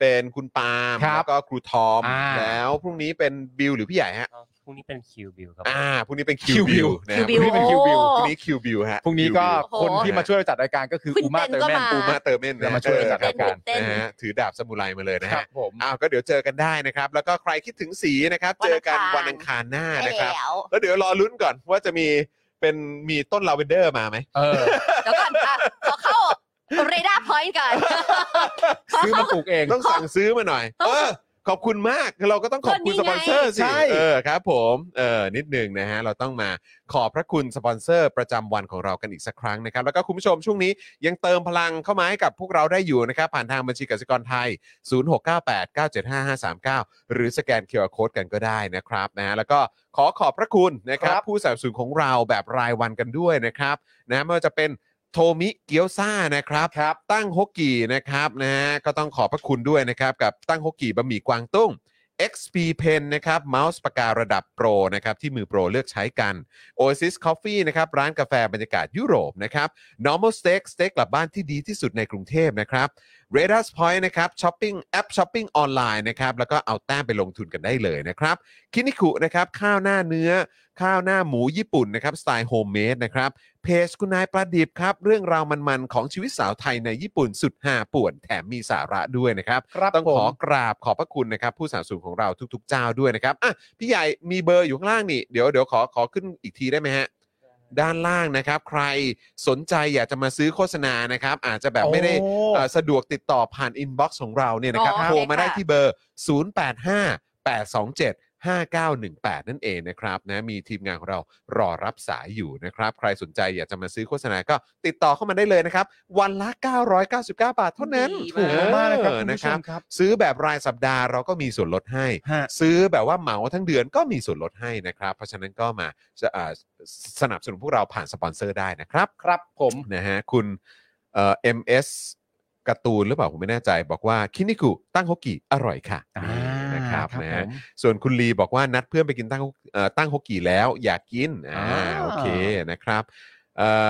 เป็นคุณปาล์ม ครับ แล้วก็ครูทอม อ่า แล้วพรุ่งนี้เป็นบิวหรือพี่ใหญ่ฮะ ครับ รุ่งนี้เป็นคิวบิลครับ อ่าพรุ่งนี้เป็นคิ Kill วบิว Bill นะ คิวบิล พรุ่งนี้เป็นคิวบิว โอ้ พรุ่งนี้คิวบิวฮะ พรุ่งนี้ก็ Kill Bill โอ้โห คนที่มาช่วยเราจัดรายการก็คือ คุณ อูมา เต้น เตอร์ ก็ แมน มา ปูมาเติมเมนนะ จะมาช่วยเราจัดรายการ เต้นๆ นะฮะถือดาบสมุไรมาเลยนะ ครั ฮะ บผม อ้าวก็เดี๋ยวเจอกันได้นะครับ แล้วก็ใครคิดถึงสีนะครับ เจอกันวันอังคารหน้า ได้ นะครับ แล้ว แล้วเดี๋ยวรอลุ้นก่อนว่าจะมีเป็นมีต้นลาเวนเดอร์มาไหม เออ เดี๋ยวก่อนค่ะขอเข้าเรดาร์พอยต์ก่อน ซื้อมาปลูกเอง ต้องสั่งซื้อมาหน่อย ต้อง เออ ขอบคุณมาก เราก็ต้องขอบคุณ ก็ ส นี่ไง ปอนเซอร์สิ ใช่ เออครับผม เออ นิดหนึ่งนะฮะ เราต้องมาขอบพระคุณสปอนเซอร์ประจำวันของเรากันอีกสักครั้งนะครับ แล้วก็คุณผู้ชมช่วงนี้ยังเติมพลังเข้ามาให้กับพวกเราได้อยู่นะครับ ผ่านทางบัญชีกสิกรไทย 0698975539 หรือสแกนเคอร์โคดกันก็ได้นะครับนะฮะ แล้วก็ขอขอบพระคุณนะครับ ครับ ผู้สนับสนุนของเราแบบรายวันกันด้วยนะครับ นะไม่ว่าจะเป็นโทมิเกียวซ่านะครับ ตั้งฮกกี่นะครับนะฮะก็ต้องขอบพระคุณด้วยนะครับ กับตั้งฮกกี่บะหมี่กวางตุ้ง XP Pen นะครับเมาส์ปากการะดับโปรนะครับที่มือโปรเลือกใช้กัน Oasis Coffee นะครับร้านกาแฟบรรยากาศยุโรปนะครับ Normal Steak สเต็กกลับบ้านที่ดีที่สุดในกรุงเทพนะครับ r a d a r s Point นะครับช้อปปิ้งแอปช้อปปิ้งออนไลน์นะครับแล้วก็เอาแต้มไปลงทุนกันได้เลยนะครับคินิคุนะครับข้าวหน้าเนื้อ ข้าวหน้าหมูญี่ปุ่นนะครับสไตล์โฮมเมดนะครับ เพจคุณนายประดิบครับ เรื่องราวมันๆ ของชีวิตสาวไทยในญี่ปุ่นสุดห่าป่วนแถมมีสาระด้วยนะครับ ครับ ต้อง ผ ขอ ม กราบขอบพระคุณนะครับ ผู้สนับสนุนของเราทุกๆเจ้าด้วยนะครับอ่ะพี่ใหญ่มีเบอร์อยู่ข้างล่างนี่ เดี๋ยวเดี๋ยวขอขอขึ้นอีกทีได้ไหมฮะ ด้านล่างนะครับ ใครสนใจอยากจะมาซื้อโฆษณานะครับ อาจจะแบบไม่ได้ โอ้ เอ่อสะดวกติดต่อผ่านอินบ็อกซ์ของเราเนี่ยนะครับ อ๋อ โทรมาได้ ค่ะ ที่เบอร์ 085 827 5918 นั่นเองนะครับนะมีทีมงานของเรารอรับสายอยู่นะครับ ใครสนใจอยากจะมาซื้อโฆษณาก็ติดต่อเข้ามาได้เลยนะครับ วันละ 999 บาทเท่านั้น ถูกมากๆนะครับ เออ คุณผู้ชมครับ ซื้อแบบรายสัปดาห์เราก็มีส่วนลดให้ ฮะ ซื้อแบบว่าเหมาทั้งเดือนก็มีส่วนลดให้นะครับ เพราะฉะนั้นก็มาจะเอ่อสนับสนุนพวกเราผ่านสปอนเซอร์ได้นะครับ ครับผม นะฮะคุณเอ่อ MS การ์ตูนหรือเปล่า ผมไม่แน่ใจ บอกว่า คินิคุตั้งฮกกี้อร่อยค่ะ อ่า นะครับ ครับ นะฮะ ผม ส่วนคุณลีบอกว่านัดเพื่อนไปกินตั้งฮกเอ่อตั้งฮกกี้แล้วอยากกินอ่า อ่า โอเคนะครับเอ่อ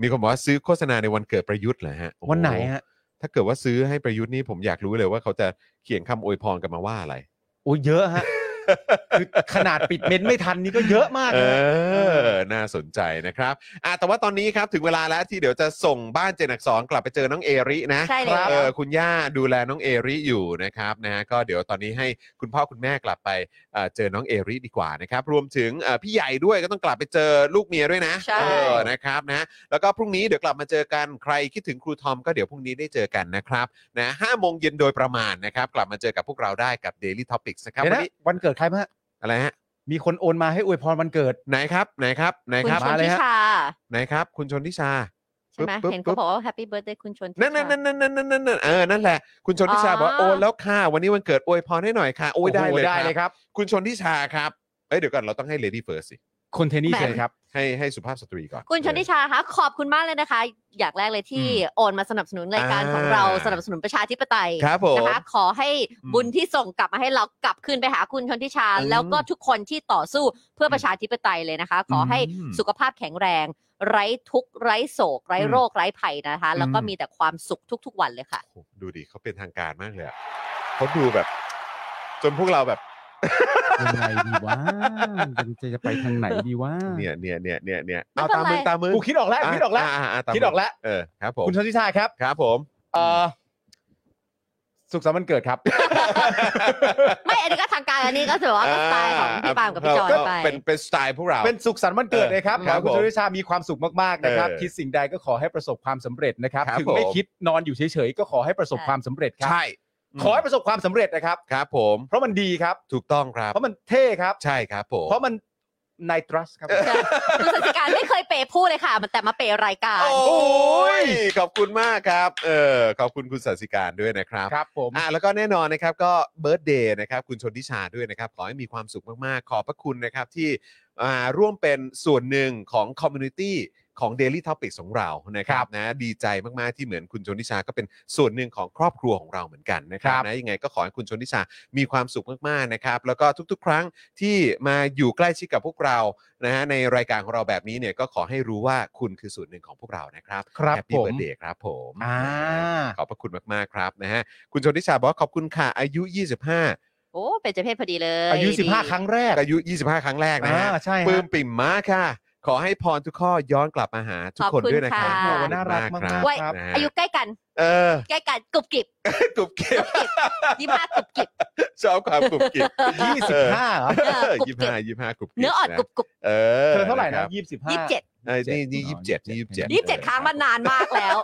มีคนบอกว่าซื้อโฆษณาในวันเกิดประยุทธ์เหรอฮะโอ้โ วันไหนฮะ ถ้าเกิดว่าซื้อให้ประยุทธ์นี่ผมอยากรู้เลยว่าเขาจะเขียนคำอวยพรกันมาว่าอะไร โอ้ยเยอะฮะ คือขนาดปิดเม้นท์ไม่ทันนี่ก็เยอะมาก เอ นะ อ น่าสนใจนะครับอ่ะแต่ว่าตอนนี้ครับถึงเวลาแล้วที่เดี๋ยวจะส่งบ้านเจนอักสอนกลับไปเจอน้องเอรินะ ใช่แล้ว เออคุณย่าดูแลน้องเอริอยู่นะครับนะฮะก็เดี๋ยวตอนนี้ให้คุณพ่อคุณแม่กลับไปเอ่อเจอน้องเอริดีกว่านะครับ รวมถึงเอ่อพี่ใหญ่ด้วยก็ต้องกลับไปเจอลูกเมียด้วยนะ ใช่ เออนะครับนะแล้วก็พรุ่งนี้เดี๋ยวกลับมาเจอกันใครคิดถึงครูทอมก็เดี๋ยวพรุ่งนี้ได้เจอกันนะครับนะห้าโมงเย็นโดยประมาณนะครับ กลับมาเจอกับพวกเราได้กับ Daily Topics นะครับ เดี๋ยว วันนี้นะวันเกิดใครมาฮะ อะไรฮะ มีคนโอนมาให้อวยพรวันเกิด ไหนครับไหนครับไหน คุณ ครับ ชนทิชา ไหนครับคุณชนทิชา ใช่ไหม ปึ๊บปึ๊บ เห็นเขาบอกว่าแฮปปี้เบิร์ดเดย์คุณชนทิชา นั่นนั่นนั่นนั่นนั่นนั่นเออนั่นแหละคุณชนทิชาบอกว่า อ๋อ โอนแล้วค่ะวันนี้วันเกิดอวยพรให้หน่อยค่ะโอ้ยได้ โอ้โห เลย ได้ ครับ เลยครับ คุณชนทิชาครับ เอ้ยเดี๋ยวก่อนเราต้องให้เลดี้เฟิร์สสิ คนเทนนี่ แบบ เชิญครับ ให้ให้สุภาพสตรีก่อน คุณชนทิชาคะขอบคุณมากเลยนะคะ อยากแรกเลยที่โอนมาสนับสนุนรายการของ อ่า เราสนับสนุนประชาธิปไตย ครับผม นะคะ ขอให้ อืม บุญที่ส่งกลับมาให้เรากลับคืนไปหาคุณชนทิชา อืม แล้วก็ทุกคนที่ต่อสู้เพื่อประชาธิปไตยเลยนะคะ ขอให้ อืม สุขภาพแข็งแรง ไร้ทุกข์ไร้โศก ไร้โรคไร้ภัยนะคะ แล้วก็ อืม มีแต่ความสุขทุก ๆ วันเลยค่ะ โอ้โหดูดิเขาเป็นทางการมากเลยอะเขาดูแบบ จนพวกเราแบบ ยังไงดีวะมันจะจะไปทางไหนดีวะ เนี่ยเนี่ยเนี่ยเนี่ยเนี่ย ไม่ เอา เป็น ตามมือตามไรมือ กูคิดออกแล้วคิดออกแล้ว าาาตามมื คิดออกแล้ว เออครับผม คุณชนทิชาครับ ครับผม เอ่อสุขสันต์วันเกิดครับ ไม่อันนี้ก็ทางการอันนี้ก็ ถือว่าก็สไตล์ของพี่ปาล์มกับพี่จอย เา ไป เป็นเป็นสไตล์พวกเรา เป็นสุขสันต์วันเกิดเลยครับ ครับ ขอให้คุณ ผม ชนทิชามีความสุขมากๆนะครับ เออ คิดสิ่งใดก็ขอให้ประสบความสำเร็จนะครับ ครับ ถึงไม่ ผม คิดนอนอยู่เฉยๆก็ขอให้ประสบความสำเร็จครับ ใช่ ขอให้ประสบความสำเร็จนะครับ ครับผม เพราะมันดีครับ ถูกต้องครับ เพราะมันเท่ครับ ใช่ครับผม เพราะมันนายทรัสครับ ใช่คุณสันติการไม่เคยเปย์พูดเลยค่ะ มันแต่มาเปย์รายการ โอ้ย ขอบคุณมากครับ เออ ขอบคุณคุณสันสิการด้วยนะครับ ครับผม อ่ะแล้วก็แน่นอนนะครับก็เบิร์ตเดย์นะครับคุณชนทิชาด้วยนะครับ ขอให้มีความสุขมาก ๆ ขอบพระคุณนะครับที่อ่าร่วมเป็นส่วนหนึ่งของคอมมูนิตี้ของ Daily Topics ของเรานะครับนะดีใจมาก ๆ ที่เหมือนคุณชนทิชาก็เป็นส่วนหนึ่งของครอบครัวของเราเหมือนกันนะครับ ครับ นะยังไงก็ขอให้คุณชนทิชามีความสุขมาก ๆ นะครับ แล้วก็ทุก ๆ ครั้งที่มาอยู่ใกล้ชิดกับพวกเรานะฮะในรายการของเราแบบนี้เนี่ยก็ขอให้รู้ว่าคุณคือส่วนหนึ่งของพวกเรานะครับ ครับ แฮปปี้ ผม เบิร์เดย์ครับผม อ่า ขอบพระคุณมาก ๆ ครับนะฮะ คุณชนทิชาบอกว่าขอบคุณค่ะ อายุ 25 โอ้เป็นเจเพศพอดีเลย อายุ 15 ครั้งแรก อายุ 25 ครั้งแรกนะ อ่า ฮะ ใช่ ปลื้ม ฮะ ปิ่มมากค่ะ ขอให้พรทุกข้อย้อนกลับมาหาทุกคนด้วยนะครับ ขอบขคุณค่ะอบคุณ น่ารักมาก ครับ ไว้ ครับ อายุใกล้กัน เออ ใกล้กันกรุบกริบ กรุบกริบ ยี่ห้ากรุบกริบ ชอบความกรุบกริบ 25เหรอ เออกรุบกยี่ริบ ห้ายี่ห้ากรุบกริบ เนื้ออ่อนกรุบกริบ เอ เธ อ อเท่าไหร่ ค นะ บ 25 ยี่สิบเจ็ด เออนี่นี่ยี่สิบเจ็ดนี่ยี่สิบเจ็ด ยี่สิบเจ็ดครั้างมานานมากแล้ว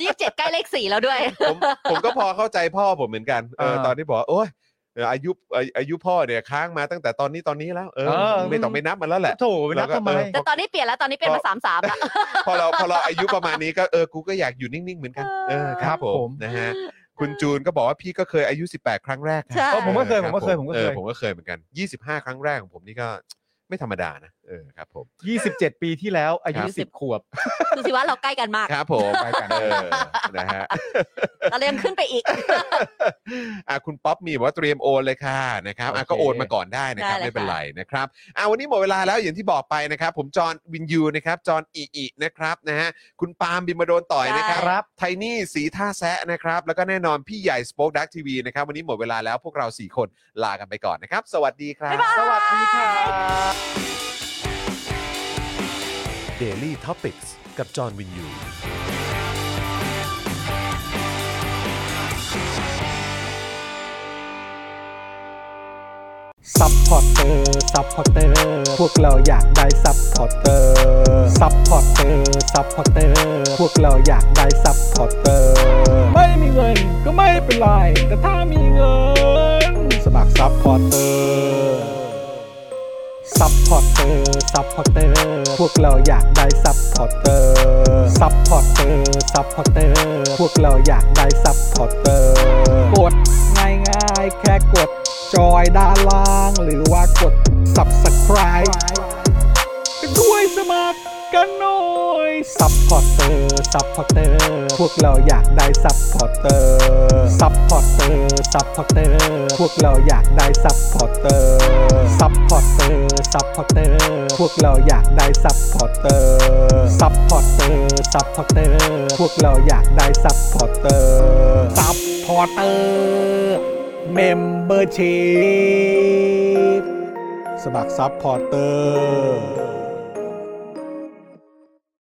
ยี่สิบเจ็ดใกล้เลขสี่แล้วด้วย ผมผมก็พอเข้าใจพ่อผมเหมือนกันเออ เออ ตอนที่บอกว่าโอ้ยเอออายุอายุพ่อเนี่ยค้างมาตั้งแต่ตอนนี้ตอนนี้แล้วเออ เออ ไม่ต้องไปนับมันแล้วแหละ โถไปนับทำไม แล้วก็เออ แต่ตอนนี้เปลี่ยนแล้วตอนนี้เปลี่ยนมาสามสามแล้ว พอเราพอเราอายุประมาณนี้ก็เออกูก็อยากอยู่นิ่งๆเหมือนกันเออครับ คผรับผม ม นะฮะคุณจูนก็บอกว่าพี่ก็เคยอายุ 18 ครั้งแรก ใช่ ค่ะ เออผมก็เคย รับ ผมก็เคยผมก็เคย ออผมก็เคยเหมือนกัน 25 ครั้งแรกของผมนี่ก็ไม่ธรรมดานะเออครับผม 27 ปีที่แล้วอาคยุรับ 10 ขวบ ดูสิว่าเราใกล้กันมาก ครับผม ไปกัน เออนะฮะ เรายังขึ้นไปอีก อ่ะคุณป๊อปมีบอกว่าเตรียมโอนเลยค่ะนะครับอ่ะก็โอนมาก่อนได้นะครับ ได้เลย ไม่เป็น ค่ะ ไรนะครับอ่ะวันนี้หมดเวลาแล้วอย่างที่บอกไปนะครับ ผมจอห์นวินยูนะครับจอห์นอีอีนะครับนะฮะคุณปาล์มบิมมาโดนต่อยนะครั ค บ รับ ไทนี่สีท่าแซะนะครับ แล้วก็แน่นอนพี่ใหญ่สป็อคดักทีวีนะครับ วันนี้หมดเวลาแล้วพวกเรา 4 คนลากันไปก่อนนะครับ สวัสดีครับ บ๊ายบาย สวัสดีครับ Daily Topics กับจอห์นวินยู ซัพพอร์เตอร์ ซัพพอร์เตอร์ พวกเราอยากได้ซัพพอร์เตอร์ ซัพพอร์เตอร์ ซัพพอร์เตอร์ พวกเราอยากได้ซัพพอร์เตอร์ ไม่มีเงินก็ไม่เป็นไร แต่ถ้ามีเงิน สมัครซัพพอร์เตอร์ ซัพพอร์เตอร์ ซัพพอร์เตอร์ พวกเราอยากได้ซัพพอร์เตอร์ ซัพพอร์เตอร์ ซัพพอร์เตอร์ พวกเราอยากได้ซัพพอร์เตอร์ กดง่ายๆ แค่กดจอยด้านล่าง หรือว่ากด subscribe กันด้วยสมัครกันหน่อย ซัพพอร์เตอร์ ซัพพอร์เตอร์ พวกเราอยากได้ซัพพอร์เตอร์ ซัพพอร์เตอร์ ซัพพอร์เตอร์ พวกเราอยากได้ซัพพอร์เตอร์ ซัพพอร์เตอร์ ซัพพอร์เตอร์ พวกเราอยากได้ซัพพอร์เตอร์ ซัพพอร์เตอร์ ซัพพอร์เตอร์ พวกเราอยากได้ซัพพอร์เตอร์ ซัพพอร์เตอร์ เมมเบอร์ชีพสมัครซัพพอร์เตอร์